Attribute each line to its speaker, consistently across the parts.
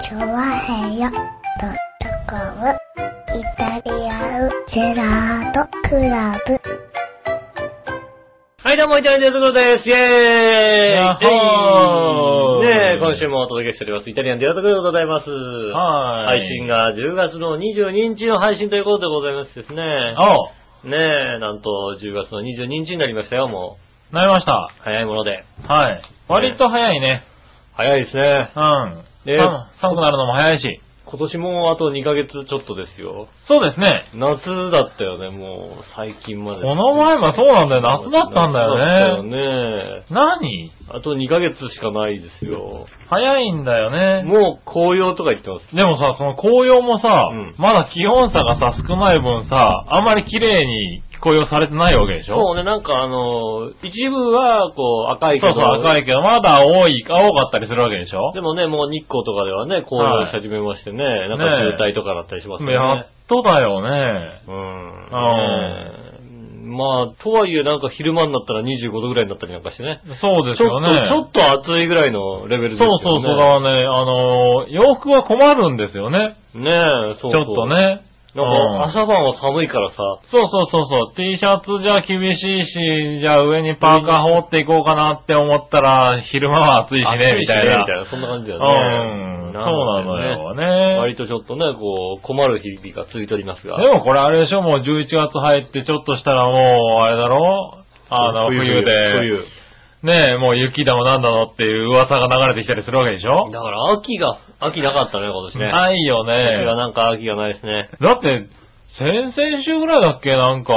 Speaker 1: チョワヘヨドットコムイタリアンジェラートクラブ。
Speaker 2: はい、どうも、イタリアンジェラートです。イェーイ
Speaker 3: やっほー
Speaker 2: イェーイねえ、今週もお届けしております。イタリアンジェラートクラブでございます。
Speaker 3: はい。
Speaker 2: 配信。が10月の22日の配信ということでございますですね。
Speaker 3: おう
Speaker 2: ねえ、なんと10月の22日になりましたよ、も
Speaker 3: なりました
Speaker 2: う。。早いもので。
Speaker 3: はい。割と早いね。
Speaker 2: 早いですね。
Speaker 3: うん。
Speaker 2: ね
Speaker 3: 寒寒くなるのも早いし。
Speaker 2: 今年もあと2ヶ月ちょっとですよ。
Speaker 3: そうですね。
Speaker 2: 夏だったよね、もう、最近まで。
Speaker 3: この前もそうなんだよ夏だったんだよね
Speaker 2: 夏だったよね。
Speaker 3: 何
Speaker 2: あと2ヶ月しかないですよ。
Speaker 3: 早いんだよね。
Speaker 2: もう紅葉とか言ってます。
Speaker 3: でもさ、その紅葉もさ、
Speaker 2: うん
Speaker 3: まだ気温差がさ、少ない分さ、あんまり綺麗に紅葉されてないわけでしょ
Speaker 2: そうね、なんかあの、一部はこう赤いけ
Speaker 3: そう
Speaker 2: ど、
Speaker 3: そう、赤いけど、まだ青い、青かったりするわけでしょ
Speaker 2: でもね、もう日光とかではね、紅葉し始めましてね、なんか渋滞とかだったりしますよね。
Speaker 3: やっとだよね。
Speaker 2: うん。ね
Speaker 3: あ
Speaker 2: えまあ、とはいえなんか昼間になったら25度ぐらいになったりなんかしてね。
Speaker 3: そうです
Speaker 2: ち
Speaker 3: よ
Speaker 2: ょっと、
Speaker 3: ね。
Speaker 2: ちょっと暑いぐらいのレベルですよ
Speaker 3: そう
Speaker 2: ね。
Speaker 3: そう、それはね、あのー洋服は困るんですよね。
Speaker 2: ねえ、そうそう。
Speaker 3: ちょっと。ね。
Speaker 2: なんか朝晩は寒いからさ、
Speaker 3: そうそうそうそう。T シャツじゃ厳しいし、じゃあ上にパーカー放っていこうかなって思ったら、昼間は暑いし
Speaker 2: 暑いし
Speaker 3: ね、みたいな。
Speaker 2: みたいな、そんな感じだよ
Speaker 3: う
Speaker 2: ね。
Speaker 3: ん。そうなの
Speaker 2: ね。
Speaker 3: よね。
Speaker 2: 割とちょっとね、こう、困る日々が続いておりますが。
Speaker 3: でもこれあれでしょ、もう11月入ってちょっとしたらもう、あれだろあの、冬で、
Speaker 2: 冬。
Speaker 3: ねえ、もう雪だもなんだのっていう噂が流れてきたりするわけでしょ
Speaker 2: だから秋が、秋なかったね、今年ね。い。
Speaker 3: ないよね。
Speaker 2: 今年はなんか秋がないですね。
Speaker 3: だって、先々週ぐらいだっけなんか、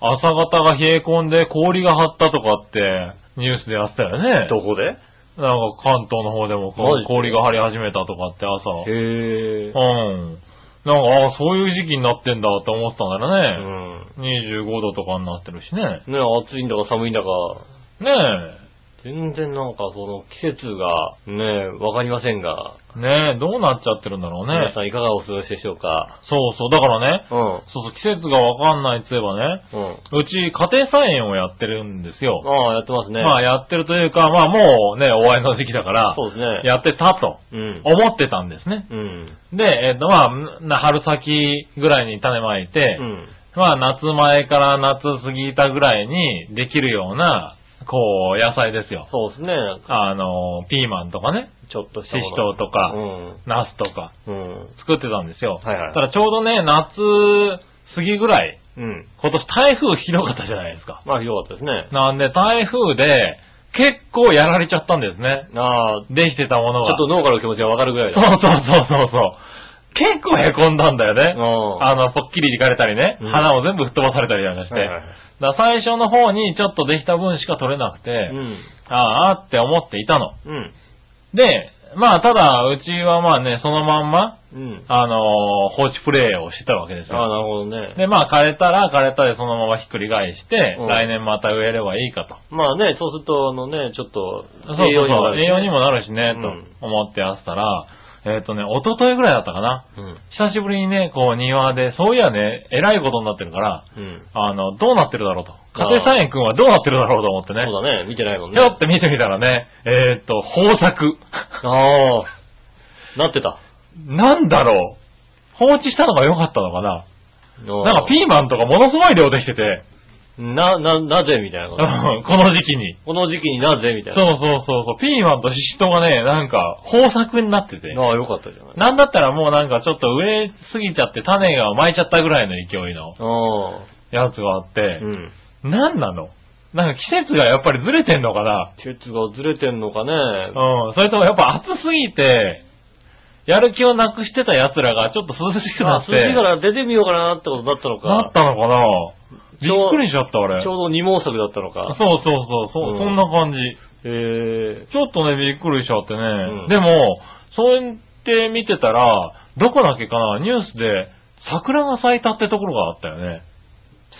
Speaker 3: 朝方が冷え込んで氷が張ったとかって、ニュースでやってたよね。
Speaker 2: どこで
Speaker 3: なんか関東の方でもこう
Speaker 2: マジで
Speaker 3: 氷が張り始めたとかって朝。
Speaker 2: へぇ
Speaker 3: うん。なんか、ああ、そういう時期になってんだって思ってたんだ
Speaker 2: う
Speaker 3: よね。
Speaker 2: ん。
Speaker 3: 25度とかになってるしね。
Speaker 2: ね暑いんだか寒いんだか、
Speaker 3: ね
Speaker 2: 全然なんかその季節がね、わかりませんが、
Speaker 3: え。ねえ、どうなっちゃってるんだろう
Speaker 2: 皆
Speaker 3: ね。
Speaker 2: さんいかがお過ごしでしょうか
Speaker 3: そうそう。だからね、
Speaker 2: うん。
Speaker 3: そうそう、季節がわかんないって言えばね、
Speaker 2: うん。
Speaker 3: うち家庭菜園をやってるんですよ。
Speaker 2: ああ、やってますね。
Speaker 3: まあやってるというか、まあもうね、終わりの時期だから、
Speaker 2: そうですね。、
Speaker 3: やってたと
Speaker 2: うん。
Speaker 3: 思ってたんですね。
Speaker 2: うん。
Speaker 3: で、えっ、とまあ、な春先ぐらいに種まいて、
Speaker 2: うん。
Speaker 3: まあ夏前から夏過ぎたぐらいにできるような、こう、野菜ですよ。
Speaker 2: そうですね。
Speaker 3: あの、ピーマンとかね、
Speaker 2: ちょっとし
Speaker 3: シ
Speaker 2: たも
Speaker 3: シ
Speaker 2: の
Speaker 3: トウとか、
Speaker 2: うん。
Speaker 3: ナスとか、
Speaker 2: うん。
Speaker 3: 作ってたんですよ。
Speaker 2: はいはい
Speaker 3: ただちょうどね、夏過ぎぐらい、
Speaker 2: うん。
Speaker 3: 今年台風ひどかったじゃないですか。
Speaker 2: まあ、ひどかったですね。
Speaker 3: なんで台風で、結構やられちゃったんですね。
Speaker 2: ああ、ち
Speaker 3: できてたもの
Speaker 2: ょ
Speaker 3: が。
Speaker 2: っと脳からの気持ちがわかるぐらい
Speaker 3: そう
Speaker 2: だ。
Speaker 3: そうそうそうそう。結構凹んだんだよね。
Speaker 2: うん
Speaker 3: あの、ぽっきりいかれたりね、
Speaker 2: うん
Speaker 3: 花を全部吹っ飛ばされたりなんかして。
Speaker 2: はいはい
Speaker 3: だから最初の方にちょっとできた分しか取れなくて、
Speaker 2: うん。
Speaker 3: あーあーって思っていたの。
Speaker 2: うん。
Speaker 3: で、まあただ、うちはまあね、そのまんま、
Speaker 2: うん。
Speaker 3: あのー放置プレイをしてたわけです
Speaker 2: ああ、
Speaker 3: よ。
Speaker 2: なるほどね。
Speaker 3: で、まあ枯れたら枯れたでそのままひっくり返して、
Speaker 2: うん
Speaker 3: 来年また植えればいいかと。
Speaker 2: まあね、そうすると、あのね、ちょっと
Speaker 3: そうそうそう、栄
Speaker 2: 栄
Speaker 3: 養
Speaker 2: 養にもなるしね
Speaker 3: にもなるしね、
Speaker 2: うん
Speaker 3: と思ってやってたら、えっ、とね、一昨日ぐらいだったかな。
Speaker 2: うん。
Speaker 3: 久しぶりにね、こう庭で、そういやね、えらいことになってるから、
Speaker 2: うん。
Speaker 3: あの、どうなってるだろうと。
Speaker 2: あ
Speaker 3: 家
Speaker 2: ー
Speaker 3: 庭菜園くんはどうなってるだろうと思ってね。
Speaker 2: そうだね、見てないもん
Speaker 3: ひ
Speaker 2: ね。
Speaker 3: ょって見てみたらね、えっ、と、豊作。
Speaker 2: ああ、なってた。
Speaker 3: なんだろう。放置したのが良かったのかな。なんかピーマンとかものすごい量できてて、
Speaker 2: な、な、なぜみたいなこ
Speaker 3: う
Speaker 2: と。
Speaker 3: ん この時期に。
Speaker 2: この時期になぜみた
Speaker 3: そ
Speaker 2: いうな。
Speaker 3: そうそうそう、ピーマンとシシトウがね、なんか豊作になってて。
Speaker 2: ああ、よかったじゃない。
Speaker 3: なんだったらもうなんかちょっと植えすぎちゃって種が巻いちゃったぐらいの勢いの
Speaker 2: ああ。
Speaker 3: やつがあって
Speaker 2: う、ん。
Speaker 3: なんなのなんか季節がやっぱりずれてんのかな
Speaker 2: 季節がずれてんのかね。
Speaker 3: うん。それともやっぱ暑すぎて、やる気をなくしてた奴らがちょっと涼しくな
Speaker 2: あ、
Speaker 3: って、
Speaker 2: 筋から出てみようかなってことだったのか。
Speaker 3: なったのかなびっくりしちゃった俺。
Speaker 2: ちょ
Speaker 3: そう
Speaker 2: うど二毛作だったのか。
Speaker 3: そうそう、そ
Speaker 2: うん
Speaker 3: うそんな感じ。
Speaker 2: へえ。
Speaker 3: ちょっとね、びっくりしちゃってね。
Speaker 2: うん
Speaker 3: でも、そうやって見てたら、どこだっけかな、ニュースで桜が咲いたってところがあったよね。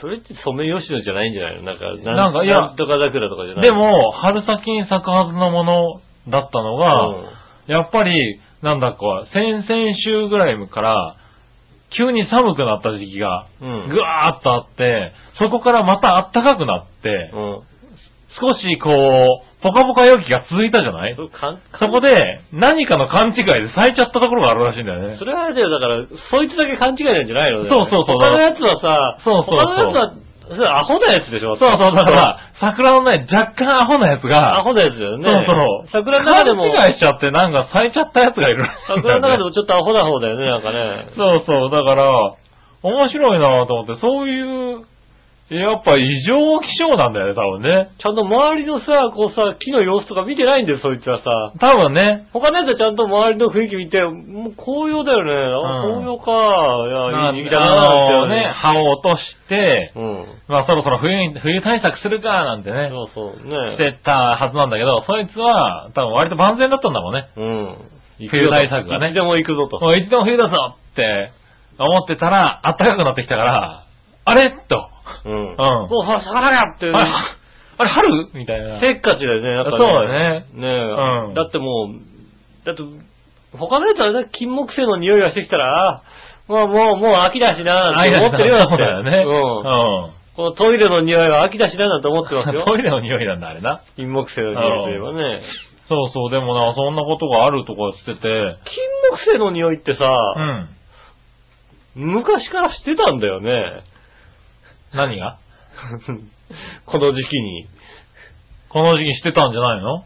Speaker 2: それってソメイヨシノじゃないんじゃないのなんか、
Speaker 3: なんかいや
Speaker 2: なんとか桜とかじゃない
Speaker 3: で、も、春先に咲くはずのものだったのが、
Speaker 2: うん
Speaker 3: やっぱり、なんだか、先々週ぐらいから、急に寒くなった時期が、
Speaker 2: うん
Speaker 3: ぐわーっとあって、そこからまた暖かくなって、
Speaker 2: うん。
Speaker 3: 少しこう、ポカポカ陽気が続いたじゃない
Speaker 2: そうかん
Speaker 3: そこで、何かの勘違いで咲いちゃったところがあるらしいんだよね
Speaker 2: そ。れはあれだよ、だから、そいつだけ勘違いなんじゃないの
Speaker 3: そうそうそう
Speaker 2: 他のやつはさ、
Speaker 3: そうそうそう
Speaker 2: 他のやつは、それアホなやつでしょ
Speaker 3: そうそう、だか、ら、桜のね、若干アホなやつ
Speaker 2: ア
Speaker 3: が、
Speaker 2: ホなやつだよね。
Speaker 3: そうそう
Speaker 2: 桜の中でも、
Speaker 3: 勘違いしちゃってなんか咲いちゃったやつがいるらしいんだ
Speaker 2: 桜
Speaker 3: よ
Speaker 2: の中で
Speaker 3: ね。
Speaker 2: もちょっとアホな方だよね、なんかね。
Speaker 3: そうそう、だから、面白いなと思って、そういう、やっぱ異常気象なんだよね、多分ね。
Speaker 2: ちゃんと周りのさ、こうさ、木の様子とか見てないんだよ、そいつはさ。
Speaker 3: 多分ね、
Speaker 2: 他のやつはちゃんと周りの雰囲気見て、もう紅葉だよね。あ
Speaker 3: う
Speaker 2: 紅葉
Speaker 3: ん
Speaker 2: か。いや、いい時期だな
Speaker 3: あ
Speaker 2: ー
Speaker 3: の
Speaker 2: って
Speaker 3: ね、葉を落として、
Speaker 2: うん。
Speaker 3: まあそろそろ冬に、冬対策するか、なんてね、
Speaker 2: そうそう。
Speaker 3: し
Speaker 2: ね
Speaker 3: てたはずなんだけど、そいつは、多分割と万全だったんだもんね。
Speaker 2: うん。
Speaker 3: 冬対策がね
Speaker 2: いつでも行くぞと。
Speaker 3: もういつでも冬だぞって思ってたら、暖かくなってきたから、あれと。
Speaker 2: うん。
Speaker 3: うん
Speaker 2: もうさ、魚やって。
Speaker 3: あれ、あれ春 みたいな。
Speaker 2: せっかちだよね、やっぱ
Speaker 3: そうだね。
Speaker 2: ねえ、
Speaker 3: うん
Speaker 2: だってもう、だって、他のやつはね、金木犀の匂いがしてきたら、あもうもう、もう秋だしな、なんて思ってるよう
Speaker 3: そうだよね。
Speaker 2: うん。このトイレの匂いは秋だしな、なんて思ってます
Speaker 3: う
Speaker 2: よ
Speaker 3: ん。。トイレの匂いなんだ、あれな。
Speaker 2: 金木犀の匂いといえばね。
Speaker 3: そうそう、でもな、そんなことがあるとかつってて、
Speaker 2: 金木犀の匂いってさ、
Speaker 3: うん。
Speaker 2: 昔からしてたんだよね。
Speaker 3: 何が
Speaker 2: この時期に。
Speaker 3: この時期してたんじゃないの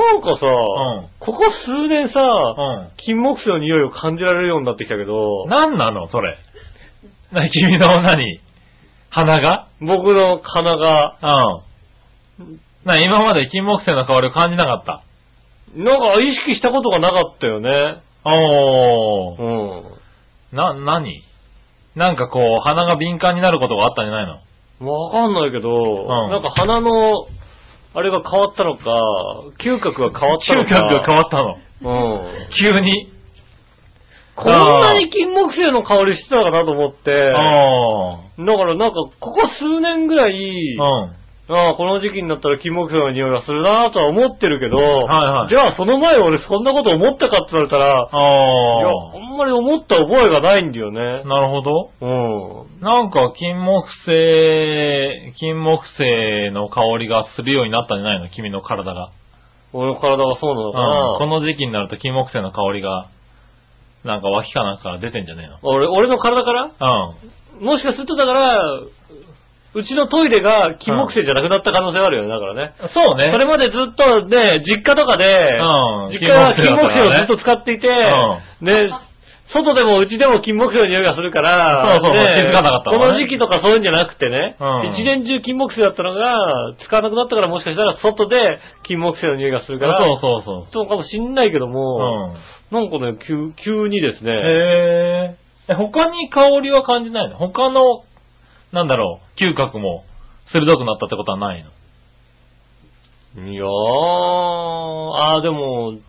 Speaker 2: なんかさ、
Speaker 3: ん
Speaker 2: ここ数年さ、
Speaker 3: う
Speaker 2: 金木犀の匂いを感じられるようになってきたけど
Speaker 3: ん。、何なの、それ。な、君の何鼻が
Speaker 2: 僕の鼻が、
Speaker 3: うん。な、今まで金木犀の香りを感じなかった。
Speaker 2: なんか意識したことがなかったよね。
Speaker 3: おー
Speaker 2: う。ん。
Speaker 3: な、何なんかこう、鼻が敏感になることがあったんじゃないの
Speaker 2: わかんないけど、
Speaker 3: ん
Speaker 2: なんか鼻の、あれが変わったのか、嗅覚が変わったの
Speaker 3: 嗅
Speaker 2: か。
Speaker 3: 覚が変わったの。
Speaker 2: うん。
Speaker 3: 急に。
Speaker 2: こんなに金木犀の香りしてたのかなと思って、だ
Speaker 3: あ
Speaker 2: からなんか、ここ数年ぐらい、
Speaker 3: あ。うん。
Speaker 2: ああこの時期になったら金木犀の匂いがするなとは思ってるけど、
Speaker 3: はい
Speaker 2: じゃあその前俺そんなこと思ったかって言われたら、いや、
Speaker 3: あ
Speaker 2: あんまり思った覚えがないんだよね
Speaker 3: あ。。なるほど。
Speaker 2: うん。
Speaker 3: なんか、金木犀、金木犀の香りがするようになったんじゃないの君の体が。
Speaker 2: 俺の体がそうな
Speaker 3: う
Speaker 2: の
Speaker 3: ん
Speaker 2: かな。
Speaker 3: この時期になると金木犀の香りが、なんか脇かなんか出てんじゃねえの
Speaker 2: 俺、俺の体から
Speaker 3: うん。
Speaker 2: もしかするとだから、うちのトイレが金木犀じゃなくなった可能性があるよね、だからね。
Speaker 3: そうね。
Speaker 2: それまでずっとね、実家とかで、
Speaker 3: うん
Speaker 2: 実家は金木犀をずっ
Speaker 3: 金木犀だったからね
Speaker 2: と使っていて、
Speaker 3: う
Speaker 2: ね、外でもうちでも金木犀の匂いがするから、
Speaker 3: そうそうそう
Speaker 2: ね
Speaker 3: 気づかなかっ
Speaker 2: こ
Speaker 3: たわね
Speaker 2: の時期とかそういうんじゃなくてね、
Speaker 3: うん
Speaker 2: 一年中金木犀だったのが、使わなくなったからもしかしたら外で金木犀の匂いがするから、
Speaker 3: そうそうそう。
Speaker 2: そうかもしんないけども、
Speaker 3: うん。
Speaker 2: なんかね、急急にですね、
Speaker 3: へえ。他に香りは感じないの他の、なんだろう、嗅覚も鋭くなったってことはないの
Speaker 2: いやー、あーでも、
Speaker 3: うん。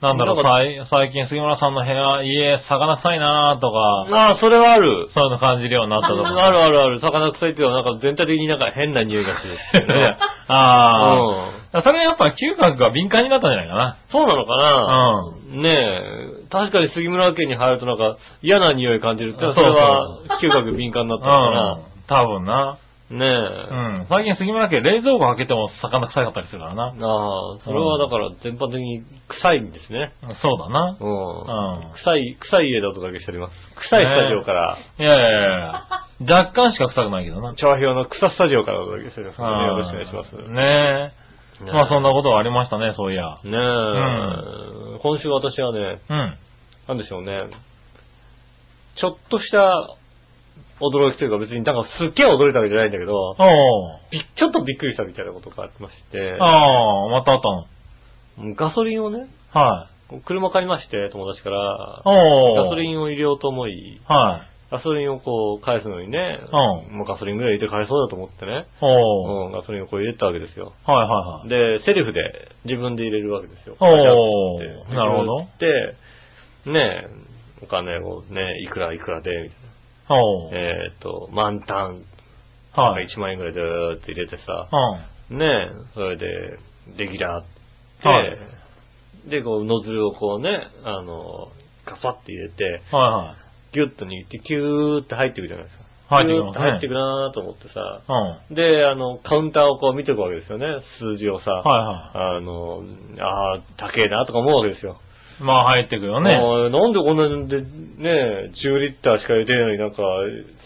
Speaker 3: なんだろう、
Speaker 2: な
Speaker 3: さい最近杉村さんの部屋、家、魚臭いなーとか、
Speaker 2: あーそれはある。
Speaker 3: そういうの感じるようになったと
Speaker 2: あ
Speaker 3: か。
Speaker 2: るあるある、魚臭いっていうのはなんか全体的になんか変な匂いがするっていう ね。
Speaker 3: あー。
Speaker 2: うん
Speaker 3: それはやっぱ嗅覚が敏感になったんじゃないかな。
Speaker 2: そうなのかな
Speaker 3: うん。
Speaker 2: ねえ、確かに杉村家に入るとなんか嫌な匂い感じるっていうのはそ
Speaker 3: そう
Speaker 2: れ
Speaker 3: そう
Speaker 2: は嗅覚敏感になったの
Speaker 3: うん。多分な。う
Speaker 2: かな。ね
Speaker 3: ん。最近杉村家冷蔵庫開けても魚臭かったりするからな
Speaker 2: え。。ああ、それはだから全般的に臭いんですね。
Speaker 3: そうだな。
Speaker 2: う
Speaker 3: うん
Speaker 2: ん。臭い、臭い家だとお届けしております。臭いスタジオから、
Speaker 3: いやいやいや 若干しか臭くないけどな。
Speaker 2: 調和表の草スタジオからお届けしておりますので。よろしくお願いします。
Speaker 3: ねえ。まあそんなことはありましたね、そういや。
Speaker 2: ねえ、今週私はね、
Speaker 3: うん。
Speaker 2: なんでしょうね、ちょっとした驚きというか別になんかすっげえ驚いたわけじゃないんだけど、
Speaker 3: おう
Speaker 2: びちょっとびっくりしたみたいなことがありまして、
Speaker 3: ああ、またあったの。
Speaker 2: ガソリンをね、
Speaker 3: はい。
Speaker 2: 車借りまして、友達から、
Speaker 3: おお。
Speaker 2: ガソリンを入れようと思い、
Speaker 3: はい。
Speaker 2: ガソリンをこう返すのにね、
Speaker 3: う
Speaker 2: もうガソリンぐらい入れて返そうだと思ってね、
Speaker 3: おお。
Speaker 2: うんガソリンをこう入れたわけですよ。
Speaker 3: はいはいはい。
Speaker 2: で、セリフで自分で入れるわけですよ。
Speaker 3: おー
Speaker 2: ガチャッつって
Speaker 3: なるほど
Speaker 2: で、ねえ、お金をね、いくらいくらで、み
Speaker 3: おお。
Speaker 2: たいなえーっと、満タン、
Speaker 3: はい。
Speaker 2: 1万円ぐらいずーっと入れてさ、
Speaker 3: う
Speaker 2: ねえ、それで、レギュラーって、
Speaker 3: はい
Speaker 2: で、こう、ノズルをこうね、あの、ガパって入れて、
Speaker 3: ん。はいはい。
Speaker 2: ギュッと握って、キューって入っていくじゃないですか。
Speaker 3: 入ってきますね
Speaker 2: 入ってくなーと思ってさ。
Speaker 3: うん。は
Speaker 2: で、あの、カウンターをこう見ていくわけですよね、数字をさ。
Speaker 3: いは
Speaker 2: あの、ああ、高えなとか思うわけですよ。
Speaker 3: い。まあ入ってくよね。
Speaker 2: もうなんでこんなにで、ね、10リッターしか入れてないのになんか、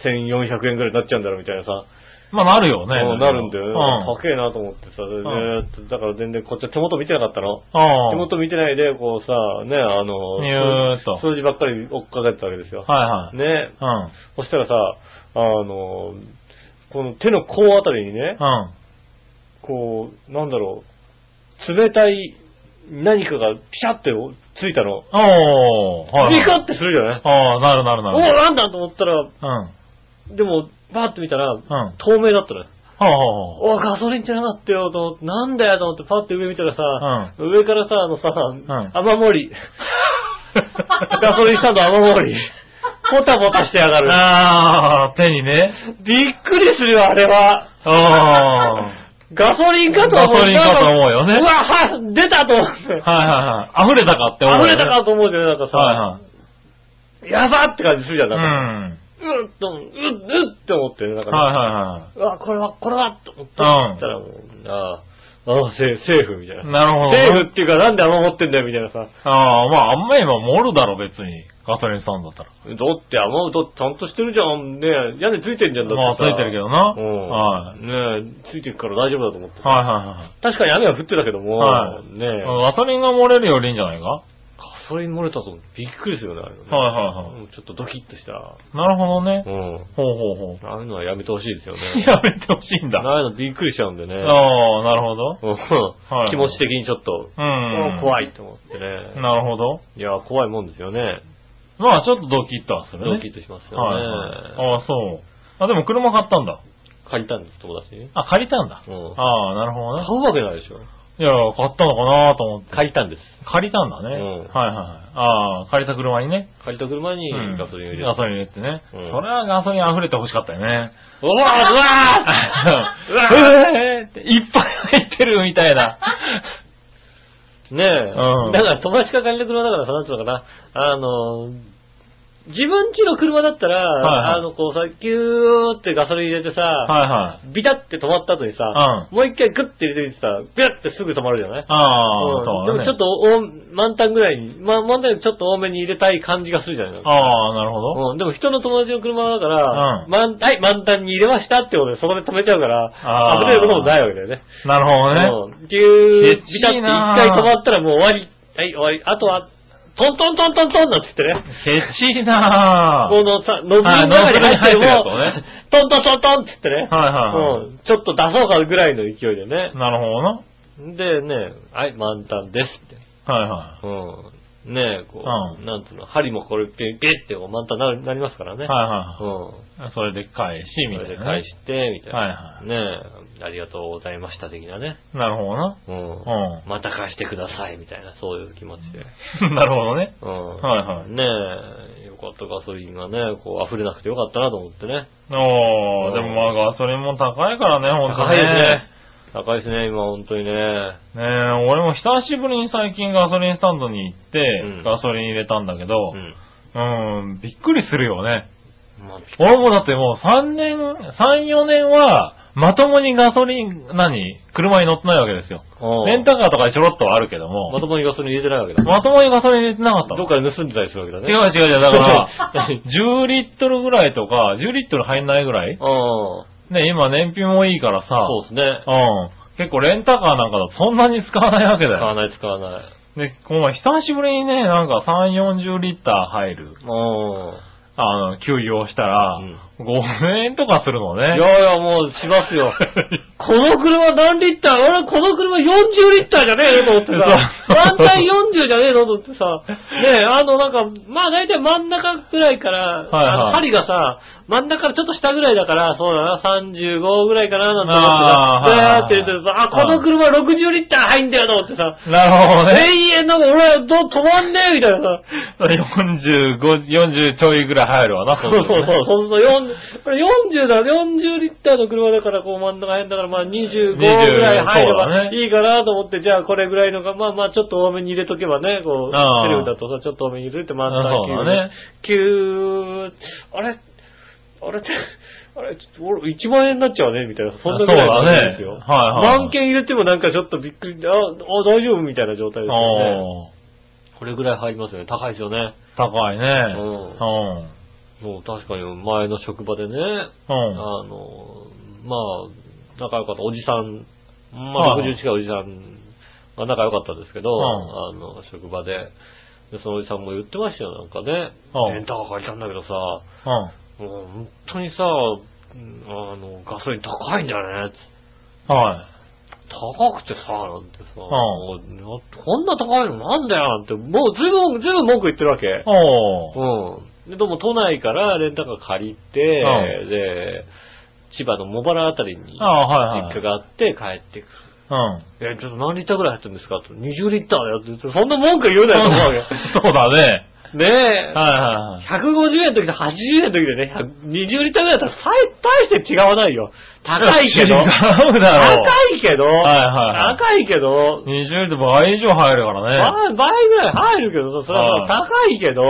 Speaker 2: 1400円くらいになっちゃうんだろうみたいなさ。
Speaker 3: まあなるよね。
Speaker 2: もうなるんだよね。
Speaker 3: うん。
Speaker 2: 高えなと思ってさ、で
Speaker 3: ん
Speaker 2: ずーっとだから全然こっちは手元見てなかったの。
Speaker 3: あ
Speaker 2: 手元見てないで、こうさ、ね、あの、
Speaker 3: ニューっと
Speaker 2: 数字ばっかり追っかけてたわけですよ。
Speaker 3: はいはい。
Speaker 2: ね、
Speaker 3: うん。うん。
Speaker 2: そしたらさ、あの、この手の甲あたりにね、こう、なんだろう、冷たい何かがピシャってついたの。
Speaker 3: おー、はい、
Speaker 2: ビカ
Speaker 3: はい。
Speaker 2: ってするじゃない
Speaker 3: ああ、なるなるな
Speaker 2: お
Speaker 3: る。
Speaker 2: お、なんだと思ったら、
Speaker 3: うん。は
Speaker 2: でも、バーって見たら、
Speaker 3: ん
Speaker 2: 透明だったのよ。
Speaker 3: あ、は
Speaker 2: おガソリンじゃなかったよ、と思って、なんだよ、と思って、パって上見たらさ、上からさ、あのさ、
Speaker 3: ん
Speaker 2: 雨漏 り。ガソリンスタンド雨漏り。ポタポタしてやがる。
Speaker 3: あ、あー、手にね。
Speaker 2: びっくりするよ、あれは。
Speaker 3: ああ。
Speaker 2: ガソリンかと思う。
Speaker 3: ガソリンかと思うよね
Speaker 2: うわ、は出たと思って。
Speaker 3: はい はいはい。溢れたかって思う、
Speaker 2: 溢れ
Speaker 3: ね。
Speaker 2: たかと思うじゃない、なんかさ、
Speaker 3: は
Speaker 2: やばって感じするじゃん、
Speaker 3: い
Speaker 2: なんか。
Speaker 3: はい。
Speaker 2: うん、っと、うん、うんって思ってね、なん
Speaker 3: う
Speaker 2: か
Speaker 3: ん。
Speaker 2: ね、
Speaker 3: はいは
Speaker 2: うわ、これは、これは、と思って、
Speaker 3: うん
Speaker 2: したらもう、ああ、ああ、セセーフみたい
Speaker 3: い
Speaker 2: な
Speaker 3: はい。。なるほどね。
Speaker 2: セーフっていうか、なんで雨持ってんだよ、みたいなさ。
Speaker 3: ああ、まあ、あんま今盛るだろ、別に。ガソリンスタンドだったら。
Speaker 2: だって雨音ちゃんとしてるじゃん。ねえ屋根ついてんじゃん、だって
Speaker 3: まあ、
Speaker 2: さ。
Speaker 3: ついてるけどな。
Speaker 2: うん。
Speaker 3: はい。
Speaker 2: ねえ、ついてるから大丈夫だと思って。
Speaker 3: はいはいはい。
Speaker 2: 確かに雨は降ってたけども、
Speaker 3: はい
Speaker 2: ねえ、ガ
Speaker 3: ガソリンが漏れるよりいいんじゃないかは
Speaker 2: ソリン漏れたとびっくりするよね、あれね
Speaker 3: いはいは
Speaker 2: うんちょっとドキッとした。
Speaker 3: い。なるほどね
Speaker 2: う。ん。
Speaker 3: ほうほうほう。
Speaker 2: ああいうのはやめてほしいですよね。
Speaker 3: やめてほしいんだ。あ
Speaker 2: ああいうのびっくりしちゃうんでね。
Speaker 3: あ、なるほど。
Speaker 2: うん
Speaker 3: はい
Speaker 2: 気持ち的にちょっと、
Speaker 3: う
Speaker 2: うん
Speaker 3: ん。
Speaker 2: 怖いと思ってね。
Speaker 3: なるほど。
Speaker 2: いや、怖いもんですよね。
Speaker 3: まあ、ちょっとドキッとはするね。
Speaker 2: ドキッとしますよ
Speaker 3: はい
Speaker 2: ね。
Speaker 3: はい。ああ、そう。あ、でも車買ったんだ。
Speaker 2: 借りたんです、友達に。
Speaker 3: あ、借りたんだ。
Speaker 2: うん
Speaker 3: ああ、なるほ
Speaker 2: 買
Speaker 3: どね。
Speaker 2: うわけないでしょ。
Speaker 3: いや、買ったのかなと思って。
Speaker 2: 借りたんです。
Speaker 3: 借りたんだね。
Speaker 2: う
Speaker 3: は
Speaker 2: ん
Speaker 3: いはいはい。ああ、借りた車にね。
Speaker 2: 借りた車に
Speaker 3: うん
Speaker 2: ガソリンを入れて。
Speaker 3: ガソリン入れてね。そ
Speaker 2: うん
Speaker 3: れはガソリン溢れて欲しかったよね。
Speaker 2: うわーうわーうわ
Speaker 3: えーっていっぱい入ってるみた いな。
Speaker 2: ーねえ。
Speaker 3: うん
Speaker 2: だから友達が借りた車だからさ、なんつうのかな。あの、自分家の車だったら、
Speaker 3: はいはい
Speaker 2: あの、こうさ、キューってガソリン入れてさ、
Speaker 3: はいはい。
Speaker 2: ビタって止まった後にさ、もう一回グッて入れてみてさ、ビャってすぐ止まるじゃない
Speaker 3: ああ、
Speaker 2: うん
Speaker 3: そうだ
Speaker 2: でも
Speaker 3: ね。
Speaker 2: ちょっとお満タンぐらいに、ま、満タンよりちょっと多めに入れたい感じがするじゃない
Speaker 3: ああ、なるほど。
Speaker 2: うん、でも人の友達の車だから、
Speaker 3: うん
Speaker 2: 満はい、満タンに入れましたってことで、そこで止めちゃうから、
Speaker 3: あー
Speaker 2: 溢れることもないわけだよね。
Speaker 3: なるほどね。
Speaker 2: うん。ぎゅー
Speaker 3: ケチいなー
Speaker 2: ビタッて一回止まったらもう終わり。はい、終わり。あとは、トントントントントンなんて言ってね。
Speaker 3: ケチいなぁ。
Speaker 2: このさ、ノブの中に入ってるも、
Speaker 3: はいノブに入ってるやつをね
Speaker 2: トントントントンって言ってね。
Speaker 3: はいはいは
Speaker 2: うん。ちょっと出そうかぐらいの勢いでね
Speaker 3: い。。なるほどな。
Speaker 2: でね、はい、満タンですって。
Speaker 3: はいは
Speaker 2: うん。ねえ、こう、
Speaker 3: う
Speaker 2: なんつうの、針もこれ、ピッピッってこう満タンなるなりますからね。
Speaker 3: い。はい
Speaker 2: うん。
Speaker 3: はいはい。それで返し、み
Speaker 2: そ
Speaker 3: た
Speaker 2: れ
Speaker 3: い
Speaker 2: で
Speaker 3: なね。
Speaker 2: 返して、みたいな。
Speaker 3: はいはい
Speaker 2: ねえ、ありがとうございました、的なね。
Speaker 3: なるほどな。
Speaker 2: うん。
Speaker 3: う
Speaker 2: また貸してください、みたいな、そういう気持ちで。
Speaker 3: ん。 なるほどね。
Speaker 2: うん。
Speaker 3: はいはい
Speaker 2: ねえ、よかった、ガソリンがね、こう、溢れなくてよかったなと思ってね。
Speaker 3: おー、でもまあガソリンも高いからね、ほんと
Speaker 2: 高いですね。。高いですね、今、本当にね。
Speaker 3: ねえ、俺も久しぶりに最近ガソリンスタンドに行って、
Speaker 2: うん
Speaker 3: ガソリン入れたんだけど、
Speaker 2: うん。
Speaker 3: うん、びっくりするよね。
Speaker 2: まあ、
Speaker 3: 俺もだってもう3年、3、4年は、まともにガソリン、何車に乗ってないわけですよ。
Speaker 2: うん
Speaker 3: レンタカーとかでちょろっとはあるけども、
Speaker 2: ま
Speaker 3: ま
Speaker 2: ともにガソリン入れてないわけだ。
Speaker 3: ともにガソリン入れてなかった
Speaker 2: ど
Speaker 3: の
Speaker 2: っ。かで盗んでたりするわけだね。
Speaker 3: 違う違う違う、だから、10リットルぐらいとか、10リットル入んないぐらい
Speaker 2: うん。
Speaker 3: ね、今燃費もいいからさ、
Speaker 2: そうですね。
Speaker 3: うん。結構レンタカーなんかだとそんなに使わないわけ
Speaker 2: 使
Speaker 3: だ
Speaker 2: わ
Speaker 3: よ。
Speaker 2: ない、使わない。
Speaker 3: で、この前久しぶりにね、なんか3、40リッター入る、
Speaker 2: うん。
Speaker 3: あの、給油をしたら、5円とかするのね。
Speaker 2: いやいや、もうします
Speaker 3: 、
Speaker 2: よ。この車何リッター俺この車40リッターじゃねえのと思ってさ
Speaker 3: そう
Speaker 2: 満タン40じゃねえのと思ってさ、ねえ、あのなんか、まあ大体真ん中ぐらいから、
Speaker 3: はい
Speaker 2: あの針がさ、真ん中からちょっと下ぐらいだから、そうだな、35ぐらいかな、なんて
Speaker 3: あー
Speaker 2: 思ってさ、ずーって言ってさ、あ、この車60リッター入んだよと思ってさ、
Speaker 3: なるほどね。
Speaker 2: 永遠なんか俺どう止まんねえみたいなさ、
Speaker 3: 45、40ちょいぐらい入るわな、
Speaker 2: そうそうそう
Speaker 3: するとね。
Speaker 2: そうそう、40これ40だ、40リッターの車だから、こう真ん中辺だから、まあ25ぐらい入れ
Speaker 3: そうだ
Speaker 2: ば
Speaker 3: ね
Speaker 2: いいかなと思って、じゃあこれぐらいのが、まあまあちょっと多めに入れとけばね、こう、
Speaker 3: ああ
Speaker 2: セルフだとさ、ちょっと多めに入れて真ん
Speaker 3: あそうだ
Speaker 2: 中
Speaker 3: ね
Speaker 2: 急に、急、あれあれって、あれ、ちょっと俺、1万円になっちゃうね、みたいな、そんな
Speaker 3: そう
Speaker 2: ぐらいの
Speaker 3: だ
Speaker 2: 感
Speaker 3: ね
Speaker 2: じですよ。。
Speaker 3: はいはい。
Speaker 2: 何件入れてもなんかちょっとびっくり、あ、あ大丈夫みたいな状態ですよね。
Speaker 3: おー
Speaker 2: これぐらい入りますよね。高いですよね。
Speaker 3: 高いね。
Speaker 2: うん。
Speaker 3: うん。
Speaker 2: もう確かに前の職場でね、あ
Speaker 3: うん。
Speaker 2: の、まあ、仲良かったおじさん、まあ
Speaker 3: はい
Speaker 2: 60近いおじさんが仲良かったですけど、
Speaker 3: うん
Speaker 2: あの、職場で。で、そのおじさんも言ってましたよ、なんかね。
Speaker 3: うん
Speaker 2: レンタカー借りたんだけどさ、
Speaker 3: うん。
Speaker 2: もう本当にさ、うんあの、ガソリン高いんだよね、つ
Speaker 3: はい。
Speaker 2: 高くてさ、なんてさ、
Speaker 3: ん
Speaker 2: もうなこんな高いのなんだよ、なんて、もうずいぶん、ずいぶん文句言ってるわけ。
Speaker 3: おー。
Speaker 2: うん。で、どうも都内からレンタカー借りて、
Speaker 3: うん
Speaker 2: で、千葉の茂原あたりに
Speaker 3: ああ、はいは
Speaker 2: 実
Speaker 3: い。
Speaker 2: 家があって帰ってくる。
Speaker 3: うん。
Speaker 2: え、ちょっと何リッターぐらい入ってるんですかと。20リッターだよって言って、そんな文句言うなよと思うわ
Speaker 3: そうだね。
Speaker 2: け。 ねえ。
Speaker 3: はいはいはい。
Speaker 2: 150円の時と80円の時でね、120リッターぐらいだったらさ大して違わないよ。高いけど
Speaker 3: 違。うだ
Speaker 2: 高
Speaker 3: ろう。
Speaker 2: いけど、
Speaker 3: はいはい
Speaker 2: 高いけど、
Speaker 3: 20円で倍以上入るからね。
Speaker 2: 倍倍ぐらい入るけどさ、それはさ高いけど、
Speaker 3: う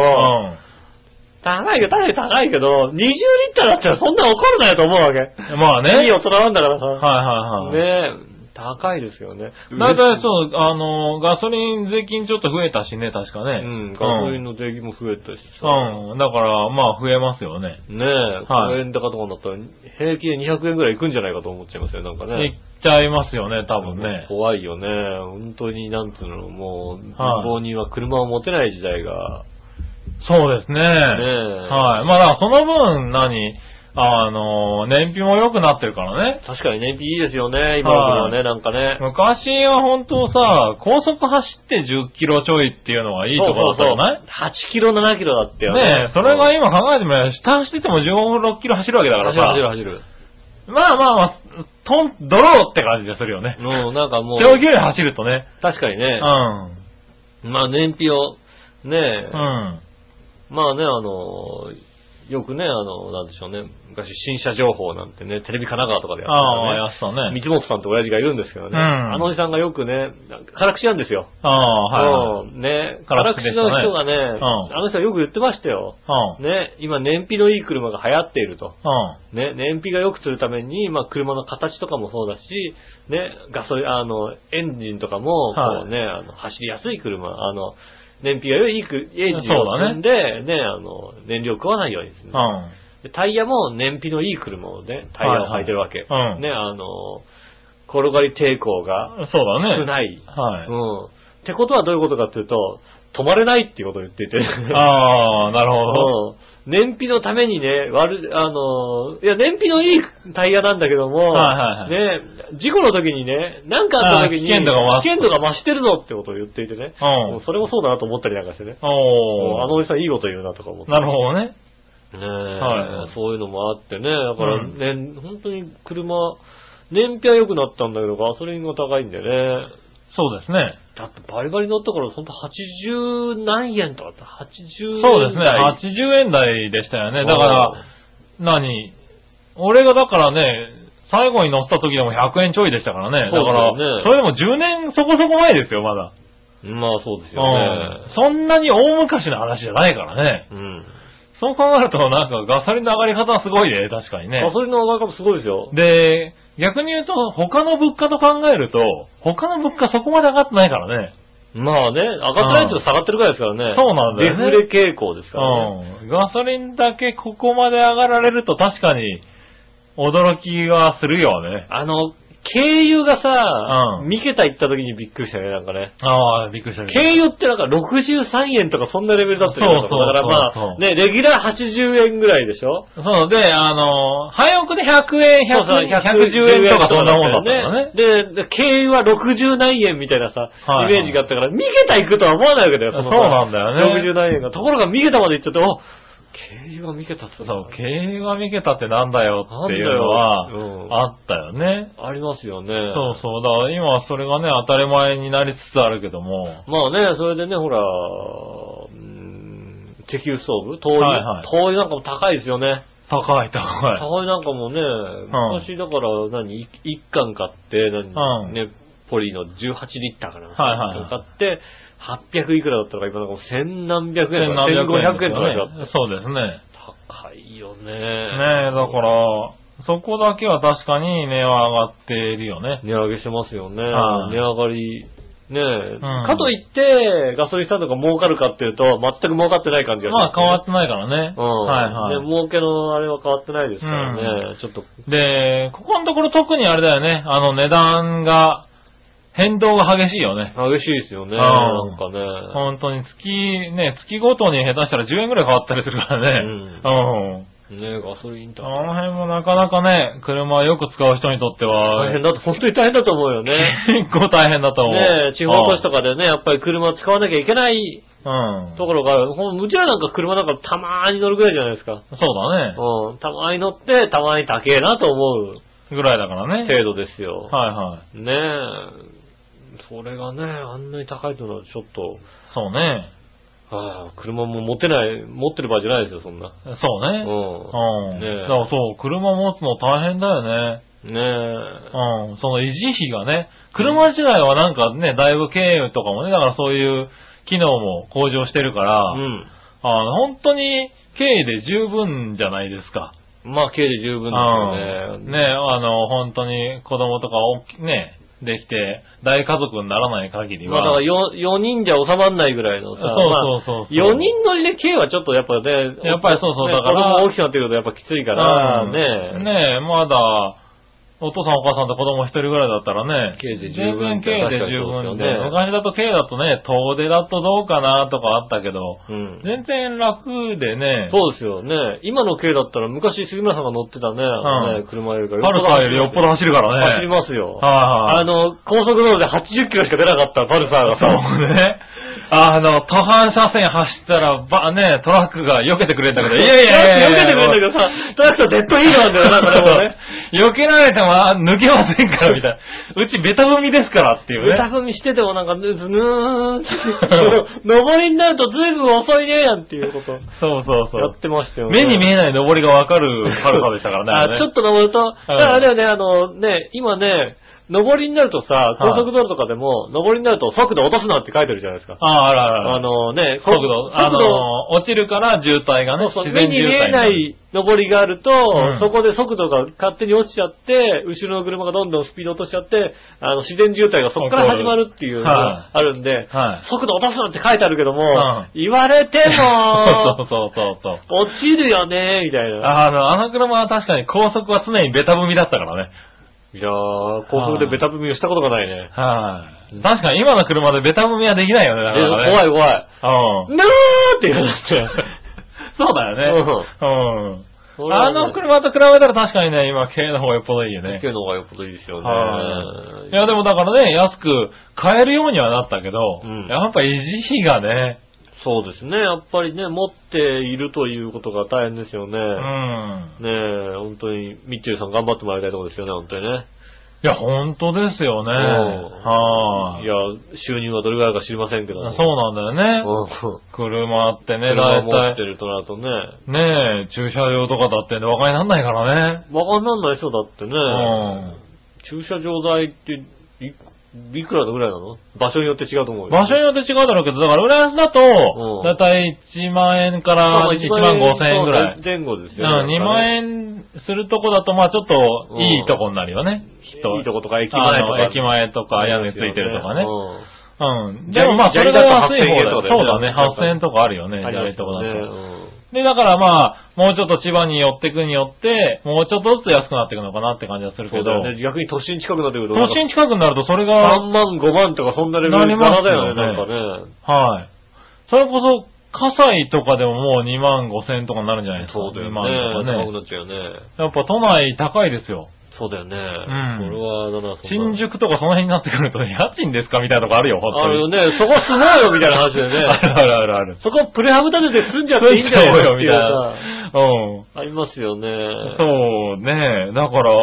Speaker 2: 高いけど、確かに高いけど、20リッターだったらそんな怒るなよと思うわけ。
Speaker 3: ん。まあね。
Speaker 2: いい大人なんだからさ。
Speaker 3: はいはいはい。
Speaker 2: ねえ、高いですよね。
Speaker 3: だいたい
Speaker 2: う。
Speaker 3: そう、あの、ガソリン税金ちょっと増えたしね、確か
Speaker 2: う
Speaker 3: ね。
Speaker 2: ん、ガソリンの税金も増えたしさ。
Speaker 3: うん。うん。だから、まあ増えますよね。
Speaker 2: ねえ、
Speaker 3: はい
Speaker 2: 5円高とかになったら平均で200円ぐらいいくんじゃないかと思っちゃいますよ、なんか
Speaker 3: いっ
Speaker 2: ね。
Speaker 3: ちゃいますよね、多分ね。
Speaker 2: 怖いよね。本当に、なんつうの、もう、貧
Speaker 3: はい
Speaker 2: 乏人は車を持てない時代が。
Speaker 3: そうですね。
Speaker 2: ねえ。
Speaker 3: はい。まあだからその分、何あの、燃費も良くなってるからね。
Speaker 2: 確かに燃費いいですよね、今の車はね、なんかね。
Speaker 3: 昔は本当さ、高速走って10キロちょいっていうのがいいとこだったじゃない
Speaker 2: 8キロ、7キロだったよね。
Speaker 3: ねえ、それが今考えてみれば、下走ってても15、6キロ走るわけだからさ
Speaker 2: 走。る走る
Speaker 3: まあまあまあ、トン、ドローって感じがするよね
Speaker 2: 走。る。うん、なんかもう、
Speaker 3: 長距離走るとね。
Speaker 2: 確かに
Speaker 3: う
Speaker 2: ね
Speaker 3: ん。、うん。
Speaker 2: まあ燃費を、ねえ、
Speaker 3: は
Speaker 2: まあね、あの、よくね、あの、なんでしょうね、昔新車情報なんてね、テレビ神奈川とかでや
Speaker 3: ああや
Speaker 2: っ
Speaker 3: っててた
Speaker 2: たね、
Speaker 3: ね
Speaker 2: 道本さんって親父がいるんですけどね、
Speaker 3: うん
Speaker 2: あのおじさんがよくね、辛口なんですよ。
Speaker 3: ああ、はい。
Speaker 2: うんね、辛
Speaker 3: 辛
Speaker 2: 口
Speaker 3: 口でしたね
Speaker 2: の人がね、
Speaker 3: ん
Speaker 2: あの人はよく言ってましたよ。
Speaker 3: うん。
Speaker 2: ね、今燃費のいい車が流行っていると。
Speaker 3: うん。
Speaker 2: ね、燃費が良くするために、まあ、車の形とかもそうだし、ね、ガソリン、あの、エンジンとかも、
Speaker 3: はい
Speaker 2: こうね、あの、走りやすい車、あの、燃費が良いくエンジン
Speaker 3: そう
Speaker 2: を
Speaker 3: だ
Speaker 2: 積
Speaker 3: ね
Speaker 2: んで、ねあの、燃料を食わないようにする
Speaker 3: う。ん。
Speaker 2: でタイヤも燃費のいい車をね、タイヤを履いてるわけ。
Speaker 3: はいはいうん
Speaker 2: ね、あの、転がり抵抗が
Speaker 3: そうだね。
Speaker 2: 少ない。
Speaker 3: はい。
Speaker 2: うん。ってことはどういうことかっていうと、止まれないっていうことを言っていて。
Speaker 3: ああ、なるほど。
Speaker 2: うん燃費のためにね、悪い、あのー、いや、燃費のいいタイヤなんだけども、
Speaker 3: はいはい
Speaker 2: ね、事故の時にね、なんかあった時に、
Speaker 3: あー危険度が増す
Speaker 2: 危険度が増してるぞってことを言っていてね、
Speaker 3: うん
Speaker 2: もそれもそうだなと思ったりなんかしてね、うん
Speaker 3: お
Speaker 2: あ
Speaker 3: ー
Speaker 2: のおじさんいいこと言うなとか思って。
Speaker 3: なるほどね。
Speaker 2: ねえ、
Speaker 3: はい
Speaker 2: そういうのもあってね、だから
Speaker 3: うん
Speaker 2: ね、本当に車、燃費は良くなったんだけど、ガソリンが高いんでね、
Speaker 3: そうですね。
Speaker 2: だってバリバリ乗った頃、ほんと80何円とかだった、80円
Speaker 3: そうですね。
Speaker 2: 台
Speaker 3: 80円台でしたよね。だから、何俺がだからね、最後に乗った時でも100円ちょいでしたからね。だ
Speaker 2: そう
Speaker 3: か
Speaker 2: だよね
Speaker 3: ら、それでも10年そこそこ前ですよ、まだ。
Speaker 2: まあそうですよね
Speaker 3: うん。。そんなに大昔の話じゃないからね。
Speaker 2: うん。
Speaker 3: そう考えると、なんかガソリンの上がり方はすごいね、確かにね。
Speaker 2: ガソリンの上がり方すごいですよ。
Speaker 3: で、逆に言うと、他の物価と考えると、他の物価そこまで上がってないからね。
Speaker 2: まあね、上がってないやつが下がってるぐらいですからね。
Speaker 3: そうなんだよね
Speaker 2: デフレ傾向ですからね。
Speaker 3: うん。ガソリンだけここまで上がられると確かに、驚きはするよね。
Speaker 2: あの、軽油がさ、
Speaker 3: うん
Speaker 2: 三桁行った時にびっくりしたよね、なんかね。
Speaker 3: ああ、びっくりした。
Speaker 2: 軽油ってなんか63円とかそんなレベルだったよね
Speaker 3: そうそ
Speaker 2: だ
Speaker 3: う
Speaker 2: からま
Speaker 3: そ
Speaker 2: あ、
Speaker 3: う
Speaker 2: ね、レギュラー80円ぐらいでしょ
Speaker 3: そう、で、あの、早送りで100円、
Speaker 2: そうそう
Speaker 3: 100 110円とかそんなもんだったからね。
Speaker 2: ね。で、で軽油は60何円みたいなさ、
Speaker 3: はいは
Speaker 2: イ
Speaker 3: い
Speaker 2: メージがあったから、三桁行くとは思わないわけだよ、のさ
Speaker 3: そうなんだよね
Speaker 2: 60何円が。ところが三桁まで行っちゃって、お軽油は三桁って
Speaker 3: そ
Speaker 2: さ
Speaker 3: う、経営が見けたってなんだよっていうの
Speaker 2: なんだようん
Speaker 3: は、あったよね。
Speaker 2: ありますよね。
Speaker 3: そうそう、だから今はそれがね、当たり前になりつつあるけども。
Speaker 2: まあね、それでね、ほら、うーん石油ストーブ灯油、
Speaker 3: はいはい
Speaker 2: 灯油なんかも高いですよね。
Speaker 3: 高い高い。
Speaker 2: 灯油なんかもね、昔だから何、い一缶買って、何、
Speaker 3: うん
Speaker 2: ね、ポリの18リッターかな。
Speaker 3: はいはいはい
Speaker 2: 買って、800いくらだったのか、今なんかもう千何百円とか、1500
Speaker 3: 1700
Speaker 2: 円とかで
Speaker 3: ですよねそうですね。
Speaker 2: 高高いよね。ね
Speaker 3: ねえ、だから、そこだけは確かに値は上がっているよね。
Speaker 2: 値上げしてますよね。
Speaker 3: はい
Speaker 2: 値上がり、ねえ、
Speaker 3: ん
Speaker 2: かといって、ガソリンスタンドが儲かるかっていうと、全く儲かってない感じがし
Speaker 3: まあ変わ
Speaker 2: っ
Speaker 3: ってないからね。
Speaker 2: うん。
Speaker 3: はいはい
Speaker 2: ね、。儲けのあれは変わってないですからね。ちょっと、
Speaker 3: で、ここのところ特にあれだよね。あの値段が、変動が激しいよね。
Speaker 2: 激しいですよね。
Speaker 3: うん
Speaker 2: なんかね。
Speaker 3: 本当に月、ね、月ごとに下手したら10円くらい変わったりするからね。うん。
Speaker 2: ねえガソリンと
Speaker 3: あの辺もなかなかね、車をよく使う人にとっては、
Speaker 2: 大変だと、本当に大変だと思うよね。
Speaker 3: 結構大変だと思う。
Speaker 2: ねえ、地方都市とかでね、やっぱり車を使わなきゃいけない
Speaker 3: うん。
Speaker 2: ところが、ほんうちらなんか車なんかたまーに乗るぐらいじゃないですか。
Speaker 3: そうだね。
Speaker 2: うん、たまに乗って、たまに高えなと思う
Speaker 3: ぐらいだからね。
Speaker 2: 程度ですよ。
Speaker 3: はいはい。
Speaker 2: ねえ、それがね、あんなに高いというのはちょっと、
Speaker 3: そうね。
Speaker 2: ああ、車も持てない、持ってる場合じゃないですよ、そんな。
Speaker 3: そう
Speaker 2: う。
Speaker 3: ね。うんん。
Speaker 2: ね
Speaker 3: だからそう、車持つの大変だよね。
Speaker 2: え、ねえ、
Speaker 3: うん。その維持費がね。車自体はなんかね、だいぶ経営とかもね、だからそういう機能も向上してるから、
Speaker 2: うん。
Speaker 3: あの本当に経営で十分じゃないですか。
Speaker 2: まあ、軽で十分ですよ
Speaker 3: うん
Speaker 2: ね。
Speaker 3: ねあの、本当に子供とか大き、ね、できて、大家族にならない限り
Speaker 2: まあ、
Speaker 3: は。
Speaker 2: だからよ4人じゃ収まんないぐらいのさ、
Speaker 3: そうそうそうそう
Speaker 2: まあ4人乗りで軽はちょっとやっぱね、
Speaker 3: やっぱりそうそう
Speaker 2: ね
Speaker 3: だから
Speaker 2: 子供大きくなってくるとやっぱきついから、
Speaker 3: うん
Speaker 2: ねえ。
Speaker 3: ねえ、まだ、お父さんお母さんと子供一人ぐらいだったらね。
Speaker 2: 軽で十分
Speaker 3: 軽で十
Speaker 2: 確かにそうで
Speaker 3: 分で。
Speaker 2: すよね
Speaker 3: 昔だと軽だとね、遠出だとどうかなとかあったけど、
Speaker 2: うん。
Speaker 3: 全然楽でね、
Speaker 2: そうですよね。今の軽だったら昔杉村さんが乗ってたね、あのね車よりか
Speaker 3: パルサーよりよっぽど走るからね。
Speaker 2: 走りますよ。
Speaker 3: は
Speaker 2: あ
Speaker 3: いはい。
Speaker 2: の、高速道路で80キロしか出なかったパルサーがさ、
Speaker 3: そうね。あの、途半車線走ったら、ば、ね、トラックが避けてくれ たけど、いやいやいやいや
Speaker 2: 避けてくれんだけどさ、トラックとデッドヒートなんだよな、これもね。
Speaker 3: 避けられてもあ抜けませんから、みたいな。うちベタ踏みですからっていうね。
Speaker 2: ベタ踏みしててもなんか、ずぬーんって、登りになると随分遅いね、なんていうこと。
Speaker 3: そうそうそう。
Speaker 2: やってましたよね。
Speaker 3: 目に見えない登りがわかる軽さでしたからね。れ
Speaker 2: あ、
Speaker 3: ね
Speaker 2: ちょっと登ると、だからあれよね、あのね、今ね、上りになるとさ、高速道路とかでも、上りになると速度落とすなって書いてるじゃないですか。
Speaker 3: あ、あらあら
Speaker 2: あ
Speaker 3: あら。
Speaker 2: のね、
Speaker 3: 速度、あ
Speaker 2: 速度、
Speaker 3: の、落ちるから渋滞がね、
Speaker 2: そうそう
Speaker 3: 自
Speaker 2: 目
Speaker 3: 然
Speaker 2: に
Speaker 3: 渋
Speaker 2: 見
Speaker 3: 滞
Speaker 2: えな。い上りがあると、
Speaker 3: うん
Speaker 2: そこで速度が勝手に落ちちゃって、後ろの車がどんどんスピード落としちゃって、あの、自然渋滞がそこから始まるっていうのがあるんで、
Speaker 3: は
Speaker 2: 速度落とすなって書いてあるけども、
Speaker 3: ん
Speaker 2: 言われて
Speaker 3: い。 そう
Speaker 2: も、
Speaker 3: そうそうそう。
Speaker 2: 落ちるよね、みたいな。
Speaker 3: あの、あの車は確かに高速は常にベタ踏みだったからね。
Speaker 2: いやー、高速でベタ踏みをしたことがないね。
Speaker 3: はい。確かに今の車でベタ踏みはできないよね、だ
Speaker 2: で
Speaker 3: からね。
Speaker 2: 怖い怖い。
Speaker 3: うん。
Speaker 2: なーって言うの って。
Speaker 3: そうだよね。
Speaker 2: う
Speaker 3: うんん。あの車と比べたら確かにね、今、軽の方がよっぽどいいよね
Speaker 2: ね。。の方がよっぽどいいですよね。
Speaker 3: はい。いや、でもだからね、安く買えるようにはなったけど、
Speaker 2: うん
Speaker 3: やっぱ維持費がね、
Speaker 2: そうですね。やっぱりね、持っているということが大変ですよね。
Speaker 3: うん。
Speaker 2: ねえ、本当に、ミッチェルさん頑張ってもらいたいところですよね、本当にね。
Speaker 3: いや、本当ですよ
Speaker 2: う
Speaker 3: ね。
Speaker 2: ん
Speaker 3: はいい。
Speaker 2: や、収入はどれぐらいか知りませんけども。
Speaker 3: そうなんだよね。
Speaker 2: うん。
Speaker 3: 車っ てね、
Speaker 2: 車
Speaker 3: だ
Speaker 2: を
Speaker 3: い
Speaker 2: 持ったて
Speaker 3: い、
Speaker 2: るとなるとね、
Speaker 3: ねえ、駐車場とかだってね、馬鹿になんないからね。
Speaker 2: わかんなんない人だってね、
Speaker 3: うん。
Speaker 2: 駐車場代ってい、いくらのぐらいなの場所によって違うと思うよ
Speaker 3: 場所によって違うだろうけど、だから、浦安だと
Speaker 2: う、ん
Speaker 3: だいたい1万円か
Speaker 2: まあ
Speaker 3: ら
Speaker 2: まあ
Speaker 3: 1万5千円ぐらい。
Speaker 2: 前後です
Speaker 3: うん、
Speaker 2: よね。
Speaker 3: 2万円するとこだと、まあちょっと、いいとこになるよね。きっと。
Speaker 2: いいとことか駅
Speaker 3: あ
Speaker 2: 前と
Speaker 3: の
Speaker 2: か。
Speaker 3: 駅前とか、屋根ついてるとかね。
Speaker 2: うん
Speaker 3: うん。
Speaker 2: 砂
Speaker 3: で
Speaker 2: 利
Speaker 3: もまあ、それが安い
Speaker 2: 砂利だと8000
Speaker 3: 方だ
Speaker 2: 円
Speaker 3: そ
Speaker 2: と
Speaker 3: う
Speaker 2: か
Speaker 3: だ
Speaker 2: だ
Speaker 3: ね
Speaker 2: よね。
Speaker 3: 8000円とかあるよね。
Speaker 2: ありま
Speaker 3: 左
Speaker 2: す
Speaker 3: と
Speaker 2: よ
Speaker 3: か
Speaker 2: ね
Speaker 3: だ
Speaker 2: う
Speaker 3: と。
Speaker 2: ん
Speaker 3: で、だからまあ、もうちょっと千葉に寄ってくによって、もうちょっとずつ安くなっていくのかなって感じはする
Speaker 2: そ
Speaker 3: け
Speaker 2: うだ
Speaker 3: ど、
Speaker 2: よね。逆に都心近くなってくると。
Speaker 3: 都心近くになるとそれ
Speaker 2: 3
Speaker 3: が、
Speaker 2: 万、5万とかそんなレベルに
Speaker 3: なります
Speaker 2: だよ
Speaker 3: よね
Speaker 2: ね、なんかね。
Speaker 3: はい。それこそ、火災とかでももう2万5千とかになるんじゃないですか。
Speaker 2: そうだよ
Speaker 3: 2万
Speaker 2: ね。高く
Speaker 3: とかね。
Speaker 2: なっちゃうよね。
Speaker 3: やっぱ都内高いですよ。
Speaker 2: そうだよね。そ
Speaker 3: ん
Speaker 2: れは、だな、そん
Speaker 3: 新
Speaker 2: な。
Speaker 3: 宿とかその辺になってくると、家賃ですかみたいなとこあるよ、本
Speaker 2: あ
Speaker 3: 当
Speaker 2: るよ
Speaker 3: に。
Speaker 2: ね。そこ住もうよ、みたいな話だよ
Speaker 3: あ
Speaker 2: ね。
Speaker 3: るあるあるある。
Speaker 2: そこプレハブ建てて住んじゃっていいんだよ、みたいな。
Speaker 3: うん。
Speaker 2: ありますよね。
Speaker 3: そうね。だから、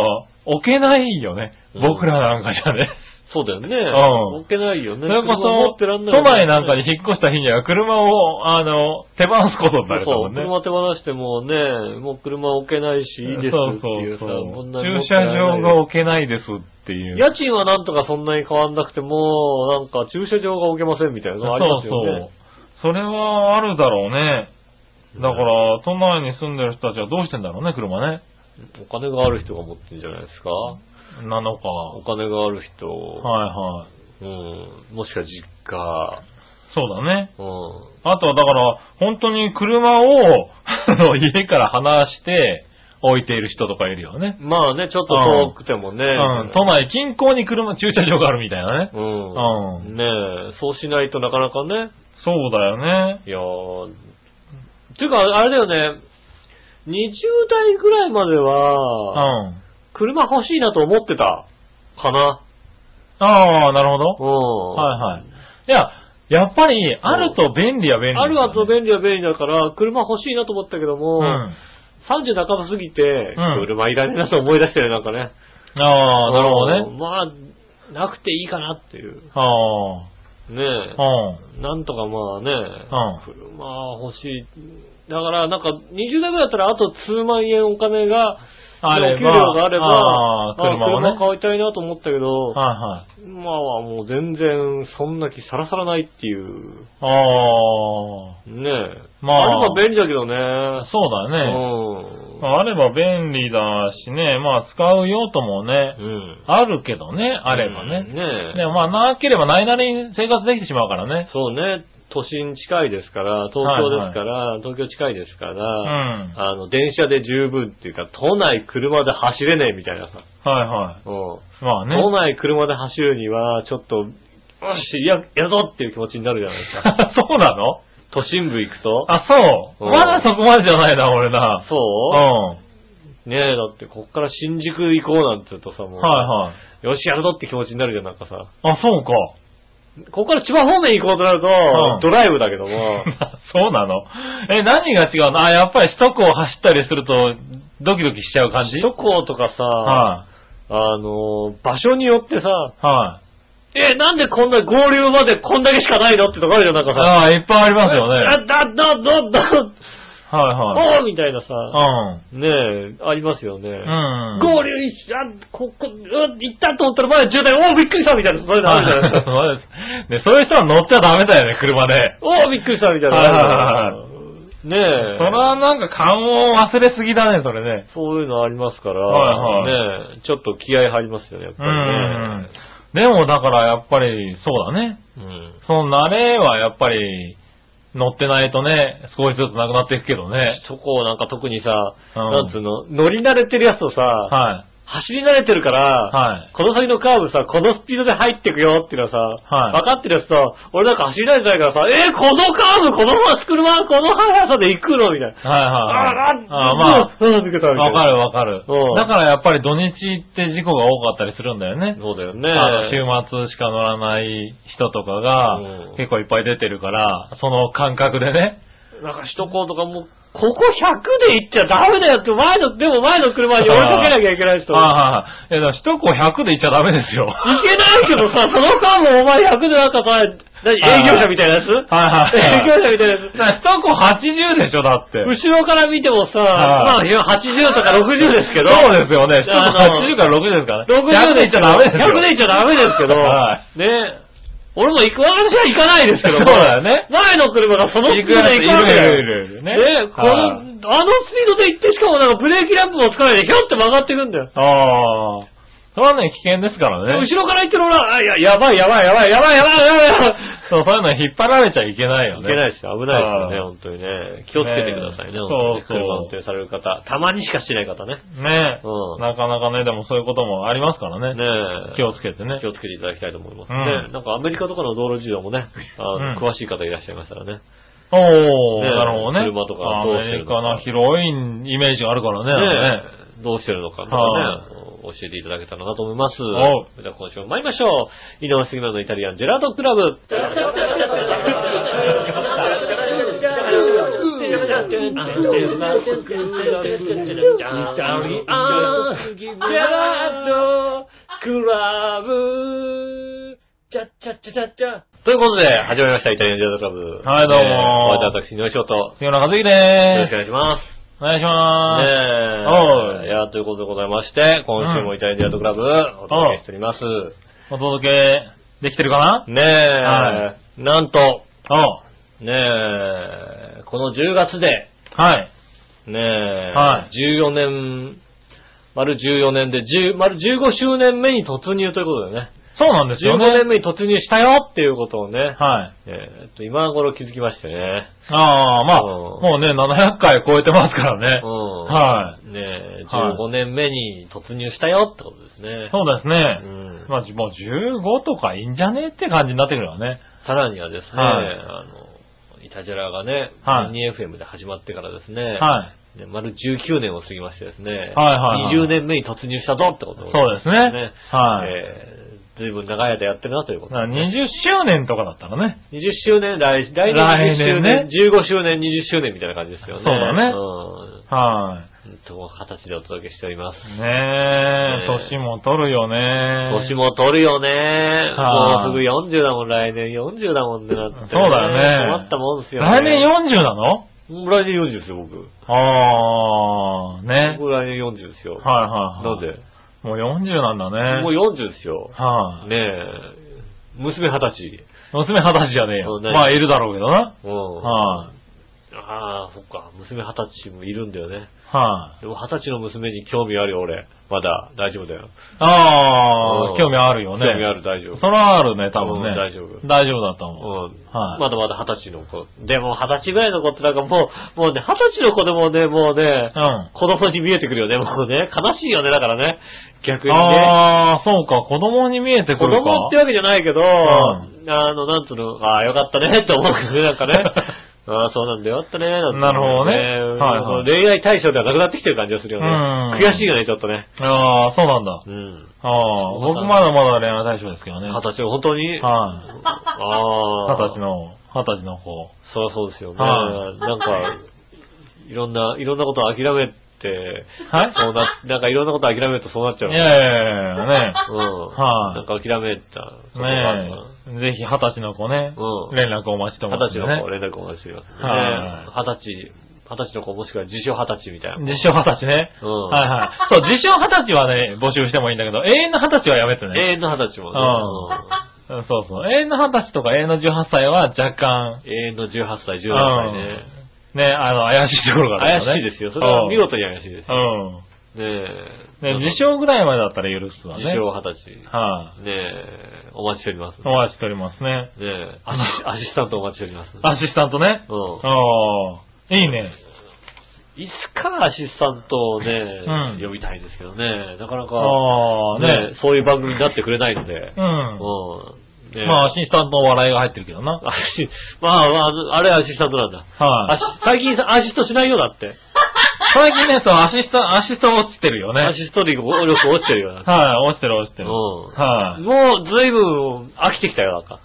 Speaker 3: 置けないよね。
Speaker 2: うん
Speaker 3: 僕らなんかじゃね。
Speaker 2: そうだよね。
Speaker 3: うん
Speaker 2: 置けないよ
Speaker 3: そ
Speaker 2: ね。
Speaker 3: れこ
Speaker 2: 車持
Speaker 3: そ、
Speaker 2: ってらんない
Speaker 3: 都内なんかに引っ越した日には車を、あの、手放すことになる
Speaker 2: そ
Speaker 3: も
Speaker 2: う、
Speaker 3: んね。
Speaker 2: 車手放してもね、もう車置けないし、いいですっていうさ、
Speaker 3: そう
Speaker 2: こん
Speaker 3: そ
Speaker 2: な
Speaker 3: う
Speaker 2: に持っ
Speaker 3: 駐
Speaker 2: てら
Speaker 3: 車
Speaker 2: れない
Speaker 3: 場が置けないですっていう。
Speaker 2: 家賃はなんとかそんなに変わんなくても、なんか駐車場が置けませんみたいな
Speaker 3: そう
Speaker 2: のあります
Speaker 3: そ
Speaker 2: よね
Speaker 3: う。。それはあるだろうね。
Speaker 2: ね
Speaker 3: だから、都内に住んでる人たちはどうしてんだろうね、車ね。
Speaker 2: お金がある人が持ってるんじゃないですか
Speaker 3: なのか。
Speaker 2: お
Speaker 3: は
Speaker 2: 金がある人、
Speaker 3: いはい。
Speaker 2: うん、もしくは実家、
Speaker 3: そうだね。
Speaker 2: うん、
Speaker 3: あとはだから、本当に車を あの家から離して置いている人とかいるよね。
Speaker 2: まあね、ちょっと遠くてもね。
Speaker 3: うん、都内近郊に車、駐車場があるみたいなね。
Speaker 2: うん。ねえ、そうしないとなかなかね。
Speaker 3: そうだよね。
Speaker 2: いやー。ていうか、あれだよね。20代ぐらいまで
Speaker 3: う
Speaker 2: は、
Speaker 3: ん。
Speaker 2: 車欲しいなと思ってた。かな。
Speaker 3: ああ、なるほ
Speaker 2: う
Speaker 3: ど。
Speaker 2: ん。
Speaker 3: はいはい。いや、やっぱり、あると便利は便利、
Speaker 2: あるあと
Speaker 3: 利。
Speaker 2: 便利は便利だから、車欲しいなと思ったけども、
Speaker 3: うん。
Speaker 2: 30半ば過ぎて、
Speaker 3: ん
Speaker 2: 車いらねえなと思い出してるなんかね。
Speaker 3: ああ、なるほどね。
Speaker 2: ね。まあ、なくていいかなっていう。
Speaker 3: ああ、
Speaker 2: ねえ。
Speaker 3: うん。
Speaker 2: なんとかまあね、
Speaker 3: う
Speaker 2: 車欲しい。だから、なんか、20代ぐらいだったら、あと数万円お金が、
Speaker 3: あれば
Speaker 2: お給料があれば、
Speaker 3: ああ
Speaker 2: あ
Speaker 3: 車をね
Speaker 2: 買いたいなと思ったけど、
Speaker 3: はいはい。
Speaker 2: 今はもう全然、そんな気さらさらないっていう、
Speaker 3: ああ、
Speaker 2: ねえ。
Speaker 3: まあ
Speaker 2: あれば便利だけどね。
Speaker 3: そうだよね。
Speaker 2: う
Speaker 3: あれば便利だしね、まあ使う用途もね、
Speaker 2: ん。うん。
Speaker 3: あるけどね、あれば
Speaker 2: うん
Speaker 3: ね。
Speaker 2: ねえ
Speaker 3: でもまあなければないなりに生活できてしまうからね。
Speaker 2: そうね、都心近いですから、東京ですから、東京近いですから、
Speaker 3: ん
Speaker 2: あの、電車で十分っていうか、都内車で走れねえみたいなさ。
Speaker 3: はいは
Speaker 2: うん
Speaker 3: い。まあね。
Speaker 2: 都内車で走るには、ちょっと、よし、や、やるぞっていう気持ちになるじゃないです か。
Speaker 3: そうなの
Speaker 2: 都心部行くと。
Speaker 3: あ、そう。
Speaker 2: うん
Speaker 3: まだそこまでじゃないな、俺な。
Speaker 2: そううねえ、だって、こっから新宿行こうなんて言うとさ、も
Speaker 3: ん。
Speaker 2: う、
Speaker 3: はいはい。
Speaker 2: よし、やるぞって気持ちになるじゃん、なんかさ。
Speaker 3: あ、そうか。
Speaker 2: こっから千葉方面行こうとなると、
Speaker 3: うん
Speaker 2: ドライブだけど も、
Speaker 3: そうなのえ、何が違うのあ、やっぱり首都高を走ったりすると、ドキドキしちゃう感じ
Speaker 2: 首都高とかさ、
Speaker 3: は
Speaker 2: あの、場所によってさ、
Speaker 3: い。はい。
Speaker 2: え、なんでこんな合流までこんだけしかないのってとこあるじゃん、なんかさ。
Speaker 3: ああ、いっぱいありますよね。はい
Speaker 2: あ、だ、だ、だ、だ、
Speaker 3: は
Speaker 2: おーみたいなさ、
Speaker 3: い。
Speaker 2: ねえ、ありますよね。
Speaker 3: うん。うん。
Speaker 2: 合流し、あ、ここ、うん行ったと思ったらまだ渋滞、おーびっくりしたみたいな、そういうのあるじゃないです か。
Speaker 3: そうです。ね、そういう人は乗っちゃダメだよね、車で。
Speaker 2: おーびっくりしたみたいな。
Speaker 3: はいはい
Speaker 2: ね
Speaker 3: そ
Speaker 2: え。
Speaker 3: れはなんか勘を忘れすぎだね、それね。
Speaker 2: そういうのありますから、
Speaker 3: はい
Speaker 2: ねえ、ちょっと気合入りますよね、やっぱ
Speaker 3: う
Speaker 2: り
Speaker 3: ん
Speaker 2: ね。。
Speaker 3: でもだからやっぱり、そうだね。
Speaker 2: うん。
Speaker 3: その慣れはやっぱり、乗ってないとね、少しずつなくなっていくけどね。
Speaker 2: そこをなんか特にさ、
Speaker 3: うん
Speaker 2: なんつうの、乗り慣れてるやつとさ、
Speaker 3: はい。
Speaker 2: 走り慣れてるから、
Speaker 3: はい。
Speaker 2: この先のカーブさ、このスピードで入ってくよっていうのはさ、
Speaker 3: はい
Speaker 2: 分かってるやつと、俺なんか走り慣れてないからさ、えー、このカーブ、この車、この速さで行くのみたいな。
Speaker 3: はいは
Speaker 2: あ
Speaker 3: いはい。
Speaker 2: ー
Speaker 3: あ
Speaker 2: あ、
Speaker 3: ーまあ、
Speaker 2: うん、うん抜けたみたいな
Speaker 3: わか。るわかる
Speaker 2: う。ん
Speaker 3: だからやっぱり土日って事故が多かったりするんだよね。
Speaker 2: そうだよね。
Speaker 3: あの週末しか乗らない人とか
Speaker 2: う
Speaker 3: が
Speaker 2: ん
Speaker 3: 結構いっぱい出てるから、その感覚でね。
Speaker 2: なんか首都高とかもう、ここ100で行っちゃダメだよって、前の、でも前の車に追いかけなきゃいけない人。行
Speaker 3: ああ、いや、だから首都高100で行っちゃダメですよ。は
Speaker 2: けないけどさ、そのカーブお前100でなんかさ、何
Speaker 3: あー
Speaker 2: 営業者みたいなやつ
Speaker 3: いはい
Speaker 2: 営業
Speaker 3: はい。
Speaker 2: 者みたいなやつ。
Speaker 3: だから首都高80でしょ、だって。
Speaker 2: 後ろから見てもさ、まあ
Speaker 3: あ
Speaker 2: 80とか60ですけど、
Speaker 3: そうですよね。首
Speaker 2: あの
Speaker 3: 都高80から60ですからね。
Speaker 2: 60
Speaker 3: 100で行っちゃダメですよ。
Speaker 2: 100で行っちゃダメですけど、
Speaker 3: は
Speaker 2: ね。俺も行く、私は行かないですけど
Speaker 3: そう
Speaker 2: も、
Speaker 3: だよね。
Speaker 2: 前の車がそのスピー
Speaker 3: 行
Speaker 2: ドで
Speaker 3: くやつ
Speaker 2: 行
Speaker 3: い
Speaker 2: くわけだよ。
Speaker 3: るいるいるいるね。
Speaker 2: ね、この、あ
Speaker 3: はい
Speaker 2: のスピードで行って、しかもなんかブレーキランプもつかないで、ひょって曲がっていくんだよ。
Speaker 3: ああ。それはね、危険ですからね
Speaker 2: 後。ろから行ってる俺は、あ、や、やばいやばいやばいやばいやばいやばいやばい。
Speaker 3: そう、そういうの引っ張られちゃいけないよね。
Speaker 2: いけないですよ。危ないですよ
Speaker 3: は
Speaker 2: ね、
Speaker 3: い
Speaker 2: 本当にね。気をつけてくださいね、
Speaker 3: ね
Speaker 2: 本当に
Speaker 3: そうそう
Speaker 2: 車運転される方。たまにしかしてない方ね。
Speaker 3: ねえ、
Speaker 2: うん
Speaker 3: なかなかね、でもそういうこともありますからね。
Speaker 2: ねえ
Speaker 3: 気をつけてね
Speaker 2: 気。をつけていただきたいと思います
Speaker 3: う
Speaker 2: ね。
Speaker 3: ん
Speaker 2: なんかアメリカとかの道路事情もね、あの
Speaker 3: うん
Speaker 2: 詳しい方いらっしゃいましたらね。
Speaker 3: おー、
Speaker 2: ねえ
Speaker 3: なるほどね。
Speaker 2: 車とかどうしてるのか
Speaker 3: アメリカの広いイメージがあるからね。
Speaker 2: ねえどうしてるのかとか
Speaker 3: は
Speaker 2: ね、教えていただけたらなと思います。
Speaker 3: おう
Speaker 2: それでは今週も参りましょう。井上杉村のイタリアンジェラートクラブ。ということで、始まりました、イタリアンジェラートクラブ。
Speaker 3: はいどうも
Speaker 2: ねえお相手は私、井上翔と。よ
Speaker 3: 杉村和之で
Speaker 2: ろ
Speaker 3: ー
Speaker 2: しくお
Speaker 3: す。
Speaker 2: 願いします。
Speaker 3: お願いしまーす。
Speaker 2: ねえ。
Speaker 3: おう
Speaker 2: いや、ということでございまして、今週もイタリアンジェラートクラブ、お届けしております。
Speaker 3: お届けできてるかな
Speaker 2: ねえ、
Speaker 3: は
Speaker 2: なんと、
Speaker 3: おう
Speaker 2: ねえ、この10月で、
Speaker 3: はい。
Speaker 2: ねえ、
Speaker 3: は
Speaker 2: 14年、丸14年で、10丸15周年目に突入ということでね、
Speaker 3: そうなんですよ
Speaker 2: 15
Speaker 3: ね。
Speaker 2: 年目に突入したよっていうことをね、
Speaker 3: はい。
Speaker 2: えーっと、今頃気づきましてね。
Speaker 3: ああ、まあ、
Speaker 2: うん
Speaker 3: もうね、700回超えてますからね
Speaker 2: うん。。。
Speaker 3: はい
Speaker 2: ねえ、
Speaker 3: はい
Speaker 2: 15年目に突入したよってことですね。
Speaker 3: そうですね。
Speaker 2: うん
Speaker 3: まあ、じもう15とかいいんじゃねえって感じになってくるわね。
Speaker 2: さらにはですね、
Speaker 3: はい
Speaker 2: あの、イタジェラがね、
Speaker 3: はい
Speaker 2: 2FM で始まってからですね、
Speaker 3: は
Speaker 2: で丸19年を過ぎましてですね、
Speaker 3: はいはいはい
Speaker 2: 20年目に突入したぞってこと
Speaker 3: い。そうですね。はい。
Speaker 2: えー、ずいぶん長い間やってるなというこ
Speaker 3: だ
Speaker 2: と
Speaker 3: か
Speaker 2: で
Speaker 3: ら
Speaker 2: ね、
Speaker 3: 20周年とかだったらね。
Speaker 2: 20周年、来来年20
Speaker 3: 来年
Speaker 2: 周年
Speaker 3: ね
Speaker 2: 15周年、20周年みたいな感じですよね。
Speaker 3: そうだね
Speaker 2: うん
Speaker 3: は
Speaker 2: と、形でお届けしております。
Speaker 3: い。ね
Speaker 2: ね
Speaker 3: え
Speaker 2: え、
Speaker 3: 年も取るよね。
Speaker 2: 年も取るよね。
Speaker 3: は
Speaker 2: も
Speaker 3: いう
Speaker 2: すぐ40だもん、来年40だもんね、なって、
Speaker 3: そうだよね
Speaker 2: 困ったもんですよね。
Speaker 3: 来年40なの
Speaker 2: 40? 来年40ですよ、僕。
Speaker 3: ああ、ね。
Speaker 2: 僕来年40ですよ。
Speaker 3: はいはいはい。
Speaker 2: なんで、
Speaker 3: もう40なんだね。
Speaker 2: もう40ですよ。
Speaker 3: はい、
Speaker 2: ねえ。娘20歳。
Speaker 3: 娘二十歳じゃねえ
Speaker 2: そう
Speaker 3: よ。
Speaker 2: ね
Speaker 3: まあ、いるだろうけどな。
Speaker 2: うん。
Speaker 3: はい、
Speaker 2: ああ、そっか。娘20歳もいるんだよね。
Speaker 3: はい、
Speaker 2: でも20歳の娘に興味あるよ、俺。まだ、大丈夫だよ。う
Speaker 3: あ。
Speaker 2: ん
Speaker 3: あ、興味あるよ
Speaker 2: 興
Speaker 3: ね。
Speaker 2: 味ある、大丈夫。
Speaker 3: それはあるね、多分ね。
Speaker 2: うん大丈夫
Speaker 3: 大丈夫だったもん。
Speaker 2: うん
Speaker 3: はい
Speaker 2: まだまだ二十歳の子。でも二十歳ぐらいの子ってなんかもう、もうね、二十歳の子でもね、もうね、
Speaker 3: うん。
Speaker 2: 子供に見えてくるよね、もうね。悲しいよね、だからね。逆にね。
Speaker 3: ああ、そうか、子供に見えてく
Speaker 2: 子
Speaker 3: るか。
Speaker 2: 供ってわけじゃないけど、
Speaker 3: ん
Speaker 2: あの、なんつうの、ああ、よかったねって思うけどね、なんか ね。ああ、そうなんだよ、あったね、なんて
Speaker 3: なるほどねはいはい
Speaker 2: もう恋愛対象ではなくなってきてる感じがするよね。
Speaker 3: うん
Speaker 2: 悔しいよね、ちょっとね。
Speaker 3: ああ、そうなんだ。
Speaker 2: うん。
Speaker 3: ああ、僕まだまだ恋愛対象ですけどね。
Speaker 2: 二
Speaker 3: はい、
Speaker 2: 十歳、本当に。ああ。
Speaker 3: 二十歳。の、二十歳の子。
Speaker 2: そりゃそうですよね。
Speaker 3: はい
Speaker 2: なんか、いろんな、いろんなことを諦めて、
Speaker 3: はい
Speaker 2: そうな、なんかいろんなことを諦めるとそうなっちゃう。
Speaker 3: いやいやいやい やね。
Speaker 2: うん。
Speaker 3: はい
Speaker 2: なんか諦めたことがあるな。
Speaker 3: ねえ。ぜひ二十歳の子ね、
Speaker 2: うん
Speaker 3: 連絡お待ちと思
Speaker 2: 二
Speaker 3: っ
Speaker 2: 十
Speaker 3: て
Speaker 2: 歳
Speaker 3: ね。
Speaker 2: の子、連絡お待ちしていますね。
Speaker 3: はい
Speaker 2: 二十歳、二十歳の子もしくは自称二十歳みたいな。
Speaker 3: 自称二十歳ね。
Speaker 2: うん
Speaker 3: はいはい。そう、自称二十歳はね、募集してもいいんだけど、永遠の二十歳はやめて
Speaker 2: 永
Speaker 3: ね。
Speaker 2: 遠の二十歳もね。
Speaker 3: うんそうそう。永遠の二十歳とか永遠の18歳は若干、
Speaker 2: うん永遠の18歳、17歳ね。
Speaker 3: ね、あの、怪しいところがある
Speaker 2: 怪
Speaker 3: からね。
Speaker 2: しいですよ。それは見
Speaker 3: 事。
Speaker 2: 事に怪しいです
Speaker 3: う。
Speaker 2: ねえ。
Speaker 3: ん。ね、自称ぐらいまでだったら許すわね。
Speaker 2: 自称二十歳。
Speaker 3: はい、
Speaker 2: ねえ、お待ちしております。
Speaker 3: お待ちしておりますね。
Speaker 2: ねえ、アシアシスタントお待ちしております。
Speaker 3: アシスタントね。
Speaker 2: うん。
Speaker 3: ああ、いいね。
Speaker 2: いつかアシスタントをね、
Speaker 3: うん
Speaker 2: 呼びたいんですけどね、なかなか、
Speaker 3: ああ、
Speaker 2: ね
Speaker 3: ね。
Speaker 2: そういう番組になってくれないので
Speaker 3: う、
Speaker 2: う
Speaker 3: ん。
Speaker 2: ん。ね
Speaker 3: まあ、アシスタントの笑いが入ってるけどな。
Speaker 2: アシ まあ、まあ、あれアシスタントなんだ。
Speaker 3: はい、
Speaker 2: アシ最近さアシストしないようだって。
Speaker 3: 最近ね、そう、アシスト、アシスト落ちてるよね。は
Speaker 2: ア
Speaker 3: い、
Speaker 2: シスト力落ちてるようだって。
Speaker 3: 落ちてる落ちてる。
Speaker 2: うん
Speaker 3: はい、
Speaker 2: もう随分飽きてきたよ、なんか。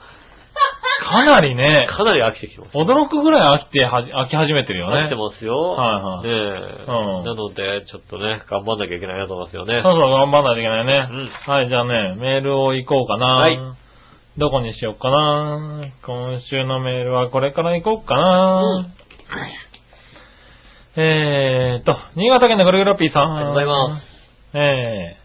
Speaker 3: かなりね、
Speaker 2: かなり飽きてきてます。
Speaker 3: 驚くぐらい飽きてはじ、飽き始めてるよね。
Speaker 2: 飽きてますよ。
Speaker 3: はいはい
Speaker 2: ねえ、
Speaker 3: うん
Speaker 2: なので、ちょっとね、頑張んなきゃいけないなと思いますよね。
Speaker 3: そうそう、頑張んないといけないね。
Speaker 2: う
Speaker 3: はい、じゃあね、メールを行こうかな。
Speaker 2: はい
Speaker 3: どこにしようかな。今週のメールはこれから行こうかな。えーっと、新潟県のぐるぐるピーさん。
Speaker 2: ありがとうございます。
Speaker 3: え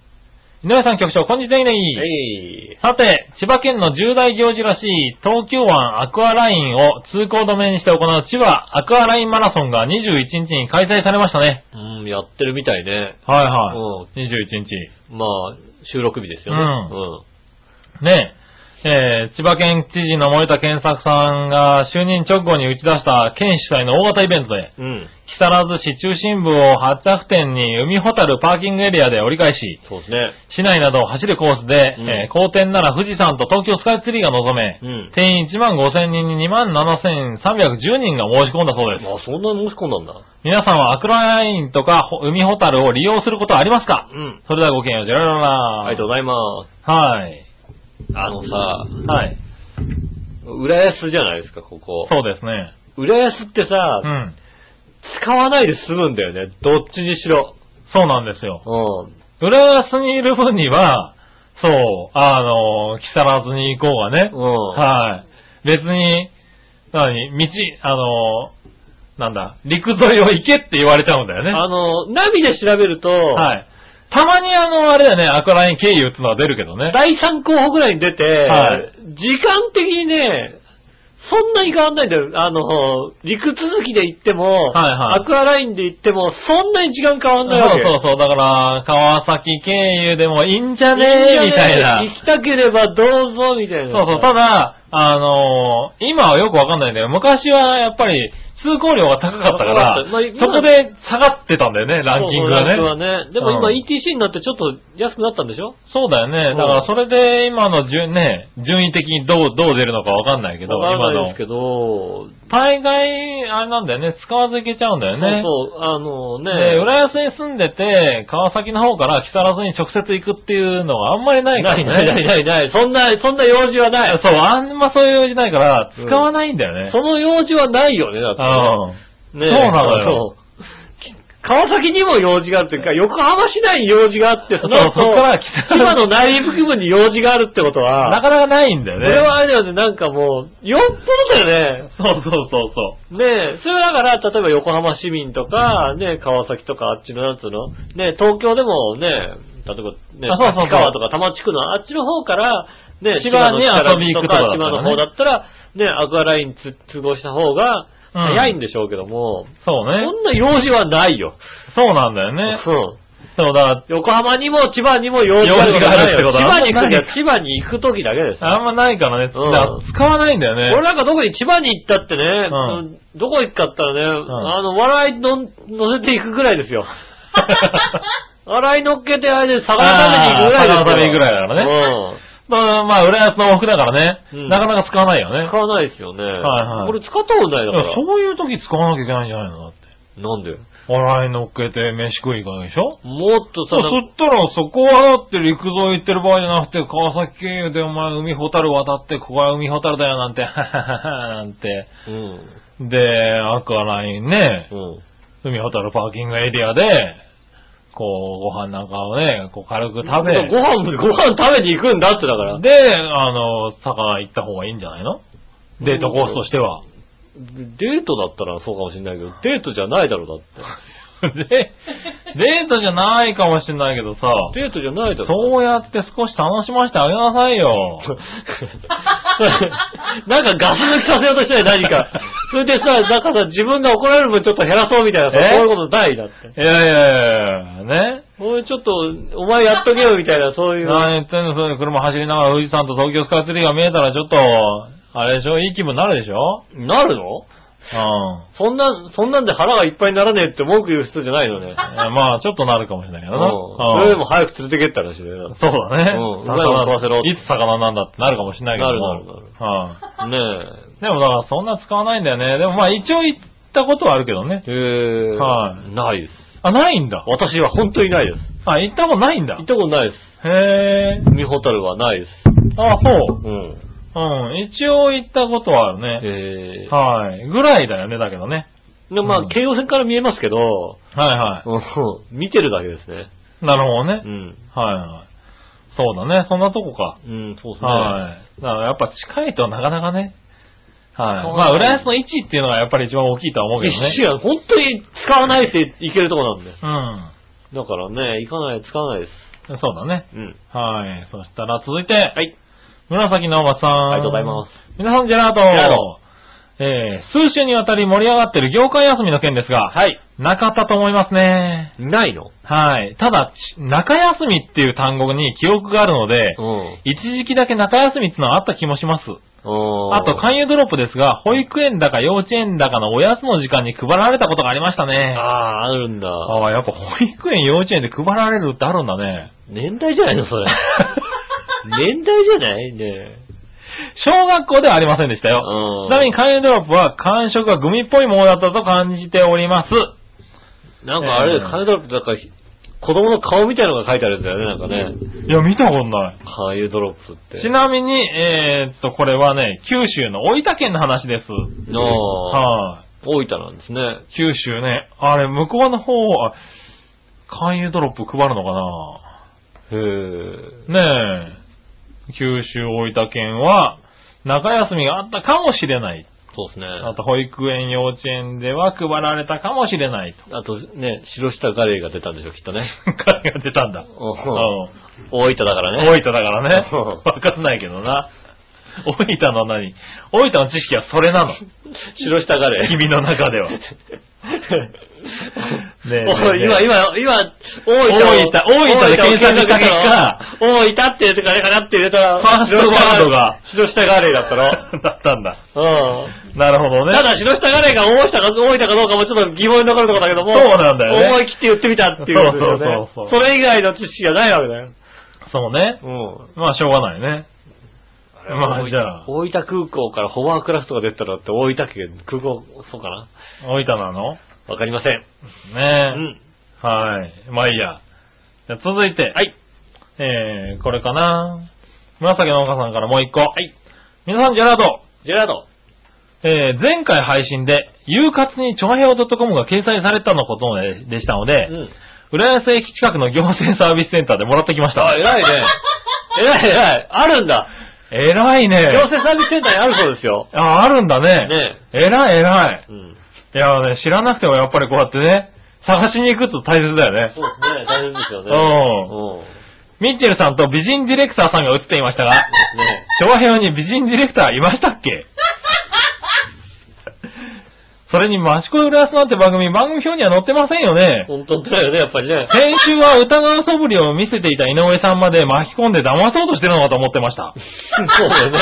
Speaker 3: ー、井上さん局長、こんにちはねい
Speaker 2: はい。
Speaker 3: さて、千葉県の重大行事らしい東京湾アクアラインを通行止めにして行う千葉アクアラインマラソンが21日に開催されましたね。
Speaker 2: うん、やってるみたいね。
Speaker 3: はい
Speaker 2: うん
Speaker 3: い。21日。
Speaker 2: まあ、収録日ですよね。
Speaker 3: うんねえ、えー千葉県知事の森田健作さんが就任直後に打ち出した県主催の大型イベントで、
Speaker 2: うん。うん。
Speaker 3: 木更津市中心部を発着点に海ホタルパーキングエリアで折り返し、
Speaker 2: そうですね。
Speaker 3: 市内などを走るコースで、
Speaker 2: うん
Speaker 3: えー公転なら富士山と東京スカイツリーが望め、
Speaker 2: うん
Speaker 3: 定員1万5000人に2万7310人が申し込んだそうです。
Speaker 2: まあ、そんなに申し込んだんだ。
Speaker 3: 皆さんはアクロラインとかほ海ホタルを利用することはありますか
Speaker 2: うん。
Speaker 3: それではごきげんよう、じゃららら。
Speaker 2: ありがとうございます。
Speaker 3: はい。
Speaker 2: あのさ、
Speaker 3: はい。
Speaker 2: 浦安じゃないですか、ここ。
Speaker 3: そうですね。
Speaker 2: 浦安ってさ、
Speaker 3: うん。
Speaker 2: 使わないで済むんだよね。どっちにしろ。
Speaker 3: そうなんですよ。
Speaker 2: うん。
Speaker 3: 浦安にいる分には、そう、あの、木更津に行こうがね
Speaker 2: う。ん。
Speaker 3: はい。別に、何、道、あの、なんだ、陸沿いを行けって言われちゃうんだよね。
Speaker 2: あの、ナビで調べると、
Speaker 3: はい。たまにあの、あれだよね、アクアライン経由ってのは出るけどね。
Speaker 2: 第3候補ぐらいに出て、
Speaker 3: はい
Speaker 2: 時間的にね、そんなに変わんないんだよ。あの、陸続きで行っても、
Speaker 3: はいはい
Speaker 2: アクアラインで行っても、そんなに時間変わんないわけ。
Speaker 3: そうそうそう。だから、川崎経由でもいいんじゃねえみたいな。
Speaker 2: 行きたければどうぞ、みたいな。
Speaker 3: そうそう。ただ、あのー今はよくわかんないんだよ。昔はやっぱり通行料が高かったか
Speaker 2: 高
Speaker 3: ら、
Speaker 2: かったまあ今
Speaker 3: そこで下がってたんだよね、ランキングがね。
Speaker 2: そうそうランキングはね。でも今
Speaker 3: うん
Speaker 2: ETC になってちょっと安くなったんでしょ
Speaker 3: そうだよ
Speaker 2: う
Speaker 3: ね。
Speaker 2: ん
Speaker 3: だからそれで今の順、ね、順位的にどう、どう出るのかわかんないけど、
Speaker 2: わかん
Speaker 3: 今
Speaker 2: ないで
Speaker 3: の
Speaker 2: す。けど、
Speaker 3: 大概、あれなんだよね、使わずいけちゃうんだよね。
Speaker 2: そうそう、あのね、
Speaker 3: で、浦安に住んでて、川崎の方から木更津に直接行くっていうのはあんまりないから
Speaker 2: な
Speaker 3: ね。
Speaker 2: いないないないない。そんな、そんな用事はない。
Speaker 3: そう、あんまそういう用事ないから、使わないんだよね。
Speaker 2: その用事はないよね、だって
Speaker 3: うん。
Speaker 2: ね。ね
Speaker 3: そうなのよ
Speaker 2: そう川崎にも用事があるというか、横浜市内に用事があって、その後、
Speaker 3: そうそっから来た
Speaker 2: 千葉の内陸部に用事があるってことは、
Speaker 3: なかなかないんだよ
Speaker 2: こ
Speaker 3: ね。
Speaker 2: れはあれだよね、なんかもう、よっぽどだよね。
Speaker 3: そうそうそうそ
Speaker 2: ねえ、それはだから、例えば横浜市民とか、ねえ、川崎とかあっちの、なんつうのねえ、東京でもねえ、例えばね、
Speaker 3: あそうそうそう
Speaker 2: 立川とか多摩地区のあっちの方から、ねえ、
Speaker 3: 千葉に
Speaker 2: 千の
Speaker 3: 遊びに行くとかだったらね
Speaker 2: 千葉の方だったら、ねえ、アクアラインつ通合した方が
Speaker 3: うん
Speaker 2: 早いんでしょうけども、
Speaker 3: う。そう
Speaker 2: そ
Speaker 3: ね。
Speaker 2: んな用事はないよ。
Speaker 3: そうなんだよね。
Speaker 2: うん
Speaker 3: そうだ、
Speaker 2: 横浜にも千葉にも用事がある
Speaker 3: 用事
Speaker 2: 千
Speaker 3: が
Speaker 2: 葉
Speaker 3: あ
Speaker 2: に
Speaker 3: るって
Speaker 2: 行
Speaker 3: こと
Speaker 2: く
Speaker 3: は
Speaker 2: には千葉に行くときだけです。
Speaker 3: あんまないからね。
Speaker 2: うん
Speaker 3: だから使わないんだよね。
Speaker 2: 俺なんかどこに千葉に行ったってね、うんどこ行くかったらね、
Speaker 3: ん
Speaker 2: あの、笑いの乗せていくぐらいです よ。笑い乗っけて、あれで、魚食べに行くぐらいですよ。
Speaker 3: あー魚食べに行くぐらいだから
Speaker 2: ね。
Speaker 3: まあ、まあ、浦安の奥だからね、
Speaker 2: うん
Speaker 3: なかなか使わないよね。
Speaker 2: 使わないですよね。
Speaker 3: はいはい
Speaker 2: これ使ったことないだ
Speaker 3: い
Speaker 2: か
Speaker 3: や
Speaker 2: ら。
Speaker 3: そういう時使わなきゃいけないんじゃないのだって。
Speaker 2: なんで
Speaker 3: 笑い乗っけて飯食い行かないでしょ
Speaker 2: もっとさ、
Speaker 3: そうそ
Speaker 2: なんか
Speaker 3: ったらそこはだって陸上行ってる場合じゃなくて、川崎経由でお前海ホタル渡って、ここは海ホタルだよなんて、ははははなんて。
Speaker 2: うん。
Speaker 3: で、アクアラインね、
Speaker 2: うん。
Speaker 3: 海ホタルパーキングエリアで、こう、ご飯なんかをね、こう軽く食べ、
Speaker 2: ご飯、ご飯食べに行くんだってだから。
Speaker 3: で、あの、魚行った方がいいんじゃないのデートコースとしては。
Speaker 2: デートだったらそうかもしれないけど、デートじゃないだろう、だっ
Speaker 3: で、デートじゃないかもしれないけどさ、
Speaker 2: て。デートじゃないだろ。
Speaker 3: そうやって少し楽しませてあげなさいよ。
Speaker 2: なんかガス抜きさせようとしてない、何か。それで さ、なんかさ、自分が怒られる分ちょっと減らそうみたいなさ、
Speaker 3: え
Speaker 2: そういうことないだって。
Speaker 3: いやいやいやいや、ね。
Speaker 2: おい、ちょっと、お前やっとけよみたい な、そういう。
Speaker 3: 何言ってんの、それ車走りながら富士山と東京スカイツリーが見えたらちょっと、あれでしょいい気分になるでしょ
Speaker 2: なるの
Speaker 3: うん。
Speaker 2: そんな、そんなんで腹がいっぱいにならねえって文句言う人じゃないのね。
Speaker 3: えまあ、ちょっとなるかもしれないけ
Speaker 2: う
Speaker 3: ど
Speaker 2: ん
Speaker 3: な。
Speaker 2: それで
Speaker 3: うん
Speaker 2: も早く連れてけって話だよ。
Speaker 3: そうだね。
Speaker 2: うんう
Speaker 3: 魚
Speaker 2: まいもん食わせろ
Speaker 3: いつ魚なんだってなるかもしれないけども。
Speaker 2: なるなる
Speaker 3: うん
Speaker 2: ね
Speaker 3: でもだからそんな使わないんだよね。でもまあ一応行ったことはあるけどね
Speaker 2: え。。へえ。
Speaker 3: はい
Speaker 2: ないです。
Speaker 3: あ、ないんだ。
Speaker 2: 私は本当にないです。
Speaker 3: あ、行ったことないんだ
Speaker 2: 行っ。たことないです。
Speaker 3: へえ。
Speaker 2: 海ホタルはないです。
Speaker 3: あ、そう。
Speaker 2: うん。
Speaker 3: うん。一応行ったことはあるね。
Speaker 2: ええ。
Speaker 3: はい。ぐらいだよね、だけどね。
Speaker 2: で、ま
Speaker 3: う
Speaker 2: あ、
Speaker 3: ん
Speaker 2: 京王線から見えますけど、
Speaker 3: はいは
Speaker 2: うん見てるだけですね。
Speaker 3: い。なるほどね
Speaker 2: う。ん。
Speaker 3: はいはい。そうだね。そんなとこか。
Speaker 2: うん、そうですね。
Speaker 3: はい。だからやっぱ近いとなかなかね。はい。
Speaker 2: そう
Speaker 3: まあ、浦安の位置っていうのがやっぱり一番大きいとは思うけど
Speaker 2: 一
Speaker 3: ね。
Speaker 2: 週間、本当に使わないでいけるとこなんで。
Speaker 3: う
Speaker 2: だ
Speaker 3: ん。
Speaker 2: からね、行かない、使わないです。
Speaker 3: そうだね。
Speaker 2: うん。
Speaker 3: はい。そしたら続いて。
Speaker 2: はい。
Speaker 3: 紫のおばさん。
Speaker 2: ありがとうございます。
Speaker 3: 皆さん、ジェラー
Speaker 2: ジ
Speaker 3: ト。
Speaker 2: ェラート
Speaker 3: えー、数週にわたり盛り上がってる業界休みの件ですが、
Speaker 2: はい。
Speaker 3: なかったと思いますね。
Speaker 2: ないの
Speaker 3: はい。ただ、ち中休みっていう単語に記憶があるので、
Speaker 2: うん。
Speaker 3: 一時期だけ中休みっていうのはあった気もします。あ
Speaker 2: あ
Speaker 3: と、勧誘ドロップですが、保育園だか幼稚園だかのおやつの時間に配られたことがありましたね。
Speaker 2: ああー、あるんだ。
Speaker 3: ああ、やっぱ保育園、幼稚園で配られるってあるんだね。
Speaker 2: 年代じゃないの、そ れ。年代じゃないね
Speaker 3: 小学校ではありませんでしたよ。
Speaker 2: うん
Speaker 3: ちなみに勧誘ドロップは感触がグミっぽいものだったと感じております。
Speaker 2: なんかあれ、
Speaker 3: えー
Speaker 2: カネドロップ、なんか、子供の顔みたいなのが書いてあるんだよね、なんかね。
Speaker 3: いや、見たことない。
Speaker 2: カーユドロップって。
Speaker 3: ちなみに、えーっと、これはね、九州の大分県の話です。
Speaker 2: の
Speaker 3: は
Speaker 2: 大分なんですね。
Speaker 3: い。九州ね、あれ、向こうの方は、勧誘ドロップ配るのか
Speaker 2: へえ。
Speaker 3: なねえ。九州大分県は、中休みがあったかもしれない。
Speaker 2: そうですね。
Speaker 3: あと、保育園、幼稚園では配られたかもしれ ないと。
Speaker 2: あとね、白下ガレーが出たんでしょ、きっとね。
Speaker 3: 彼が出たんだ。
Speaker 2: お
Speaker 3: うん
Speaker 2: 大分だからね。
Speaker 3: 大分だからね。
Speaker 2: うん
Speaker 3: わかんないけどな。大分の何大分の知識はそれなの。
Speaker 2: 白下ガレー。
Speaker 3: 君の中では。ねえね
Speaker 2: おい
Speaker 3: え
Speaker 2: 今、今、今、大分を。
Speaker 3: 大分大分で検索した結果
Speaker 2: 大分ってやつがね、かなって入れたら、
Speaker 3: ファーストワードが
Speaker 2: 白下ガレーだったの。
Speaker 3: だったんだ。
Speaker 2: うん。
Speaker 3: なるほどね。
Speaker 2: ただ、白下ガレーが大分か、大分かどうかもちょっと疑問に残るところだけども、
Speaker 3: そうなんだよね
Speaker 2: 思い切って言ってみたっていうことだよね。
Speaker 3: そうそうそう
Speaker 2: それ以外の知識がないわけだよ。
Speaker 3: そうね。
Speaker 2: うん。
Speaker 3: まあ、しょうがないね。まあ、じゃあ、
Speaker 2: 大分空港からホワークラフトが出たらって大分県空港、そうかな
Speaker 3: 大分なの
Speaker 2: わかりません。
Speaker 3: ね
Speaker 2: う
Speaker 3: え。
Speaker 2: ん。。
Speaker 3: はい。まあいいや。じゃあ続いて。はい。えー、これかな。紫の岡さんからもう一個。はい皆さん、ジェラード。
Speaker 2: ジェラード。
Speaker 3: えー、前回配信で、夕活に長平 .com が掲載されたのことででしたので、
Speaker 2: ん。
Speaker 3: 浦安駅近くの行政サービスセンターでもらってきました。
Speaker 2: あ、偉いね。偉い偉い。あるんだ。
Speaker 3: 偉いね。
Speaker 2: 行政サービスセンターにあるそうですよ。
Speaker 3: あ、あるんだね。
Speaker 2: ね
Speaker 3: 偉い偉い。
Speaker 2: うん。
Speaker 3: いやね、知らなくてもやっぱりこうやってね、探しに行くと大切だよね
Speaker 2: そ。うですね。大変ですよね。。
Speaker 3: うん
Speaker 2: うん。
Speaker 3: ミッチェルさんと美人ディレクターさんが映っていましたが、
Speaker 2: ね
Speaker 3: 長編に美人ディレクターいました っけそれに、マシコ浦安なんて番組、番組表には載ってませんよね。
Speaker 2: 本当だよね、やっぱりね。
Speaker 3: 先週は歌川素振りを見せていた井上さんまで巻き込んで騙そうとしてるのかと思ってました。
Speaker 2: そうだよね。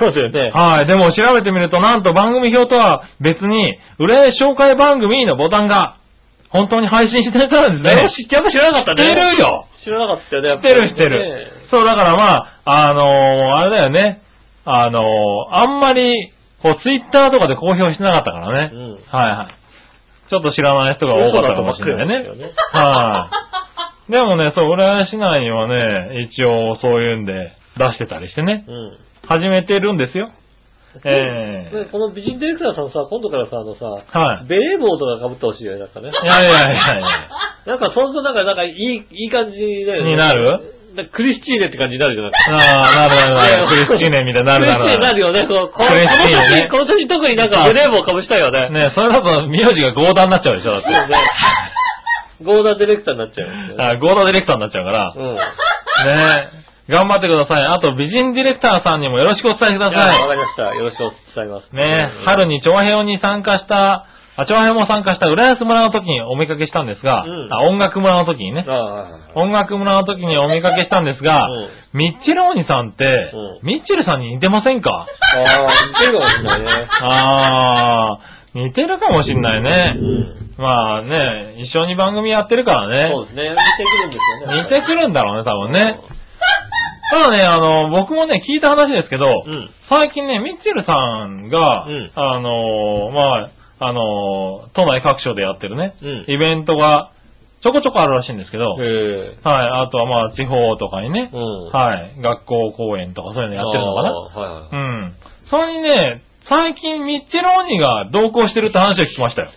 Speaker 2: そうだよね。
Speaker 3: はい。でも調べてみると、なんと番組表とは別に、裏へ紹介番組のボタンが、本当に配信してたんですね。
Speaker 2: 知って、やっぱ知らなかったね。
Speaker 3: 知ってるよ
Speaker 2: 知らなかったよね、や
Speaker 3: 知っ
Speaker 2: ぱ
Speaker 3: て
Speaker 2: り
Speaker 3: る知って
Speaker 2: ね
Speaker 3: る。そう、だからまあ、あのーあれだよね。あのーあんまり、こう、ツイッターとかで公表してなかったからね。
Speaker 2: うん
Speaker 3: はいはい。ちょっと知らない人が多かったかもしれない
Speaker 2: 嘘だとばっかりなんで
Speaker 3: ね。
Speaker 2: すよね
Speaker 3: はい。でもね、そう、浦安市内にはね、一応そういうんで出してたりしてね。
Speaker 2: うん。
Speaker 3: 始めてるんですよ。ええ
Speaker 2: ねこの美人ディレクターさんさ、今度からさ、あのさ、
Speaker 3: はい
Speaker 2: ベレー帽とか被ってほしいよね、なんかね。
Speaker 3: いやいやいやいや。
Speaker 2: なんか、そうするとなんか、なんか、いい、いい感じだよね。
Speaker 3: になる
Speaker 2: なんかクリスチーネって感じになるじゃなくて。
Speaker 3: ああ、なるなるなる。クリスチーネみたいになるなる
Speaker 2: クリスチーネにな
Speaker 3: な
Speaker 2: る
Speaker 3: る。
Speaker 2: よね、こう この
Speaker 3: クリスチーネ
Speaker 2: この
Speaker 3: ね
Speaker 2: 写真、この写真特になんかベレー帽かぶしたいよね。
Speaker 3: ねそれだと名字がゴーダになっちゃうでしょ、だって。
Speaker 2: そうね。ゴーダーディレクターになっちゃうんですよね。
Speaker 3: あゴーダディレクターになっちゃうから。
Speaker 2: うん。
Speaker 3: ねえ。頑張ってください。あと、美人ディレクターさんにもよろしくお伝えくだ
Speaker 2: じゃあわ
Speaker 3: さ
Speaker 2: かりました。よろしくお伝えします。
Speaker 3: い。ね
Speaker 2: うん
Speaker 3: え、春に長編に参加した、あ、長編も参加した浦安村の時にお見かけしたんですが、
Speaker 2: うん
Speaker 3: あ、音楽村の時にね
Speaker 2: あ、あ。
Speaker 3: 音楽村の時にお見かけしたんですが、ミッチェルお兄さんって、
Speaker 2: うん
Speaker 3: ミッチェルさんに似てませ んか
Speaker 2: ああ、似てるかもしれないね。
Speaker 3: あー、似てるかもしんないうね。
Speaker 2: ん。
Speaker 3: まあね、一緒に番組やってるからね。
Speaker 2: そうですね。似てくるんですよね。
Speaker 3: 似てくるんだろうね、多分ね。ただね、あの、僕もね、聞いた話ですけど、
Speaker 2: うん。
Speaker 3: 最近ね、ミッチェルさんが、
Speaker 2: うん
Speaker 3: あのーまあ、あのー都内各所でやってるね、
Speaker 2: うん
Speaker 3: イベントがちょこちょこあるらしいんですけど、はい、
Speaker 2: へえ。
Speaker 3: あとはまあ、地方とかにね、
Speaker 2: うん。
Speaker 3: はい、学校公演とかそういうのやってるのかな。
Speaker 2: ああはいは
Speaker 3: う
Speaker 2: い。
Speaker 3: ん。それにね、最近ミッチェル鬼が同行してるって話を聞きましたよ。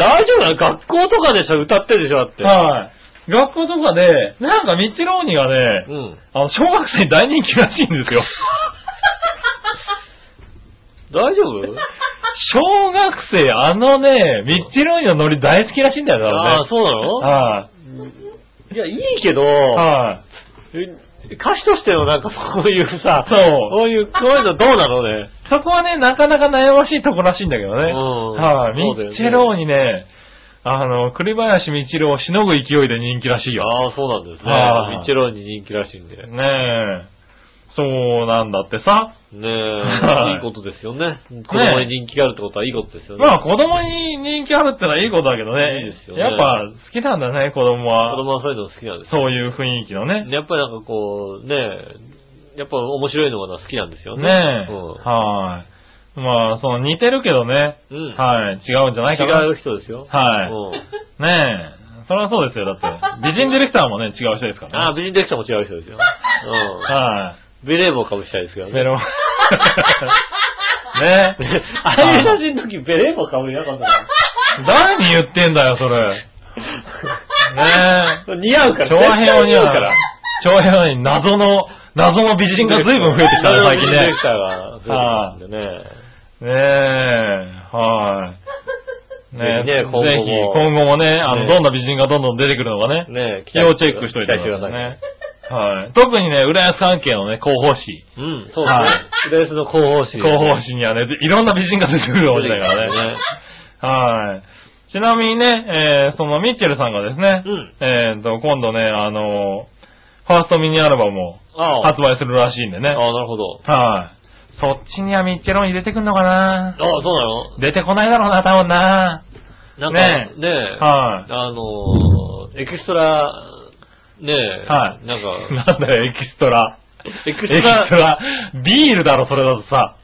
Speaker 2: 大丈夫なの学校とかでしょ歌ってるでしょだって。
Speaker 3: はい。学校とかで、なんかミッチェル鬼がね、
Speaker 2: うん。
Speaker 3: あの、小学生に大人気らしいんで すよ。
Speaker 2: 大丈夫
Speaker 3: 小学生、あのね、ミッチェルオニのノリ大好きらしいんだよ、だから
Speaker 2: ああ、
Speaker 3: ね。
Speaker 2: そうなの
Speaker 3: はい
Speaker 2: や、いいけど、
Speaker 3: い。はい。
Speaker 2: 歌手としてのなんかそういうさ、
Speaker 3: そう
Speaker 2: こういう、こういうのどうなの ね。
Speaker 3: そこはね、なかなか悩ましいとこらしいんだけどね。
Speaker 2: うん
Speaker 3: は
Speaker 2: そ
Speaker 3: い。ミ
Speaker 2: うだよね
Speaker 3: ッチェルオニね、あの、栗林ミッチェルをしのぐ勢いで人気らしいよ。
Speaker 2: ああ、そうなんですね。
Speaker 3: はい
Speaker 2: ミッチェローニ人気らしいんで。ね
Speaker 3: ねえ。そうなんだってさ。
Speaker 2: え、いいことですよね。子供に人気があるってことはいいことですよね。
Speaker 3: まあ子供に人気あるってのはいいことだけどね。
Speaker 2: いいですよね
Speaker 3: やっぱ好きなんだね、子供
Speaker 2: 子
Speaker 3: は。
Speaker 2: 供はそういうの好きなんですよ
Speaker 3: そういう雰囲気のね。
Speaker 2: やっぱりなんかこう、ねえ、やっぱ面白いのが好きなんですよね。
Speaker 3: ねえ。はい。まあ、その似てるけどね。
Speaker 2: うん。うん。
Speaker 3: はい。違うんじゃないか
Speaker 2: 違
Speaker 3: な。
Speaker 2: う人ですよ。
Speaker 3: はい
Speaker 2: うん
Speaker 3: ねえ。それはそうですよ。だって、美人ディレクターもね、違う人ですか
Speaker 2: ああ、
Speaker 3: らね。
Speaker 2: 美人ディレクターも違う人です よ。う
Speaker 3: は
Speaker 2: ん。ベレー帽かぶしたいですけど
Speaker 3: い。
Speaker 2: ね。
Speaker 3: ベロ。 ねえ。
Speaker 2: ああいう写真の時ベレー帽かぶりなかったから
Speaker 3: 誰に言ってんだよ、それ。ね
Speaker 2: 似合うか
Speaker 3: え。
Speaker 2: ら。
Speaker 3: 長編を似合
Speaker 2: 絶
Speaker 3: う
Speaker 2: 対
Speaker 3: から。長編に謎の、謎の美人が随分増えてきたね、最近
Speaker 2: ディ
Speaker 3: ね
Speaker 2: レク。ターが増えてきたんでね。
Speaker 3: ねえ。はい。ねえ。
Speaker 2: ぜひね今
Speaker 3: ぜひ、
Speaker 2: 後も
Speaker 3: 今後もね、あの、
Speaker 2: ね
Speaker 3: どんな美人がどんどん出てくるのかね。
Speaker 2: ねえ、
Speaker 3: 要チェックしといてください
Speaker 2: 期待してください
Speaker 3: ね。はい。特にね、浦安関係のね、広報誌。
Speaker 2: うん、そうですね
Speaker 3: はい。
Speaker 2: レースの広報誌。
Speaker 3: 広報誌にはね、いろんな美人が出てくるわけだからね。はい。ちなみにね、えー、そのミッチェルさんがですね、
Speaker 2: うん
Speaker 3: えーと、今度ね、あのファーストミニアルバムを
Speaker 2: ああ。
Speaker 3: 発売するらしいんでね。
Speaker 2: ああ、なるほど。
Speaker 3: はい。そっちにはミッチェロン入れてくんのかな
Speaker 2: ああ、そうなの
Speaker 3: 出てこないだろうな、多分な。
Speaker 2: なんか、ねえ、
Speaker 3: はい。
Speaker 2: あのー、エキストラ、ねえ、
Speaker 3: はい
Speaker 2: なんか、
Speaker 3: なんだよ、エキストラ。
Speaker 2: エキ
Speaker 3: エキ
Speaker 2: ス
Speaker 3: ス
Speaker 2: トラ
Speaker 3: ト、ラ。ビールだろ、それだとさ。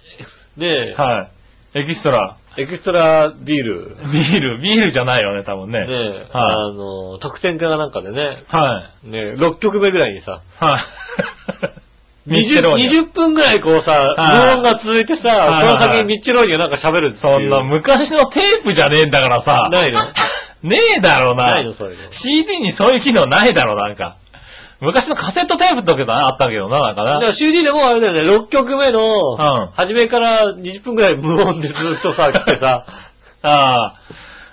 Speaker 2: ね
Speaker 3: はい。エキストラ。
Speaker 2: え、エキストラビール、ね
Speaker 3: ビール、ビールじゃないよね、多分ね。
Speaker 2: え、
Speaker 3: は
Speaker 2: あのー、特典かなんかでね、
Speaker 3: はい。
Speaker 2: ねえ、6曲目ぐらいにさ、
Speaker 3: はい。ミッチェ
Speaker 2: 20,
Speaker 3: ローニ。
Speaker 2: 20分ぐらいこうさ、
Speaker 3: はい
Speaker 2: 無音が続いてさ、
Speaker 3: はいはいはい
Speaker 2: その先にミッチェローニがなんか喋るっていう
Speaker 3: そんな昔のテープじゃねえんだからさ。
Speaker 2: ないの
Speaker 3: ねえだろうな。
Speaker 2: ないのそういうの。
Speaker 3: CD にそういう機能ないだろ、なんか。昔のカセットテープとかあったけどな、なんか
Speaker 2: だか
Speaker 3: な。
Speaker 2: ら CD でもあれだよね、6曲目の、
Speaker 3: ん
Speaker 2: 初めから20分ぐらい無音でずっと さ、来てさ、
Speaker 3: ああ。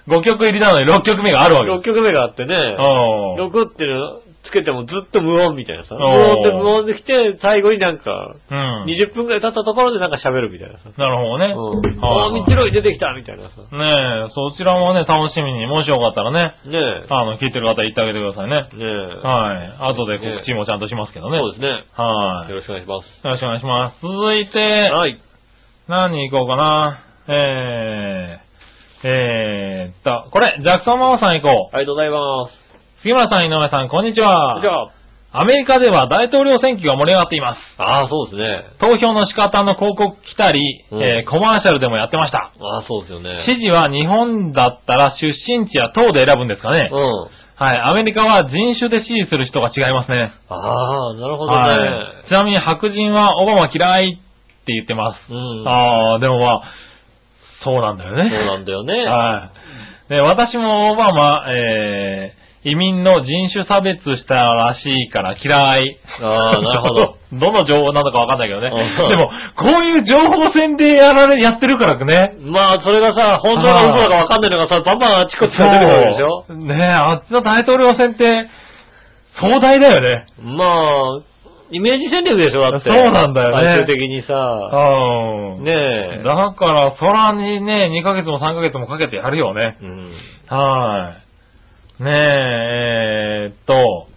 Speaker 3: 5曲入りなのに6曲目があるわけ。
Speaker 2: 6曲目があってね、
Speaker 3: うん
Speaker 2: 録っていうのつけてもずっと無音みたいなさ。
Speaker 3: お
Speaker 2: 無
Speaker 3: ー
Speaker 2: 音で無音で来て、最後になんか、
Speaker 3: うん。
Speaker 2: 20分くらい経ったところでなんか喋るみたいなさ。
Speaker 3: なるほどね。
Speaker 2: うん。
Speaker 3: はい
Speaker 2: ああ、みちろい出てきたみたいなさ。
Speaker 3: ねえ、そちらもね、楽しみに、もしよかったらね、
Speaker 2: ねえ。
Speaker 3: あの、聞いてる方言ってあげてくださいね。
Speaker 2: ねえ。
Speaker 3: はい。後で告知もちゃんとしますけどね。
Speaker 2: そうですね。
Speaker 3: はい。
Speaker 2: よ
Speaker 3: よ
Speaker 2: ろしくお願いします。
Speaker 3: ろしくお願いします。続いて、
Speaker 2: はい。
Speaker 3: 何行こうかな。えー、えーっと、これ、ジャクソンママさん行こう。
Speaker 2: ありがとうございます。
Speaker 3: 杉村さん、井上さん、こんにちは。
Speaker 2: じゃあ、
Speaker 3: アメリカでは大統領選挙が盛り上がっています。
Speaker 2: ああ、そうですね。
Speaker 3: 投票の仕方の広告来たり、
Speaker 2: うん
Speaker 3: えーコマーシャルでもやってました。
Speaker 2: ああ、そうですよね。
Speaker 3: 知事は日本だったら出身地や党で選ぶんですかね。
Speaker 2: うん。
Speaker 3: はい、アメリカは人種で支持する人が違いますね。
Speaker 2: ああ、なるほどね。
Speaker 3: はい。ちなみに白人はオバマ嫌いって言ってます。
Speaker 2: うん。
Speaker 3: ああ、でもまあ、そうなんだよ
Speaker 2: そう
Speaker 3: ね。
Speaker 2: なんだよね。
Speaker 3: はい。で私もオバマ、えー、移民の人種差別したらしいから嫌い。
Speaker 2: ああ、なるほど。。
Speaker 3: どの情報なのかわかんないけどね
Speaker 2: う。ん
Speaker 3: でも、こういう情報戦でやられ、やってるからね。
Speaker 2: まあ、それがさ、本当か嘘だかわかんないのがさ、バンバンあっちこっちから出てくるわけでしょ
Speaker 3: そうねえ、あっちの大統領選って、壮大だよね。
Speaker 2: まあ、イメージ戦略でしょ、だって。
Speaker 3: そうなんだよね
Speaker 2: 最終的にさ、
Speaker 3: うん。
Speaker 2: ねえ。
Speaker 3: だから、空にね、2ヶ月も3ヶ月もかけてやるよね。
Speaker 2: うん。
Speaker 3: はい。ねえ、えーっと、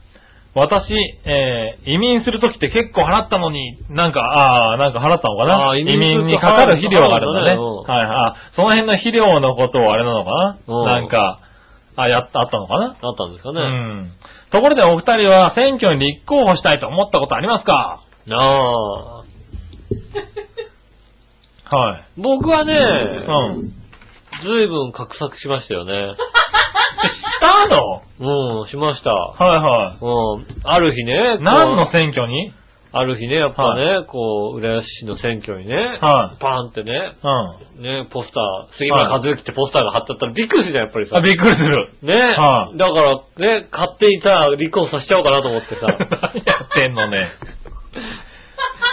Speaker 3: 私、えー移民するときって結構払ったのに、なんか、ああ、なんか払ったのかな
Speaker 2: あー移
Speaker 3: 移
Speaker 2: 民
Speaker 3: 民
Speaker 2: すると
Speaker 3: にかかる費料があるんだね。
Speaker 2: 払うのねうん
Speaker 3: はい、あーその辺の肥料のことをあれなのか
Speaker 2: うん
Speaker 3: ななんか、あ、やった、あったのかな
Speaker 2: あったんですか
Speaker 3: う
Speaker 2: ね。
Speaker 3: ん。ところでお二人は選挙に立候補したいと思ったことありますか
Speaker 2: ああ。
Speaker 3: はい。
Speaker 2: 僕はね、
Speaker 3: うん。
Speaker 2: ずいぶん画策しましたよね。
Speaker 3: したの
Speaker 2: うん、しました。
Speaker 3: はいはい。
Speaker 2: うん。ある日ね、こう
Speaker 3: 何の選挙に
Speaker 2: ある日ね、やっぱね、こう、浦安市の選挙にね、
Speaker 3: はい
Speaker 2: パーンってね、
Speaker 3: うん。
Speaker 2: ね、ポスター、杉村和之ってポスターが貼ってあったらびっくりするじゃん、やっぱりさ。
Speaker 3: あ、びっくりする。
Speaker 2: ね、
Speaker 3: はい
Speaker 2: だからね、勝手にさ、立候補させちゃおうかなと思ってさ。
Speaker 3: 何やってんの ね。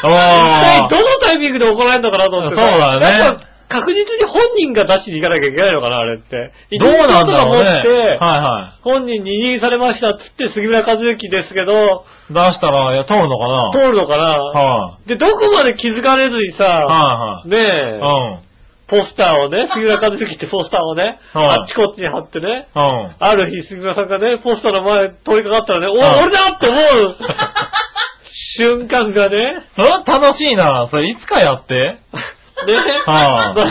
Speaker 2: 一体
Speaker 3: あ
Speaker 2: どのタイミングで怒られるのかなと思ってさ
Speaker 3: そうだね
Speaker 2: やっぱ確実に本人が出しに行かなきゃいけないのかな、あれって。
Speaker 3: ーどうなんだろう
Speaker 2: 一応そう
Speaker 3: ね。
Speaker 2: だと思って、
Speaker 3: は
Speaker 2: 本人に任意されましたっつって杉村和之ですけど、
Speaker 3: いはい。出したら、いや、通るのかな
Speaker 2: 通るのかな、
Speaker 3: は
Speaker 2: で、どこまで気づかれずにさ、
Speaker 3: い。はい
Speaker 2: ねえ、
Speaker 3: はい。
Speaker 2: ポスターをね、杉村和之ってポスターをね、
Speaker 3: はい
Speaker 2: あっちこっちに貼ってね、
Speaker 3: うん。うん。
Speaker 2: ある日杉村さんがね、ポスターの前通りかかったらね、お、
Speaker 3: はい
Speaker 2: 俺だって思う 瞬間がね、
Speaker 3: それは楽しいな。それいつかやって。
Speaker 2: ね、
Speaker 3: はあ
Speaker 2: ま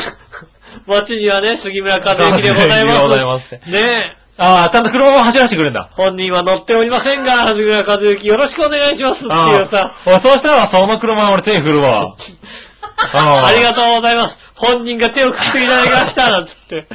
Speaker 2: 街にはね、杉村和之でございます。
Speaker 3: 杉村和之でございますって
Speaker 2: ね
Speaker 3: ああ、ちゃんと車も走らせてくれるんだ。
Speaker 2: 本人は乗っておりませんが、杉村和之よろしくお願いしますっていうさ、
Speaker 3: あーそうしたらその車俺手振るわ。
Speaker 2: ありが
Speaker 3: と
Speaker 2: とうございます。本人が手を振っていただきました、なんつって。
Speaker 3: う。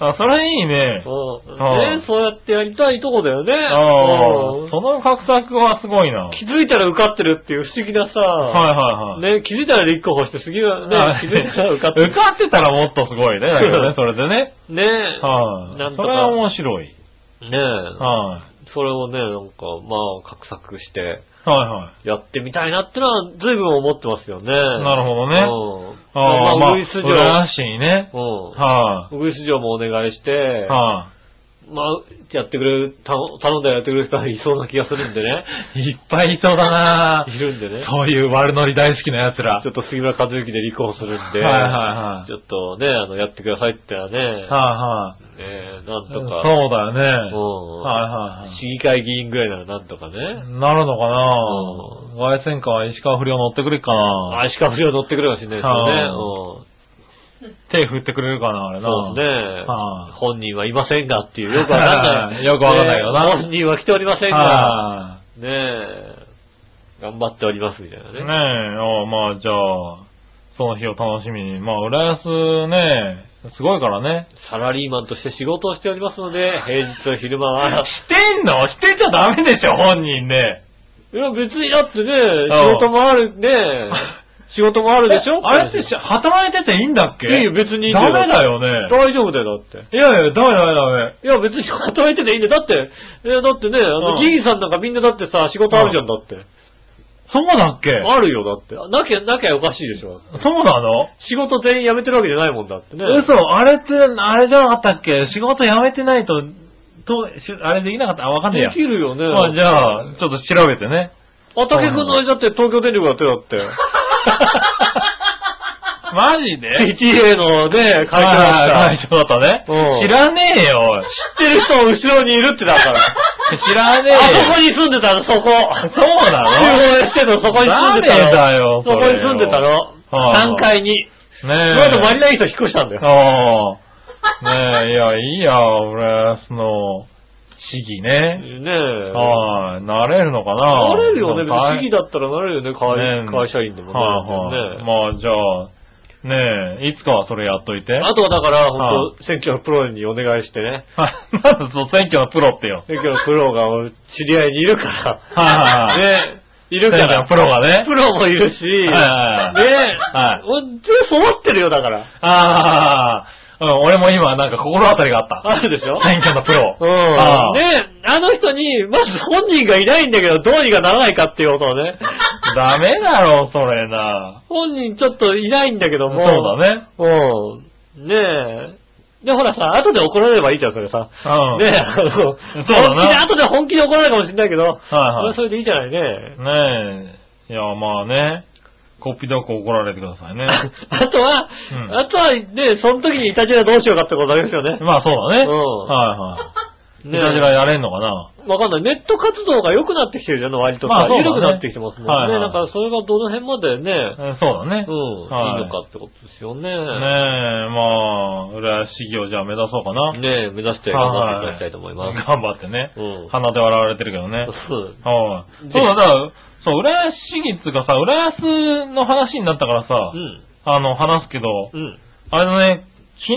Speaker 3: あ、それいいね。
Speaker 2: う
Speaker 3: あ
Speaker 2: ん。ねそうやってやりたいとこだよね。
Speaker 3: あ
Speaker 2: う
Speaker 3: あ、
Speaker 2: ん
Speaker 3: その画策はすごいな。
Speaker 2: 気づいたら受かってるっていう不思議なさ、
Speaker 3: はいはいはい。
Speaker 2: ね、気づいたら立候補して、杉村、ね、気づいたら受かって
Speaker 3: 受
Speaker 2: る。
Speaker 3: かってたらもっとすごいね。だけどね、それでね。
Speaker 2: ね
Speaker 3: はい、
Speaker 2: なんと
Speaker 3: そ
Speaker 2: か
Speaker 3: れは面白い。
Speaker 2: ね
Speaker 3: は
Speaker 2: それをね、なんか、まあ、画策して、
Speaker 3: い、はいは
Speaker 2: やってみたいなってのは、随分思ってますよね。
Speaker 3: い。なるほど
Speaker 2: ほ
Speaker 3: ね。
Speaker 2: ね。うん。
Speaker 3: あ
Speaker 2: ま
Speaker 3: あ、ま
Speaker 2: あ、
Speaker 3: あ、
Speaker 2: ウグイス
Speaker 3: 浦安
Speaker 2: 城
Speaker 3: 市にね。
Speaker 2: う
Speaker 3: はい、
Speaker 2: ん。ウグイス城もお願いして、
Speaker 3: はい、
Speaker 2: まあ、やってくれる、頼頼んだらやってくれる人はいそうな気がするんで ね。
Speaker 3: いっぱいいそうだなぁ
Speaker 2: いるんでね。
Speaker 3: そういう悪ノリ大好きな奴ら。
Speaker 2: ちょっと杉村和之で離婚するんで、
Speaker 3: はいはいはい
Speaker 2: ちょっとね、あの、やってくださいって言ったらね、
Speaker 3: はいはい。
Speaker 2: えーなん
Speaker 3: そ
Speaker 2: と
Speaker 3: う
Speaker 2: か、
Speaker 3: だよ
Speaker 2: う
Speaker 3: ね。
Speaker 2: ん
Speaker 3: はいはいはい
Speaker 2: 市議会議員ぐらいならなんとかね、
Speaker 3: なるのかなぁ外線か石川不良乗ってくれっかなぁ
Speaker 2: 足かぶりを乗ってくればしんないですよね。
Speaker 3: は手振ってくれるかなあれ
Speaker 2: うん
Speaker 3: な
Speaker 2: そうですね
Speaker 3: はい。
Speaker 2: 本人はいませんがっていう、よくわかんない。
Speaker 3: よくわかんないよな
Speaker 2: ね本人は来ておりませんが、
Speaker 3: は。
Speaker 2: ねえ、頑張っておりますみたいない
Speaker 3: ねえ、
Speaker 2: ね。
Speaker 3: あまあじゃあ、その日を楽しみに。まあ、浦安ね、すごいからね。
Speaker 2: サラリーマンとして仕事をしておりますので、平日の昼間は、
Speaker 3: してんのしてちゃダメでしょ、本人ね。
Speaker 2: いや、別にだってね、仕事もある ね、仕事もあるでしょ
Speaker 3: あれってし働いてていいんだっけ
Speaker 2: いいよ、別にいいん
Speaker 3: ダメだ
Speaker 2: よ。
Speaker 3: よね。
Speaker 2: 大丈夫だよ、だって。
Speaker 3: いやいや、ダメダメダメ。
Speaker 2: いや、別に働いてていいんだよ。だって、えだってね、あ
Speaker 3: うん
Speaker 2: の、議員さんなんかみんなだってさ、仕事あるじゃんだって。
Speaker 3: そうだっけ
Speaker 2: あるよ、だって。なきゃ、なきゃおかしいでしょ。
Speaker 3: そうなの
Speaker 2: 仕事全員辞めてるわけじゃないもんだってね。
Speaker 3: 嘘、あれって、あれじゃなかったっけ仕事辞めてないと、と、しあれできなかったあ、わかんねえや
Speaker 2: でき。るよね。
Speaker 3: まあじゃあ、ちょっと調べてね。
Speaker 2: あ、竹くんの間だって東京電力だってだって。
Speaker 3: マジで
Speaker 2: PTA のね、会長だっ
Speaker 3: 会
Speaker 2: た。
Speaker 3: 長だったね
Speaker 2: うん
Speaker 3: 知らねえよ、おい
Speaker 2: 知ってる人後ろにいるってだ から。
Speaker 3: 知らねえよ
Speaker 2: あ。そこに住んでたの、そこ。
Speaker 3: そうなの
Speaker 2: 集合してんの、そこに住んでたの。
Speaker 3: 誰だよ
Speaker 2: そこに住んでた
Speaker 3: それ
Speaker 2: の。
Speaker 3: はあ
Speaker 2: 3階に。
Speaker 3: ね
Speaker 2: そ
Speaker 3: え。
Speaker 2: の後割のいい人引っ越したんだよ。
Speaker 3: ああ。ねえ、いや、いいや、俺、その、市議ね。
Speaker 2: ねえ。
Speaker 3: はい、なれるのかな
Speaker 2: なれるよね。別に市議
Speaker 3: だ
Speaker 2: だったらなれるよね、会
Speaker 3: ね
Speaker 2: 会社員でもね。
Speaker 3: はいはい。
Speaker 2: ね
Speaker 3: まあ、じゃあ、ねえ、いつかはそれやっといて。
Speaker 2: あ とはだから、
Speaker 3: は
Speaker 2: 本当選挙のプロにお願いしてね。
Speaker 3: あ、なんだそう、選挙のプロってよ。
Speaker 2: 選挙のプロが俺知り合いにいるから。
Speaker 3: はいはいはい
Speaker 2: ね。いるか
Speaker 3: 選挙
Speaker 2: ら。
Speaker 3: のプロがね
Speaker 2: プロもいるし。
Speaker 3: はいはいはい
Speaker 2: ね。
Speaker 3: はい
Speaker 2: 俺全部揃ってるよ、だから。
Speaker 3: ああ、うん、俺も今、なんか心当たりがあった。
Speaker 2: あるでしょ
Speaker 3: 選挙のプロ。
Speaker 2: うん。
Speaker 3: ああ
Speaker 2: ねあの人に、まず本人がいないんだけど、どうにかならないかっていうことを ね。
Speaker 3: ダメだろ、それな。
Speaker 2: 本人ちょっといないんだけど
Speaker 3: そう
Speaker 2: も。
Speaker 3: だね。
Speaker 2: うん。ねえ。で、ほらさ、後で怒られればいいじゃん、それさ。
Speaker 3: うん。
Speaker 2: ねえ、あ の、そう
Speaker 3: だな
Speaker 2: 後で後で本気で怒られるかもしれないけど、
Speaker 3: はいはい
Speaker 2: それはそれでいいじゃないね。
Speaker 3: ねえ。いや、まあね。こっぴどく怒られてくださいね。
Speaker 2: あとは、
Speaker 3: うん
Speaker 2: あとはね、その時にいたちらどうしようかってことだけですよね。
Speaker 3: まあそうだね。
Speaker 2: うん
Speaker 3: は
Speaker 2: ね
Speaker 3: いはい。いたじらやれんのかな。
Speaker 2: わかんない。ネット活動が良くなってきてるじゃん、割とさ。
Speaker 3: まあそうだね
Speaker 2: 緩くなってきてますもんね。
Speaker 3: はいはい
Speaker 2: だからそれがどの辺までね、
Speaker 3: うんそうだね。
Speaker 2: うん、
Speaker 3: はい
Speaker 2: い、いのかってことですよね。
Speaker 3: ねえ、まあ、浦安市議をじゃあ目指そうかな。
Speaker 2: ねえ、目指して頑張っていただきたいと思います。
Speaker 3: はい頑張ってね。
Speaker 2: うん
Speaker 3: 鼻で笑われてるけどね。
Speaker 2: そう
Speaker 3: はい。
Speaker 2: ぜひ
Speaker 3: そうだ、だからそう、浦安市議っつうかさ、浦安の話になったからさ
Speaker 2: う、ん。
Speaker 3: あの、話すけど、
Speaker 2: うん。
Speaker 3: あのね、昨日、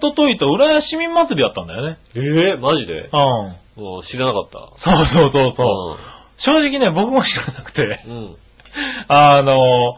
Speaker 3: 一昨日と浦安市民祭りだったんだよね。
Speaker 2: ええマジで
Speaker 3: うん。
Speaker 2: もう知らなかった。
Speaker 3: そうそうそうそう。正直ね、僕も知らなくて
Speaker 2: う。ん。うん。
Speaker 3: あの、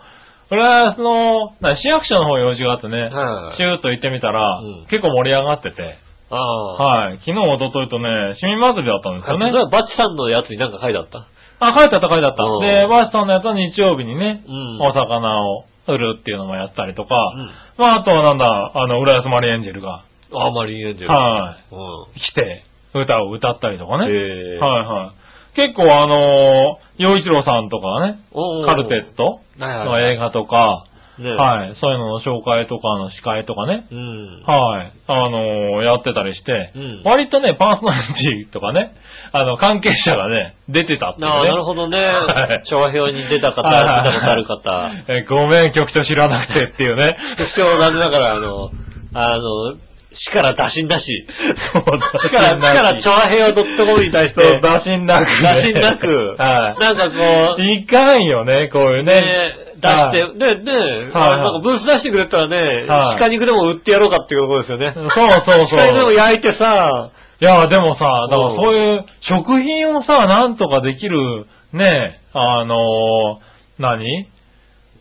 Speaker 3: 浦安の、な市役所の方用事があってね、
Speaker 2: はい
Speaker 3: シューッと行ってみたら、
Speaker 2: うん
Speaker 3: 結構盛り上がってて、
Speaker 2: ああ。
Speaker 3: はい。昨日、一昨日とね、市民祭りだったんですよね
Speaker 2: それ。はバチさんのやつになんか書いてあった
Speaker 3: あ、書いてあった書いてあっ
Speaker 2: うん
Speaker 3: た。で、バースさんのやつは日曜日にね、
Speaker 2: うん
Speaker 3: お魚を売るっていうのもやったりとか、
Speaker 2: うん
Speaker 3: まあ、あとはなんだ、あの、浦安マリエンジェルが、
Speaker 2: あんまり言えんじゃん。
Speaker 3: はい。
Speaker 2: うん。
Speaker 3: 来て、歌を歌ったりとかね。
Speaker 2: へえ
Speaker 3: はいはい。結構あのー、洋一郎さんとかね、
Speaker 2: おー
Speaker 3: カルテット
Speaker 2: はい
Speaker 3: の
Speaker 2: はい
Speaker 3: 映画とか、
Speaker 2: ね
Speaker 3: はい、そういうのの紹介とかの司会とかね、
Speaker 2: うん。
Speaker 3: はい、あのー、やってたりして、
Speaker 2: うん
Speaker 3: 割とね、パーソナリティとかね、 あの、関係者がね、出てたっていうね。
Speaker 2: ああ、なるほどね
Speaker 3: はい。
Speaker 2: 調和表に出た方、見
Speaker 3: はいはい
Speaker 2: たことある方。
Speaker 3: えごめん、局長知らなくてってい うね。
Speaker 2: 特徴なんだから、あの、あの、死から打診だし。
Speaker 3: そう
Speaker 2: 死から、死から調和表 .com に対し
Speaker 3: そう
Speaker 2: て、
Speaker 3: 打診なく、
Speaker 2: 打診なく、
Speaker 3: は
Speaker 2: なんかこう、
Speaker 3: い。いかんよね、こういうね。
Speaker 2: ね出して、で、ね、
Speaker 3: はい
Speaker 2: あのなんかブース出してくれたらね、
Speaker 3: はい
Speaker 2: 鹿肉でも売ってやろうかっていうことですよね。
Speaker 3: そうそう
Speaker 2: 鹿肉で
Speaker 3: そ
Speaker 2: も
Speaker 3: う。い
Speaker 2: 焼いてさ、
Speaker 3: や、でもさ、だから
Speaker 2: うん
Speaker 3: そういう食品をさ、なんとかできる、ね、あのー、何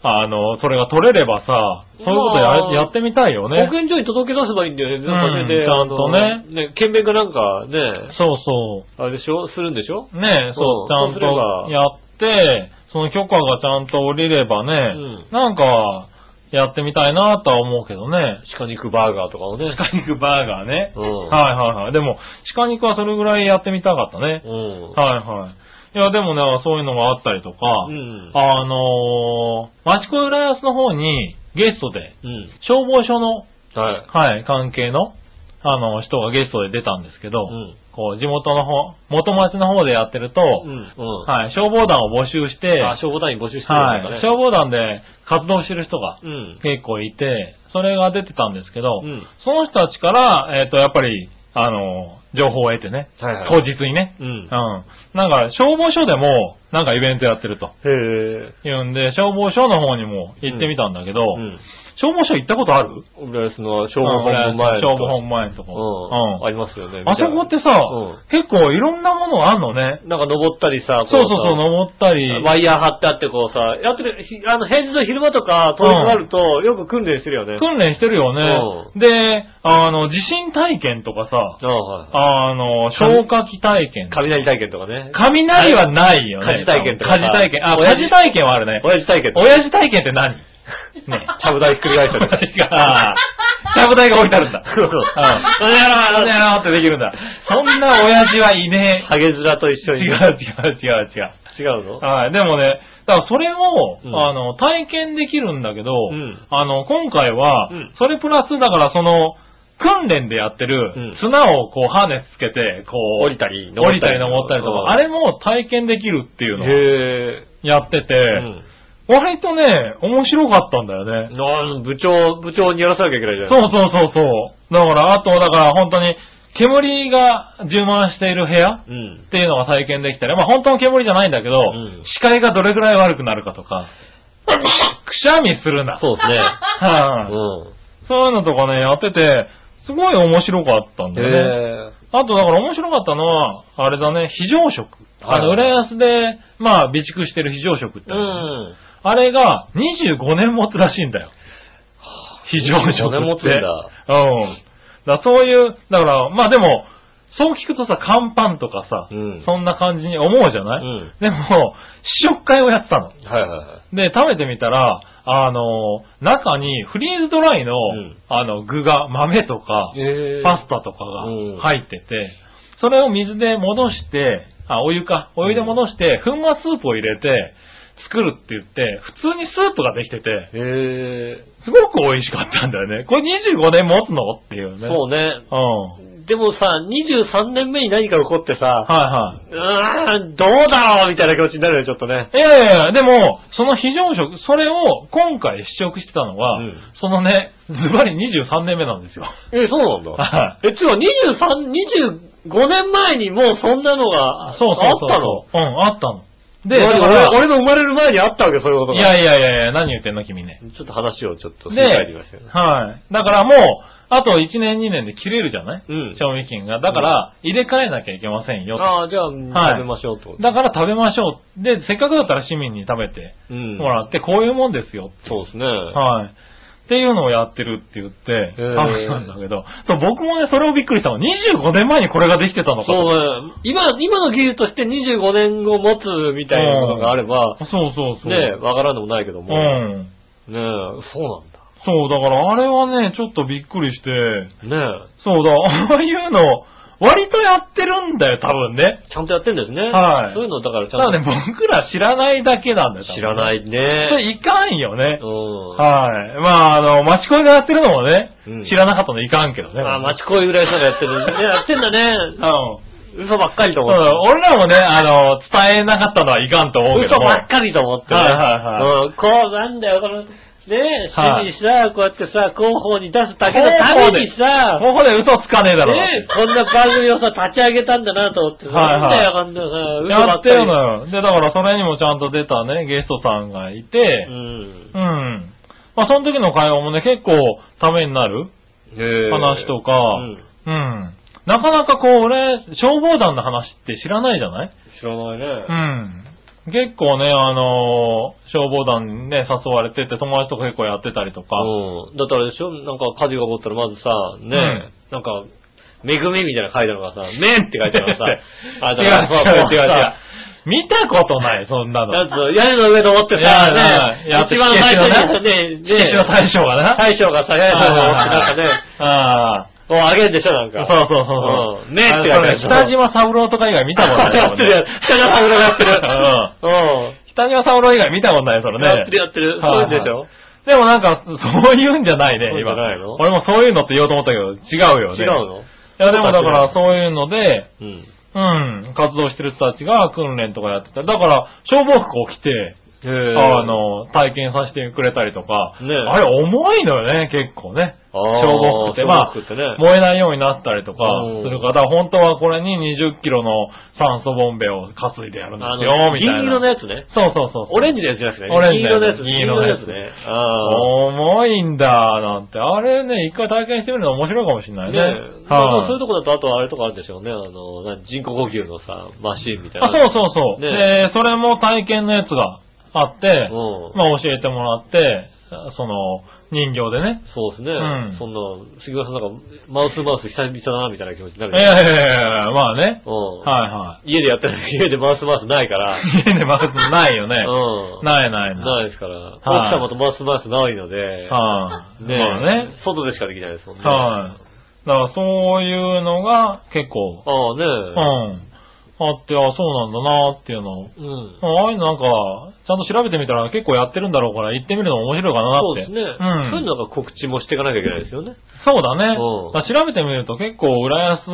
Speaker 3: あのー、それが取れればさ、そういうこ
Speaker 2: ま
Speaker 3: と
Speaker 2: あ
Speaker 3: ややってみたいよね
Speaker 2: 保。健所に届け出せばいいんだよね、
Speaker 3: うん
Speaker 2: それで。
Speaker 3: ちゃんとね
Speaker 2: あの。ね、県民がなんかね、
Speaker 3: そうそう。
Speaker 2: あれでしょするんでしょ
Speaker 3: ねえ、そうう、
Speaker 2: ん
Speaker 3: ちゃ
Speaker 2: そ
Speaker 3: ん
Speaker 2: うすれば
Speaker 3: とやって、その許可がちゃんと降りればね、
Speaker 2: うん
Speaker 3: なんか、やってみたいなとは思うけどね。
Speaker 2: 鹿肉バーガーとかをね。
Speaker 3: 鹿肉バーガーね。
Speaker 2: うん
Speaker 3: はいはいはい。でも、鹿肉はそれぐらいやってみたかったね。
Speaker 2: うん。
Speaker 3: はいはい。いや、でもね、そういうのがあったりとか、
Speaker 2: うん。
Speaker 3: あのー、町子浦安の方にゲストで、
Speaker 2: うん。
Speaker 3: 消防署の、
Speaker 2: はい。
Speaker 3: はい、関係の、あの、人がゲストで出たんですけど、
Speaker 2: うん
Speaker 3: こう、地元の方、元町の方でやってると、
Speaker 2: うん。うん。
Speaker 3: はい、消防団を募集して、
Speaker 2: あ、消防団員募集してるんだ
Speaker 3: はい、
Speaker 2: ね。
Speaker 3: 消防団で活動してる人が
Speaker 2: うん。
Speaker 3: 結構いて、それが出てたんですけど、
Speaker 2: うん
Speaker 3: その人たちから、えっ、と、やっぱり、あの、情報を得てね、
Speaker 2: はいはい
Speaker 3: 当日にね、
Speaker 2: うん
Speaker 3: う。ん。なんか、消防署でも、なんかイベントやってると。
Speaker 2: へえ。
Speaker 3: いうんで、消防署の方にも行ってみたんだけど、
Speaker 2: うん。
Speaker 3: 消防署行ったことある
Speaker 2: 浦安の消防本部前と
Speaker 3: 消防本部前のと
Speaker 2: う
Speaker 3: こ。
Speaker 2: ん。ありますよね。
Speaker 3: あそこってさ、
Speaker 2: うん
Speaker 3: 結構いろんなものあんのね。
Speaker 2: なんか登ったりさ、こ
Speaker 3: そうそうそ
Speaker 2: さ
Speaker 3: う、登ったり。
Speaker 2: ワイヤー張ってあってこうさ、やってる、ひあの、平日の昼間とか、遠くなると、よく訓練してるよね。
Speaker 3: 訓練してるよね。で、あの、地震体験とかさ、
Speaker 2: ああはい
Speaker 3: あの、消火器体験。
Speaker 2: 雷体験とかね。
Speaker 3: 雷はないよね。
Speaker 2: 火事体験とか
Speaker 3: 火事体験。あ、火
Speaker 2: 親父
Speaker 3: 事体験はあるね。
Speaker 2: 親父体験とか。
Speaker 3: 親父体験って何ね。
Speaker 2: ちゃぶ台ひっくり返し たりとか。
Speaker 3: ああ。ちゃぶ台が置いてあるんだ。
Speaker 2: そうそう。
Speaker 3: うん。おやろう、おやろうってできるんだ。そんな親父はいね
Speaker 2: ハゲヅラと一
Speaker 3: え。
Speaker 2: 緒に。
Speaker 3: 違う違う違う違う。
Speaker 2: 違うの
Speaker 3: はい、でもね、だからそれを、
Speaker 2: うん
Speaker 3: あの、体験できるんだけど、
Speaker 2: うん
Speaker 3: あの、今回は、
Speaker 2: うん
Speaker 3: それプラス、だからその、訓練でやって
Speaker 2: う
Speaker 3: る
Speaker 2: ん、
Speaker 3: 綱をこう、ハーネスつけて、こう、
Speaker 2: 降りたり
Speaker 3: 降りたり登ったりとか、
Speaker 2: うん
Speaker 3: あれも体験できるっていうのを
Speaker 2: へ
Speaker 3: やって
Speaker 2: え。
Speaker 3: て、
Speaker 2: うん
Speaker 3: 割とね、面白かったんだよね。
Speaker 2: なん部長、部長にやらせなきゃいけないじゃん。
Speaker 3: そうそうそうそう。だから、あと、だから本当に、煙が充満している部屋
Speaker 2: う。ん
Speaker 3: っ。ていうのが体験できたり、まあ本当の煙じゃないんだけど、
Speaker 2: ん
Speaker 3: 視界がどれくらい悪くなるかと か、くしゃみするな。
Speaker 2: そうですね。
Speaker 3: はい、
Speaker 2: う
Speaker 3: そういうのとかね、やってて、すごい面白かったん
Speaker 2: ん。
Speaker 3: だよね。
Speaker 2: へえ。
Speaker 3: あとだから面白かったのは、あれだね、非常食。
Speaker 2: は
Speaker 3: あ
Speaker 2: い
Speaker 3: の、浦安で、まあ、備蓄してる非常食ってあ
Speaker 2: う
Speaker 3: るじゃない、
Speaker 2: ん。
Speaker 3: あれが25年持つらしいんだよ。非常食って。
Speaker 2: 25年持つんだ。
Speaker 3: うん。だそういう、だから、まあでも、そう聞くとさ、乾パンとかさ、
Speaker 2: うん
Speaker 3: そんな感じに思うじゃない、
Speaker 2: うん
Speaker 3: でも、試食会をやってたの。
Speaker 2: はいはいはい。
Speaker 3: で、食べてみたら、あの、中にフリーズドライの、
Speaker 2: ん
Speaker 3: あの、具が、豆とか、
Speaker 2: え
Speaker 3: パスタとか
Speaker 2: うん
Speaker 3: が入ってて、それを水で戻して、あ、お湯か、お湯で戻して、粉末スープを入れて、作るって言って、普通にスープができてて、
Speaker 2: へえ。
Speaker 3: すごく美味しかったんだよね。これ25年持つのっていうね。
Speaker 2: そうね。
Speaker 3: う。ん。
Speaker 2: でもさ、23年目に何か起こってさ、
Speaker 3: はい
Speaker 2: う
Speaker 3: は
Speaker 2: ーん、どうだろうみたいな気持ちになるよ、ちょっとね。
Speaker 3: い。いやいやいや、でも、その非常食、それを今回試食してたのは、
Speaker 2: うん
Speaker 3: そのね、ズバリ23年目なんですよ。
Speaker 2: え、そうなんだ。
Speaker 3: は
Speaker 2: え、つまり23、25年前にもうそんなのが、
Speaker 3: そうそうそう。
Speaker 2: あったの
Speaker 3: うん、あったの。で、
Speaker 2: で、
Speaker 3: だ
Speaker 2: 俺
Speaker 3: から、
Speaker 2: 俺の生まれる前にあったわけ、そういうこと
Speaker 3: い
Speaker 2: が。
Speaker 3: やいやいやいや、何言ってんの君ね。
Speaker 2: ちょっと話をちょっと振
Speaker 3: で、
Speaker 2: り返りましたよね。
Speaker 3: はい。だからもう、あと1年2年で切れるじゃない
Speaker 2: うん
Speaker 3: 賞味期限が。だから、入れ替えなきゃいけませんよ。
Speaker 2: ああ、じゃあ、
Speaker 3: い
Speaker 2: 食べましょうってこと。
Speaker 3: だから食べましょう。で、せっかくだったら市民に食べて
Speaker 2: うん
Speaker 3: もらって、こういうもんですよ。
Speaker 2: そうですね。
Speaker 3: はい。っていうのをやってるって言って、
Speaker 2: へー
Speaker 3: 食べたんだけど、そう、僕もね、それをびっくりしたの。25年前にこれができてたのか
Speaker 2: そう
Speaker 3: と。
Speaker 2: ね。今、今の技術として25年後持つみたいなものがあれば、
Speaker 3: そうそうそう。
Speaker 2: ねえ、わからんでもないけど
Speaker 3: う
Speaker 2: も。
Speaker 3: ん。
Speaker 2: ねえ、そうなんだ。
Speaker 3: そう、だからあれはね、ちょっとびっくりして、
Speaker 2: ね
Speaker 3: そうだ、ああいうの、割とやってるんだよ、多分ね。
Speaker 2: え、ちゃんとやってんですね。
Speaker 3: はい
Speaker 2: そういうの、だからち
Speaker 3: た
Speaker 2: ゃ
Speaker 3: だ
Speaker 2: んと。
Speaker 3: ね、僕ら知らないだけなんだよ。多分
Speaker 2: 知らないね。
Speaker 3: それいかんよね
Speaker 2: う。ん。
Speaker 3: はい。まあ、あの、町恋がやってるのもね、
Speaker 2: うん
Speaker 3: 知らなかったのいかんけどね。
Speaker 2: あ、町恋ぐらいさんがやってる。ね、やってんだ
Speaker 3: うん。
Speaker 2: ね。
Speaker 3: そ
Speaker 2: 嘘ばっかりと
Speaker 3: う
Speaker 2: 思って。
Speaker 3: 俺らもね、あの、伝えなかったのはいかんと思うけど
Speaker 2: 嘘
Speaker 3: も。
Speaker 2: ばっかりと思ってね。
Speaker 3: はいはいは
Speaker 2: うん、こうなんだよ、この、ねえ、
Speaker 3: はい
Speaker 2: 市にさ、こうやってさ、広報に出すだけのためにさ、
Speaker 3: もうこれ嘘つかねえだろ。
Speaker 2: ねえ、こんな番組をさ、立ち上げたんだなと思ってさ、
Speaker 3: はいはい
Speaker 2: なんだよ、こんなさ、嘘
Speaker 3: や
Speaker 2: ば
Speaker 3: っ
Speaker 2: ってかり
Speaker 3: るのよ。で、だからそれにもちゃんと出たね、ゲストさんがいて、
Speaker 2: うん。
Speaker 3: うん。まあ、その時の会話もね、結構ためになる話とか、
Speaker 2: うん
Speaker 3: うん。なかなかこう、俺、消防団の話って知らないじゃない
Speaker 2: 知らないね。
Speaker 3: うん。結構ね、あのー消防団にね、誘われてて、友達とか結構やってたりとか。
Speaker 2: うん。だってあれでしょなんか火事が起こったらまずさ、ねえ、
Speaker 3: うん、
Speaker 2: なんか、めぐみみたいなの書いてあるのがさ、めんって書いてあるのがさあ
Speaker 3: 違う違う違う違う
Speaker 2: さ
Speaker 3: 見たことない、そんなの。
Speaker 2: だって屋根の上登ってさ、
Speaker 3: いやいや
Speaker 2: ね、
Speaker 3: いや
Speaker 2: 一番最初にね、
Speaker 3: 必死の
Speaker 2: ね、
Speaker 3: 対象がな。
Speaker 2: 大将がさ、屋根の上登ってなんかね、
Speaker 3: ああ。
Speaker 2: をあげるんでしょ、なん
Speaker 3: そ
Speaker 2: か。
Speaker 3: うそうそうそうう。
Speaker 2: んねって
Speaker 3: あ
Speaker 2: や
Speaker 3: の
Speaker 2: つ
Speaker 3: ね北島三郎とか以外見たことな い
Speaker 2: や
Speaker 3: も
Speaker 2: っ
Speaker 3: ん
Speaker 2: て
Speaker 3: ね。
Speaker 2: るやつ。北島三郎がやってる。うん。
Speaker 3: 北島三郎以外見たことない、それね。
Speaker 2: やってるやってる。そういうんでしょ
Speaker 3: でもなんか、そういうんじゃないね
Speaker 2: そう、いうんじ
Speaker 3: 今
Speaker 2: ゃないの。
Speaker 3: 俺もそういうのって言おうと思ったけど、違うよね。
Speaker 2: 違う
Speaker 3: い
Speaker 2: の
Speaker 3: や、でもだから、そういうので、
Speaker 2: うん。
Speaker 3: うん、活動してる人たちが訓練とかやってた。だから、消防服を着て、
Speaker 2: へ
Speaker 3: あ、の、体験させてくれたりとか、
Speaker 2: ね
Speaker 3: あれ重いのよね、結構ね。
Speaker 2: あー
Speaker 3: 消防服って、まあ
Speaker 2: 消防服ってね、
Speaker 3: 燃えないようになったりとか
Speaker 2: うん
Speaker 3: するから、本当はこれに20キロの酸素ボンベを担いでやるんで
Speaker 2: あ
Speaker 3: すよ、
Speaker 2: の、
Speaker 3: み
Speaker 2: 銀
Speaker 3: たいな。
Speaker 2: 色のやつね。
Speaker 3: そうそうそうそう。
Speaker 2: オレンジのやつじゃなくてね。
Speaker 3: オレンジのやつ
Speaker 2: 銀色のやつ。
Speaker 3: 銀色の
Speaker 2: ね。ああ。
Speaker 3: 重いんだ、なんて。あれね、一回体験してみるの面白いかもしれない
Speaker 2: ね
Speaker 3: ね。
Speaker 2: え。まあまあそういうとこだと、あとはあれとかあるでしょうね。あの、な人工呼吸のさ、マシーンみたいな。
Speaker 3: あ、そうそうそう。
Speaker 2: ね
Speaker 3: で、それも体験のやつがあって、
Speaker 2: うん
Speaker 3: まあ教えてもらって、その、人形でね。
Speaker 2: そうですね。
Speaker 3: うん
Speaker 2: そんな、杉村さんなんか、マウスマウス久々だな、みたいな気持ちにないるよ。
Speaker 3: やいやいやいや、まあね。
Speaker 2: うん。
Speaker 3: はいは
Speaker 2: 家でやってない、家でマウスマウスないから。
Speaker 3: い。家でマウスないよね。
Speaker 2: うん。
Speaker 3: ないないない。
Speaker 2: ないですから。奥様とマウスマウスないので。
Speaker 3: はい、
Speaker 2: ね
Speaker 3: まあね。
Speaker 2: 外でしかできないですもんね。
Speaker 3: はい、だからそういうのが結構、
Speaker 2: ああね
Speaker 3: うん。あって、あ、そうなんだなっていうのを
Speaker 2: うん。
Speaker 3: あああいうのなんか、ちゃんと調べてみたら結構やってるんだろうから、行ってみるのも面白いかなって。
Speaker 2: そうですね。
Speaker 3: うん。
Speaker 2: そういうのが告知もしていかなきゃいけないですよね。
Speaker 3: そうだね。
Speaker 2: うん
Speaker 3: だから調べてみると結構、浦安、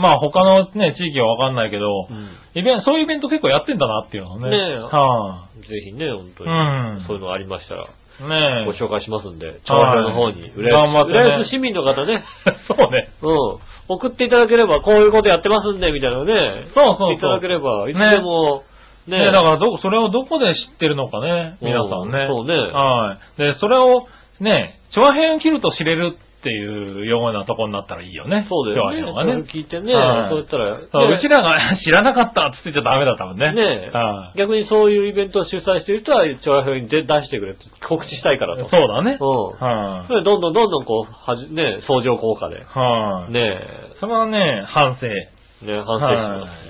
Speaker 3: まあ他のね、地域はわかんないけど、
Speaker 2: うん。
Speaker 3: イベント、そういうイベント結構やってんだなっていうのね。
Speaker 2: ねえ
Speaker 3: は
Speaker 2: ぜひね、本当に。
Speaker 3: うん
Speaker 2: そういうのがありましたら、
Speaker 3: い、ねえ。
Speaker 2: ご紹介しますんで、調和の方に。浦安
Speaker 3: 頑張ってね
Speaker 2: 浦安市民の方ね。
Speaker 3: そうね。
Speaker 2: うん。送っていただければ、こういうことやってますんで、みたいなのね。
Speaker 3: そうそうそう
Speaker 2: 送っていただければ、いつでも、ね
Speaker 3: ねえ、だからど、それをどこで知ってるのかね、皆さん
Speaker 2: う
Speaker 3: ね。
Speaker 2: んそうね
Speaker 3: はい。で、それを、ね、長編を切ると知れるっていうようなとこになったらいいよね。
Speaker 2: そうです
Speaker 3: 長
Speaker 2: ね。
Speaker 3: 編
Speaker 2: そ
Speaker 3: は
Speaker 2: れ
Speaker 3: ね
Speaker 2: を。聞いてね、
Speaker 3: はい
Speaker 2: そう言ったら、ね
Speaker 3: そううちらが知らなかったって言っちゃダメだったもんね。
Speaker 2: ねえ
Speaker 3: はい
Speaker 2: 逆にそういうイベントを主催している人は、調和表に出出してくれって告知したいからと。
Speaker 3: そうだね。
Speaker 2: うん。
Speaker 3: はい
Speaker 2: それでどんどんどんどんこう、はじ、ね、相乗効果で。
Speaker 3: はい。
Speaker 2: ね
Speaker 3: それはね、反省。
Speaker 2: え、ねえ反省しま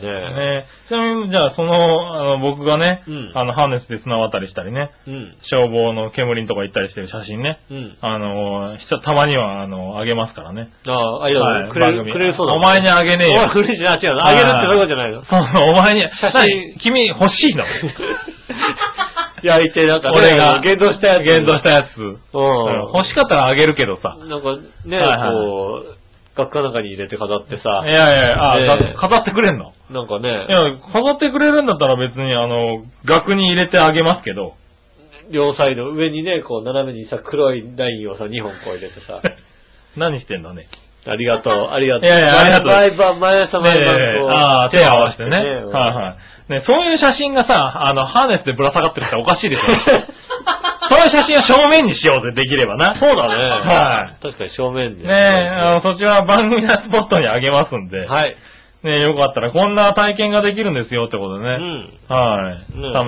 Speaker 2: す
Speaker 3: はい
Speaker 2: ね。
Speaker 3: ねちなみに、じゃあ、その、あの僕がね、
Speaker 2: うん
Speaker 3: あの、ハーネスで綱渡りしたりね、
Speaker 2: うん。
Speaker 3: 消防の煙のとこ行ったりしてる写真ね、
Speaker 2: うん。
Speaker 3: あの、ひたたまには、あの、あげますからね。
Speaker 2: ああ、ありがとう。くれ
Speaker 3: 番
Speaker 2: る、
Speaker 3: 組
Speaker 2: くれるそうだ。
Speaker 3: お前にあげねえよ
Speaker 2: お。前、嬉しいな、違うな。あげるってどういうことじゃ ないの
Speaker 3: そう、お前に、
Speaker 2: 真
Speaker 3: 何君欲しいの
Speaker 2: 焼いて、なんかね、
Speaker 3: 俺が
Speaker 2: 言動したやつ。
Speaker 3: 現像したやつ。
Speaker 2: うん。
Speaker 3: 欲しかったらあげるけどさ。
Speaker 2: なんかね、
Speaker 3: はいはい
Speaker 2: こう、学科の中に入れて飾ってさ
Speaker 3: い、やいやいや、あ、
Speaker 2: ねえ
Speaker 3: か飾ってくれんの
Speaker 2: なんか
Speaker 3: い
Speaker 2: ね、
Speaker 3: や、飾ってくれるんだったら別に、あの、額に入れてあげますけど。
Speaker 2: 両サイド、上にね、こう、斜めにさ、黒いラインをさ、2本こう入れてさ、
Speaker 3: 何してんだね。
Speaker 2: ありがとう、ありがとう。
Speaker 3: いやいやありがとう
Speaker 2: 毎晩、毎朝、
Speaker 3: ね
Speaker 2: 毎晩、
Speaker 3: え
Speaker 2: こう、
Speaker 3: ああ、手を合わせてね。はい
Speaker 2: うん
Speaker 3: はい。ね、そういう写真がさ、あの、ハーネスでぶら下がってるっておかしいでしょ。そういう写真を正面にしようぜ、できればな。
Speaker 2: そうだね。
Speaker 3: は
Speaker 2: 確かに正面で。
Speaker 3: ねえ、あの、そちらは番組のスポットにあげますんで。
Speaker 2: はい。
Speaker 3: ねえ、よかったらこんな体験ができるんですよってこと
Speaker 2: う
Speaker 3: でね。
Speaker 2: ん。
Speaker 3: はい。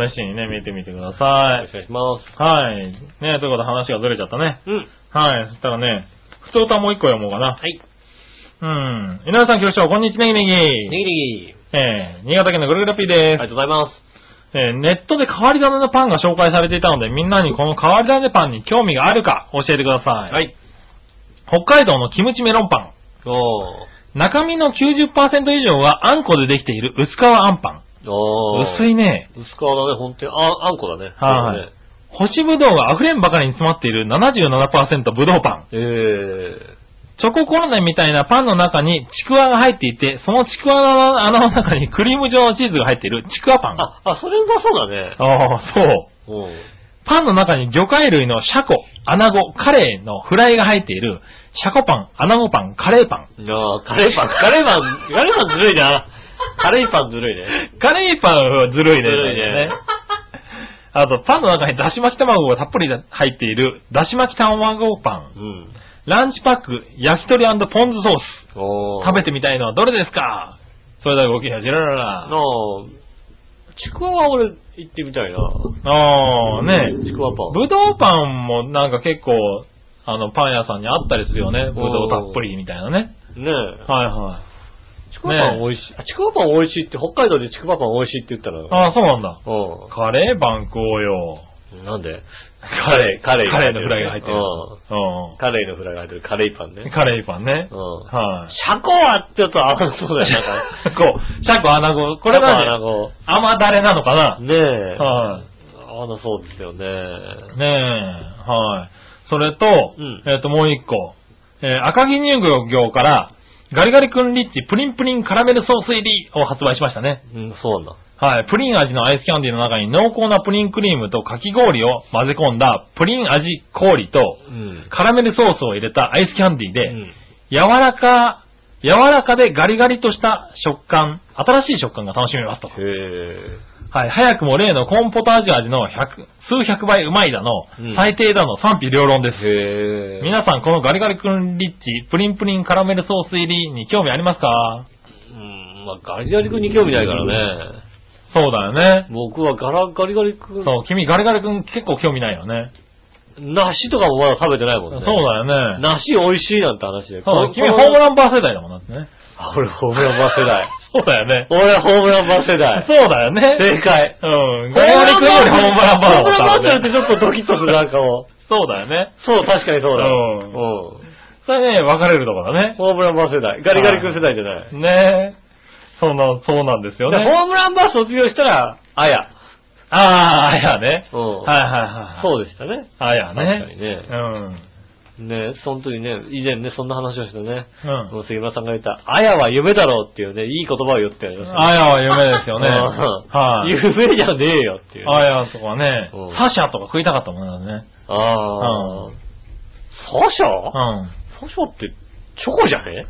Speaker 2: ね
Speaker 3: 試しにね、見てみてくだ
Speaker 2: お
Speaker 3: さ
Speaker 2: 願い
Speaker 3: い。
Speaker 2: します。
Speaker 3: はい。ねえ、ということで話がずれちゃったね。
Speaker 2: うん。
Speaker 3: はい。そしたらね、普通歌もう一個読もうかな。
Speaker 2: はい。
Speaker 3: うん。井上さん局長、こんにちは、ネギネギ。
Speaker 2: ネギネギ。
Speaker 3: えー、新潟県のぐるぐるピ
Speaker 2: あ
Speaker 3: ーで
Speaker 2: りがとうございます。
Speaker 3: す。えー、ネットで変わり種のパンが紹介されていたので、みんなにこの変わり種パンに興味があるか教えてください。
Speaker 2: はい。
Speaker 3: 北海道のキムチメロンパン。
Speaker 2: おー。
Speaker 3: 中身の90%以上はあんこでできている薄皮あんパ
Speaker 2: お
Speaker 3: ン。
Speaker 2: ー。
Speaker 3: 薄いね。
Speaker 2: 薄皮だね、本当に。あ、あんこだね。
Speaker 3: はい
Speaker 2: そうだね
Speaker 3: 干しぶどうが溢れんばかりに詰まっている77%ぶどうパン。
Speaker 2: ええ
Speaker 3: チョココロネみたいなパンの中にちくわが入っていて、そのちくわの穴の中にクリーム状のチーズが入っているちくわパン。あ
Speaker 2: あ、あ、それうまそうだね。
Speaker 3: あー、そう。
Speaker 2: うん。
Speaker 3: パンの中に魚介類のシャコ、アナゴ、カレイのフライが入っている、シャコパン、アナゴパン、カレーパン。
Speaker 2: ああ、カレーパン、カレーパン、カレーパンずるいな。カレーパンずるいね。
Speaker 3: カレーパンはずるいね。
Speaker 2: ずるいね
Speaker 3: あと、パンの中にだし巻き卵がたっぷり入っている、だし巻き卵パン
Speaker 2: う。ん。
Speaker 3: ランチパック、焼き鳥ポン酢ソース。
Speaker 2: おー
Speaker 3: 食べてみたいのはどれですかそれではごきげんよう、ジェララ
Speaker 2: なあ、
Speaker 3: ラ。
Speaker 2: ちくわは俺行ってみたいな。
Speaker 3: あー、ね
Speaker 2: ちくわパン。
Speaker 3: ぶどうパンもなんか結構、あの、パン屋さんにあったりするよね。ぶどうたっぷりみたいなね。
Speaker 2: ねえ。
Speaker 3: はいはい。
Speaker 2: ちくわパン美味しい。あちくわパン美味しいって、北海道でちくわパン美味しいって言ったら。
Speaker 3: ああ、そうなんだ。
Speaker 2: う
Speaker 3: カレーパン食おうよ。
Speaker 2: ん。なんでカレー、カレー
Speaker 3: カレーのフライが入ってる。
Speaker 2: うんカレーのフライが入ってる。カレーパン
Speaker 3: うん。
Speaker 2: ね。
Speaker 3: カレーパンね
Speaker 2: う。ん。
Speaker 3: はい。
Speaker 2: シャコはちょっと甘そうだよ、なんか。
Speaker 3: こう、シャコ穴子。 これ
Speaker 2: シャコは
Speaker 3: が、
Speaker 2: な
Speaker 3: ね、
Speaker 2: んか
Speaker 3: 甘だれなのかな
Speaker 2: ねえ。
Speaker 3: は
Speaker 2: あの、そうですよね。
Speaker 3: い。ねえ、はい。それと、
Speaker 2: うん
Speaker 3: えっ、と、もう一個。えー赤木乳業から、ガリガリ君リッチプリンプリンカラメルソース入りを発売しましたね。
Speaker 2: うん、そうなん。
Speaker 3: はい。プリン味のアイスキャンディーの中に濃厚なプリンクリームとかき氷を混ぜ込んだプリン味氷と
Speaker 2: うん。
Speaker 3: カラメルソースを入れたアイスキャンディーで、
Speaker 2: うん
Speaker 3: 柔らか、柔らかでガリガリとした食感、新しい食感が楽しめますと。
Speaker 2: へえ。
Speaker 3: はい。早くも例のコーンポタージュ味の100、数百倍うまいだの、
Speaker 2: うん
Speaker 3: 最低だの賛否両論です。
Speaker 2: へえ。
Speaker 3: 皆さん、このガリガリ君リッチ、プリンプリンカラメルソース入りに興味ありますか
Speaker 2: うん、まあガリガリ君に興味ないからね。
Speaker 3: そうだよね。
Speaker 2: 僕はガラガリガリ君、
Speaker 3: そう、君ガリガリ君結構興味ないよね。
Speaker 2: 梨とかもまだ食べてないもん
Speaker 3: そう
Speaker 2: ね。
Speaker 3: だよね。
Speaker 2: 梨美味しいなんて話で。
Speaker 3: そう、君ホーム
Speaker 2: ン。
Speaker 3: ランバー世代だもんなってね。
Speaker 2: あ俺ホームランバー世代。
Speaker 3: そうだよね。
Speaker 2: 俺ホームランバー世 代。
Speaker 3: そうだよね。
Speaker 2: 正解。
Speaker 3: うん。ガリガリ君よりホームランバーだ
Speaker 2: ホームランバー世代って
Speaker 3: ち
Speaker 2: ち
Speaker 3: ょ
Speaker 2: ょ
Speaker 3: っ
Speaker 2: っ
Speaker 3: と
Speaker 2: とドキッとするなんかも。
Speaker 3: そうだよね。
Speaker 2: そう、確かにそうだ。
Speaker 3: うん
Speaker 2: うん
Speaker 3: それね、分かれるところだね。
Speaker 2: ホームランバー世代。ガリガリ君世代じゃない。
Speaker 3: ねえ。そんな、そうなんですよ
Speaker 2: で
Speaker 3: ね。
Speaker 2: ホームランバー卒業したら、あや。
Speaker 3: ああ、あやね。
Speaker 2: うん
Speaker 3: はいはいはい。う。
Speaker 2: そうでしたね。
Speaker 3: あやね。
Speaker 2: 確かにね
Speaker 3: うん。
Speaker 2: ねその時ね、以前ね、そんな話をしたね。
Speaker 3: うん。
Speaker 2: 杉村さんが言った、あやは夢だろうっていうね、いい言葉を言ってやりましたね。
Speaker 3: あやは夢ですよね。
Speaker 2: うん
Speaker 3: はい。
Speaker 2: 夢じゃねえよっていうね。
Speaker 3: あやとかね
Speaker 2: うん、
Speaker 3: サシャとか食いたかったもんだね。
Speaker 2: ああ
Speaker 3: う。
Speaker 2: サシャ
Speaker 3: うん。
Speaker 2: サシャって、チョコじゃね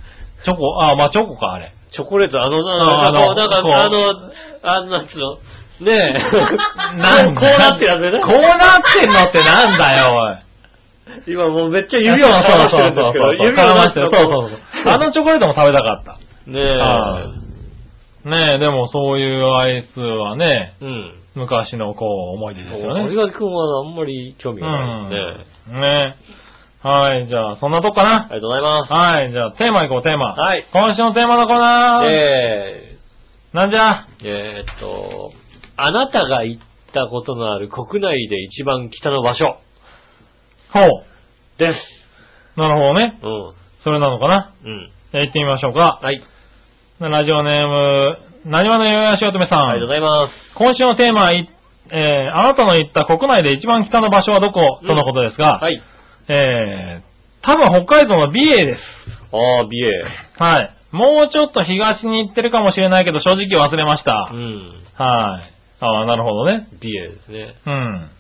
Speaker 3: チョコ、ああ、まあチョコか、あれ。
Speaker 2: チョコレート、あの、
Speaker 3: あ
Speaker 2: あの、なんか、あ
Speaker 3: あの
Speaker 2: の、あの、なんつうの、ねえ、
Speaker 3: なん
Speaker 2: こ
Speaker 3: だ
Speaker 2: うなってやつね。
Speaker 3: こうなってんのってなんだよ、おい。
Speaker 2: 今もうめっちゃ指をかましてるんですけど、
Speaker 3: そうそうそうそう
Speaker 2: 指をかましてる。
Speaker 3: そうそうそう。あのチョコレートも食べたかった。
Speaker 2: ね
Speaker 3: あねえ、でもそういうアイスはね、
Speaker 2: え。うん。
Speaker 3: 昔のこう思い出ですよね。
Speaker 2: 森垣君はあんまり興味がないですね。
Speaker 3: うん。ねはい、じゃあ、そんなとこか
Speaker 2: あ
Speaker 3: な。
Speaker 2: りがとうございます。
Speaker 3: はい、じゃあ、テーマいこう、テーマ。
Speaker 2: はい。
Speaker 3: 今週のテーマのコーナー。
Speaker 2: え
Speaker 3: なんじゃ
Speaker 2: ー、えーっと、あなたが行ったことのある国内で一番北の場所
Speaker 3: ほう。
Speaker 2: です。
Speaker 3: なるほどね。
Speaker 2: うん。
Speaker 3: それなのかな。
Speaker 2: うん。
Speaker 3: じゃあ行ってみましょうか。
Speaker 2: はい。
Speaker 3: ラジオネーム、なにわのよやしおとめさん。
Speaker 2: ありがとうございます。
Speaker 3: 今週のテーマは、いえー、あなたの行った国内で一番北の場所はどこ、
Speaker 2: うん
Speaker 3: とのことですが、
Speaker 2: はい。
Speaker 3: えー、多分北海道の美瑛です。
Speaker 2: あー、美瑛。
Speaker 3: はい。もうちょっと東に行ってるかもしれないけど、正直忘れました。
Speaker 2: うん。
Speaker 3: はい。ああ、なるほどね。
Speaker 2: 美瑛ですね。
Speaker 3: うん。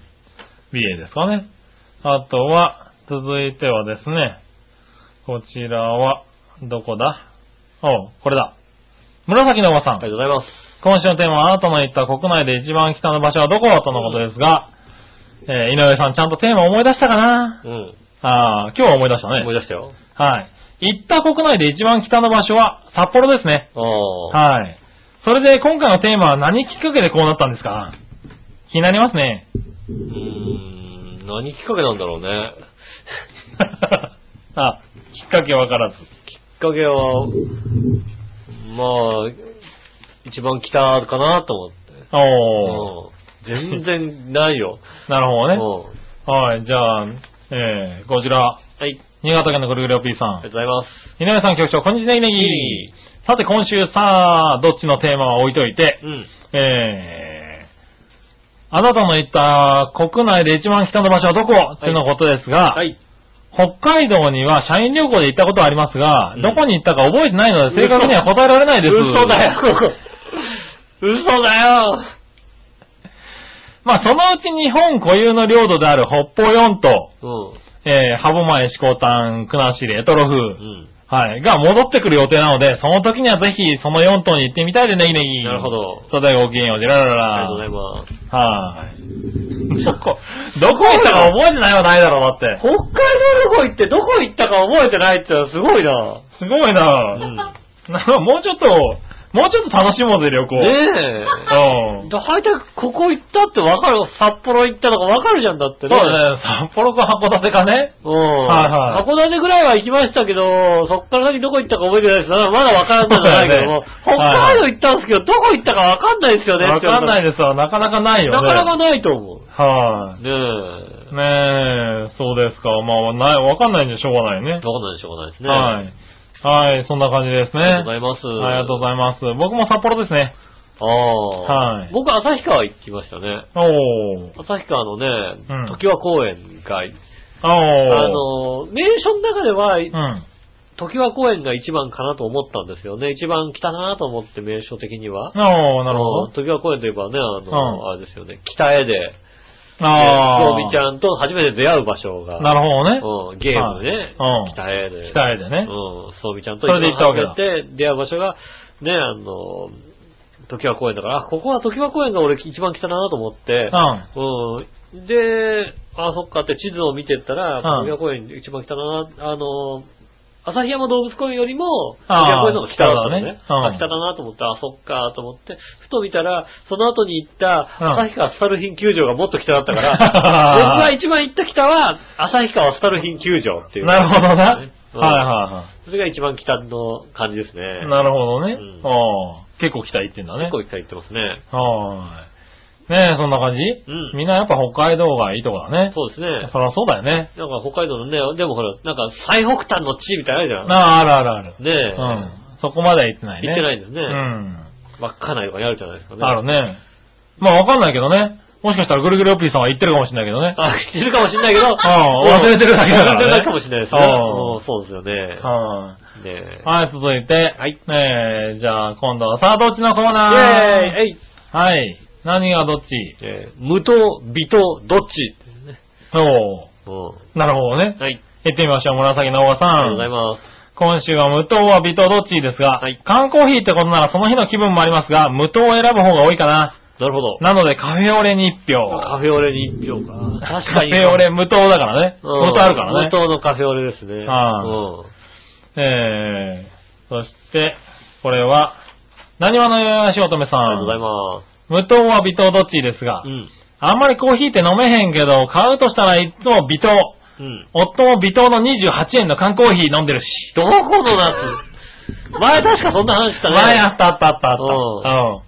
Speaker 3: 美瑛ですかね。あとは、続いてはですね、こちらは、どこだおう、これだ。紫のおばさん。
Speaker 2: ありがとうございます。
Speaker 3: 今週のテーマは、あなたの言った国内で一番北の場所はどことのことですが、えー井上さんちゃんとテーマ思い出したかな
Speaker 2: うん。
Speaker 3: ああ、今日は思い出したね。
Speaker 2: 思い出したよ。
Speaker 3: はい。行った国内で一番北の場所は札幌ですね。
Speaker 2: あー。
Speaker 3: はい。それで今回のテーマは何きっかけでこうなったんですか気になりま すね。
Speaker 2: うーん。何きっかけなんだろうね。
Speaker 3: あ、きっかけわからず。
Speaker 2: きっかけは、まあ、一番北かなと思って。
Speaker 3: おー。
Speaker 2: うん全然ないよ。
Speaker 3: なるほ
Speaker 2: うん
Speaker 3: どね。はい、じゃあ、えー、こちら、
Speaker 2: はい、
Speaker 3: 新潟県のぐるぐるおぴーさ。
Speaker 2: ありがとうんございます。
Speaker 3: 井上さん局長、こんにちはネギネギ。さて今週さあ、どっちのテーマは置いといて、
Speaker 2: うん。
Speaker 3: えー、あなたの言った国内で一番北の場所はどこっていうのことですが、
Speaker 2: はい。
Speaker 3: 北海道には社員旅行で行ったことはありますが、
Speaker 2: うん
Speaker 3: どこに行ったか覚えてないので正確には答えられないです。
Speaker 2: 嘘だ。よ。嘘だよ。
Speaker 3: まあそのうち日本固有の領土である北方四島、
Speaker 2: うん。
Speaker 3: えー、歯舞、四甲丹、国後、レトロ
Speaker 2: う
Speaker 3: フ、
Speaker 2: ん。
Speaker 3: はい、が戻ってくる予定なので、その時にはぜひその四島に行ってみたいでネギネギ。
Speaker 2: なるほど
Speaker 3: ただいまごきげんよう、でらら
Speaker 2: ありが
Speaker 3: ら
Speaker 2: とうございます。
Speaker 3: はい。どこ、どこ行ったか覚えてないはないだろう、だって。
Speaker 2: 北海道旅行行ってどこ行ったか覚えてないってのはすごいな。
Speaker 3: すごいな
Speaker 2: うん。
Speaker 3: なんかもうちょっと、もうちょっと楽しもうぜ、旅行。
Speaker 2: ね
Speaker 3: う
Speaker 2: え。
Speaker 3: ん。
Speaker 2: だ大体ここ行ったってわかる、札幌行ったとかわかるじゃんだって
Speaker 3: そう
Speaker 2: ね。
Speaker 3: だね、札幌か函館かね。
Speaker 2: うん。
Speaker 3: はいはい
Speaker 2: 函館ぐらいは行きましたけど、そっから先どこ行ったか覚えてないです。だからまだわからんじゃないけども、
Speaker 3: そう
Speaker 2: 北
Speaker 3: だよね はいはい
Speaker 2: 海道行ったんですけど、どこ行ったかわかんないですよね。
Speaker 3: わかんない
Speaker 2: で
Speaker 3: ですわ、なかなかないよね。
Speaker 2: なかなかないと思う。
Speaker 3: は
Speaker 2: ねえ。
Speaker 3: い。ねえ、そうですか。まあ、ない、わかんないんでしょうがないね。
Speaker 2: わかんないでしょうがないですね。
Speaker 3: は。い。はい、そんな感じですね。
Speaker 2: ありがとうございます。
Speaker 3: ありがとうございます。僕も札幌ですね。
Speaker 2: ああ。
Speaker 3: はい
Speaker 2: 僕、旭川行きましたね。
Speaker 3: おー。
Speaker 2: 旭川のね
Speaker 3: うん、
Speaker 2: 時は公園が、
Speaker 3: おー。
Speaker 2: あの、名所の中では、
Speaker 3: うん。
Speaker 2: 時は公園が一番かなと思ったんですよね。一番来たなと思って名所的には。
Speaker 3: おー、なるほ
Speaker 2: あの
Speaker 3: ど。
Speaker 2: 時は公園といえばね、あの、
Speaker 3: うん
Speaker 2: あれですよね、北へで、
Speaker 3: あー。
Speaker 2: ゾビちゃんと初めて出会う場所が、
Speaker 3: なるほどね。
Speaker 2: うん、ゲームね、
Speaker 3: はいうん
Speaker 2: 北へで。
Speaker 3: 北へでね
Speaker 2: うん、そうみちゃんと
Speaker 3: それで行ったわけだ
Speaker 2: 一番初めて出会う場所が、ね、あの、時は公園だから、あここは時は公園が俺一番来たなと思って、うん。で、あ、そっかって地図を見てったら、
Speaker 3: うん
Speaker 2: 時は公園一番来たな、あの、旭山動物公園よりも、時
Speaker 3: あー
Speaker 2: は公園の方が北だったのね。
Speaker 3: 北だねうん
Speaker 2: あ北だなと思って、あ、そっかと思って、ふと見たら、その後に行った
Speaker 3: うん
Speaker 2: 旭川スタルヒン球場がもっと北だったから、僕が
Speaker 3: う
Speaker 2: 一番行った北は、旭川スタルヒン球場ってい
Speaker 3: ん。
Speaker 2: う。
Speaker 3: なるほどな。はい
Speaker 2: うん
Speaker 3: は
Speaker 2: それが一番北の感じですね。
Speaker 3: いはい。なるほどね
Speaker 2: うん。
Speaker 3: あー。結構北行ってんだね
Speaker 2: 結。構北行ってますね。
Speaker 3: はーい。ねえ、そんな感じ
Speaker 2: うん
Speaker 3: みんなやっぱ北海道がいいとこだね。
Speaker 2: そうですね。
Speaker 3: そりゃそうだよね。
Speaker 2: なんか北海道のね、でもほら、なんか最北端の地みたいなのあるじゃん。
Speaker 3: ああ、あるあるある。
Speaker 2: ねえ。
Speaker 3: うん。そこまでは行ってないね。
Speaker 2: 行ってないんですね
Speaker 3: うん。
Speaker 2: 稚内とかにあるじゃないですかね。
Speaker 3: あるね。まあわかんないけどね。もしかしたらぐるぐるおっぴーさんは言ってるかもしれないけどね。
Speaker 2: あ、知ってるかもしれないけ ど、
Speaker 3: 忘れてるだけだから
Speaker 2: 忘れて
Speaker 3: ね
Speaker 2: るだけかもしれないですね。
Speaker 3: うん
Speaker 2: うんそうですよね。
Speaker 3: は
Speaker 2: ね
Speaker 3: い。はい、続いて。はい。えー、じゃあ今度はさあどっちのコーナ
Speaker 2: え。
Speaker 3: ー
Speaker 2: イェーイえい
Speaker 3: はい。何がどっち
Speaker 2: えー無糖、微糖、どっちっていうね
Speaker 3: お
Speaker 2: うん
Speaker 3: うなるほどね。
Speaker 2: はい。
Speaker 3: 行ってみましょう、紫のおば
Speaker 2: あ
Speaker 3: さ
Speaker 2: りがとうござい
Speaker 3: ん。
Speaker 2: ま
Speaker 3: 今週は無糖は微糖どっちですが、
Speaker 2: はい
Speaker 3: 缶コーヒーってことならその日の気分もありますが、無糖を選ぶ方が多いかな。
Speaker 2: す。なるほど。
Speaker 3: なのでカフェオレに1票。
Speaker 2: カフェオレに一票か。確
Speaker 3: カ
Speaker 2: か
Speaker 3: フ
Speaker 2: に。
Speaker 3: ェオレ無糖だからね。
Speaker 2: うん、
Speaker 3: 無糖あるから
Speaker 2: 無
Speaker 3: ね。
Speaker 2: 糖のカフェオレですね。
Speaker 3: あー
Speaker 2: うん
Speaker 3: えー、そして、これは、何話のよよしおとめさん。
Speaker 2: ありがとうございます。
Speaker 3: 無糖は微糖どっちですが、
Speaker 2: うん。
Speaker 3: あんまりコーヒーって飲めへんけど、買うとしたらいつも微糖。
Speaker 2: うん。
Speaker 3: 夫も微糖の28円の缶コーヒー飲んでるし。
Speaker 2: どこの夏前確かそんな話したね。
Speaker 3: 前あったあったあったあった。う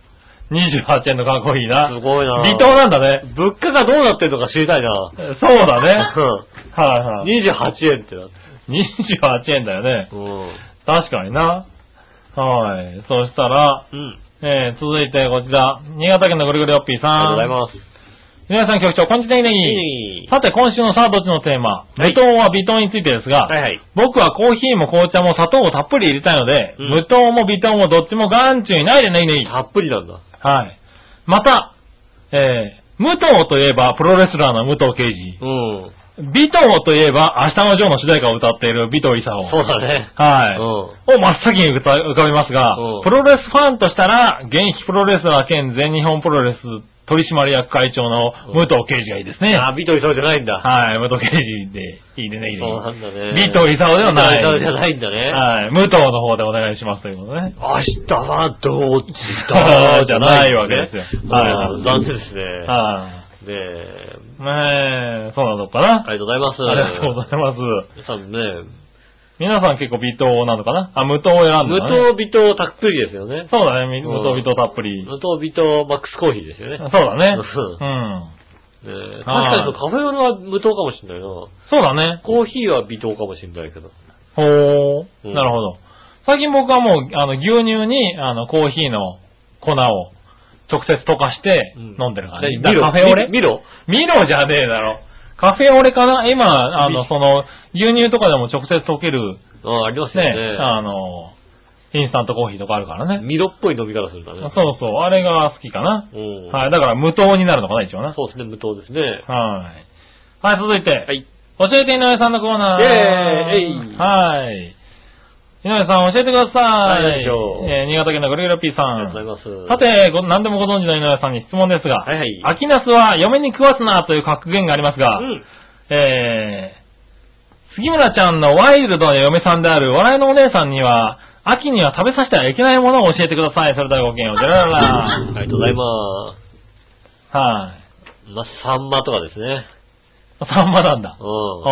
Speaker 3: ん。28円の缶コーヒーな。
Speaker 2: すごいな
Speaker 3: 微糖なんだね。
Speaker 2: 物価がどうなってるのか知りたいな。
Speaker 3: そうだね。 は
Speaker 2: う
Speaker 3: いは
Speaker 2: ん。
Speaker 3: い。
Speaker 2: 28円ってなって。
Speaker 3: 28円だよね。
Speaker 2: うん。
Speaker 3: 確かにな。はい。そしたら、
Speaker 2: うん。
Speaker 3: えー、続いてこちら、新潟県のぐるぐるよっぴー
Speaker 2: あ
Speaker 3: さん。
Speaker 2: りがとうございます。
Speaker 3: 皆さん局長、こんにちはねぎねぎ
Speaker 2: いい
Speaker 3: さて、今週のさあどっちのテーマ、無糖は微糖についてですが、
Speaker 2: はいはい。
Speaker 3: 僕はコーヒーも紅茶も砂糖をたっぷり入れたいので、
Speaker 2: うん
Speaker 3: 無糖も微糖もどっちも眼中にないでねぎねぎ。
Speaker 2: たっぷりなんだ。
Speaker 3: はい。また、えー、無糖といえばプロレスラーの武藤敬司。
Speaker 2: うん。
Speaker 3: 微糖といえば明日のジョーの主題歌を歌っている尾藤勲。
Speaker 2: そうだね。
Speaker 3: はい。
Speaker 2: う
Speaker 3: を真っ先に浮か浮かびますが
Speaker 2: うん、
Speaker 3: プロレスファンとしたら、現役プロレスラー兼全日本プロレス取締役会長の武藤敬司がいいですね。
Speaker 2: ん。あ、ビトリそうじゃないんだ。
Speaker 3: はい、武藤敬司でいいね、ね
Speaker 2: そうなんだね。
Speaker 3: ビトリサオではない
Speaker 2: ビトリサオじゃないんだね。
Speaker 3: はい、武藤の方でお願いしますということでね。
Speaker 2: 明日はどっち
Speaker 3: じゃないわけですよはい
Speaker 2: はい。残念ですね。
Speaker 3: は
Speaker 2: ねえ。
Speaker 3: い。ねえ、そうなのかな、
Speaker 2: ありがとうございます。
Speaker 3: ありがとうございます。
Speaker 2: 皆さんね、
Speaker 3: 皆さん結構微糖なのかなあ、無糖を選んだ、ね。
Speaker 2: 無糖、微糖、たっぷりですよね。
Speaker 3: そうだね、み
Speaker 2: うん
Speaker 3: 無糖微糖たっぷり。
Speaker 2: 無糖、微糖、マックスコーヒーですよね。
Speaker 3: そうだね。
Speaker 2: う
Speaker 3: うん。
Speaker 2: ねえ確
Speaker 3: はい
Speaker 2: かにそうカフェオレは無糖かもしれないな。
Speaker 3: そうだね。
Speaker 2: コーヒーは微糖かもしれないけど。
Speaker 3: ほ
Speaker 2: う
Speaker 3: ー。
Speaker 2: ん
Speaker 3: なるほど。最近僕はもう、あの、牛乳に、あの、コーヒーの粉を直接溶かして飲んでる感じ。
Speaker 2: ね
Speaker 3: だ
Speaker 2: ミロ
Speaker 3: カフェオレ
Speaker 2: ミロ
Speaker 3: ミロじゃねえだろ。カフェオレかな今、あの、
Speaker 2: ミ
Speaker 3: その、牛乳とかでも直接溶ける、
Speaker 2: あありますよ
Speaker 3: ね、
Speaker 2: ね。
Speaker 3: あの、インスタントコーヒーとかあるからね。
Speaker 2: ミロっぽい飲み方するんだね。
Speaker 3: そうそう、あれが好きかな。
Speaker 2: うん
Speaker 3: はい、だから無糖になるのかな、一応な。
Speaker 2: そうですね、無糖ですね。
Speaker 3: はい。はい、続いて。
Speaker 2: はい。
Speaker 3: 教えて井上さんのコーナー。
Speaker 2: イェーイえい
Speaker 3: はい。井上さん、教えてくださ
Speaker 2: は
Speaker 3: い。
Speaker 2: いよいしょ
Speaker 3: えー新潟県のぐるぐるピーさ
Speaker 2: ありがと
Speaker 3: ん。
Speaker 2: うございます。
Speaker 3: さ、て、ご何でもご存知の井上さんに質問ですが、
Speaker 2: はいはい
Speaker 3: 秋ナスは嫁に食わすなという格言がありますが、
Speaker 2: うん。
Speaker 3: えー、杉村ちゃんのワイルドな嫁さんである笑いのお姉さんには、秋には食べさせてはいけないものを教えてください。それではごきげん よう。じゃらら
Speaker 2: あ
Speaker 3: ら
Speaker 2: りがとうございま
Speaker 3: はい。
Speaker 2: す。まあ、サンマとかですね。
Speaker 3: サンマなんだ
Speaker 2: う。ん。
Speaker 3: おう。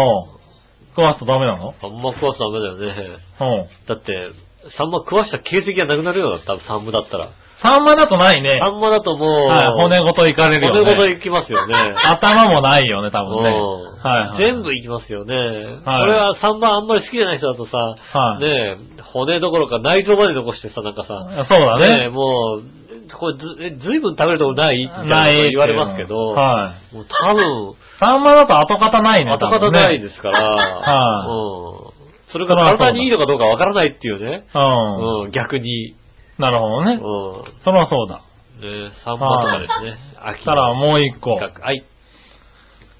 Speaker 3: 壊すとダメなの
Speaker 2: サンマ食わすダメだよね。
Speaker 3: おう。
Speaker 2: だって、サンマ食わした形跡がなくなるようだった、多分サンマだったら。
Speaker 3: サンマだとないね。
Speaker 2: サンマだともう、
Speaker 3: はい、骨ごといかれるよね。
Speaker 2: 骨ごといきますよね。
Speaker 3: 頭もないよね、多分ね。
Speaker 2: うん
Speaker 3: はいはい。
Speaker 2: 全部いきますよね。
Speaker 3: はい
Speaker 2: これはサンマあんまり好きじゃない人だとさ、
Speaker 3: はい
Speaker 2: ねえ骨どころか内臓まで残してさ、なんかさ、
Speaker 3: そうだ
Speaker 2: え
Speaker 3: ね。
Speaker 2: もう、これず、えずいぶん食べるとこないみたいなこと言われますけど、
Speaker 3: は
Speaker 2: もう多分、
Speaker 3: い。サンマだと跡形ないね。
Speaker 2: 跡形ない
Speaker 3: す。
Speaker 2: ですから、
Speaker 3: はい
Speaker 2: うん。それが体にいいのかどうかわからないっていうね、
Speaker 3: う。
Speaker 2: うんん、逆に、
Speaker 3: なるほど
Speaker 2: う
Speaker 3: ね。
Speaker 2: ん。
Speaker 3: それはそうだ。
Speaker 2: ねサンマとかですね、秋
Speaker 3: そしたらもう一個。
Speaker 2: はい。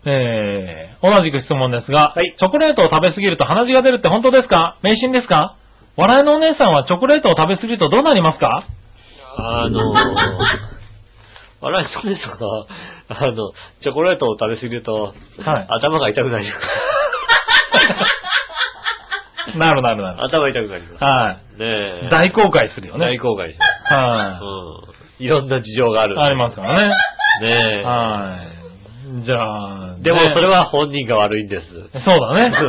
Speaker 3: えー、同じく質問ですが、
Speaker 2: はい
Speaker 3: チョコレートを食べ過ぎると鼻血が出るって本当ですか迷信ですか笑いのお姉さんはチョコレートを食べ過ぎるとどうなりますか
Speaker 2: あのー、 笑いそうですかあの、チョコレートを食べ過ぎると、
Speaker 3: はい
Speaker 2: 頭が痛くなり
Speaker 3: なるなるなる。
Speaker 2: 頭痛くなります。
Speaker 3: は
Speaker 2: ねえ
Speaker 3: い。大後悔するよね。
Speaker 2: 大後悔します。
Speaker 3: は
Speaker 2: うん。いろんな事情があ
Speaker 3: い。
Speaker 2: る。
Speaker 3: ありますからね。
Speaker 2: ねえ。
Speaker 3: はい。じゃあ、
Speaker 2: でもそれ
Speaker 3: は、
Speaker 2: は本人が悪いんです。
Speaker 3: そう だね。それ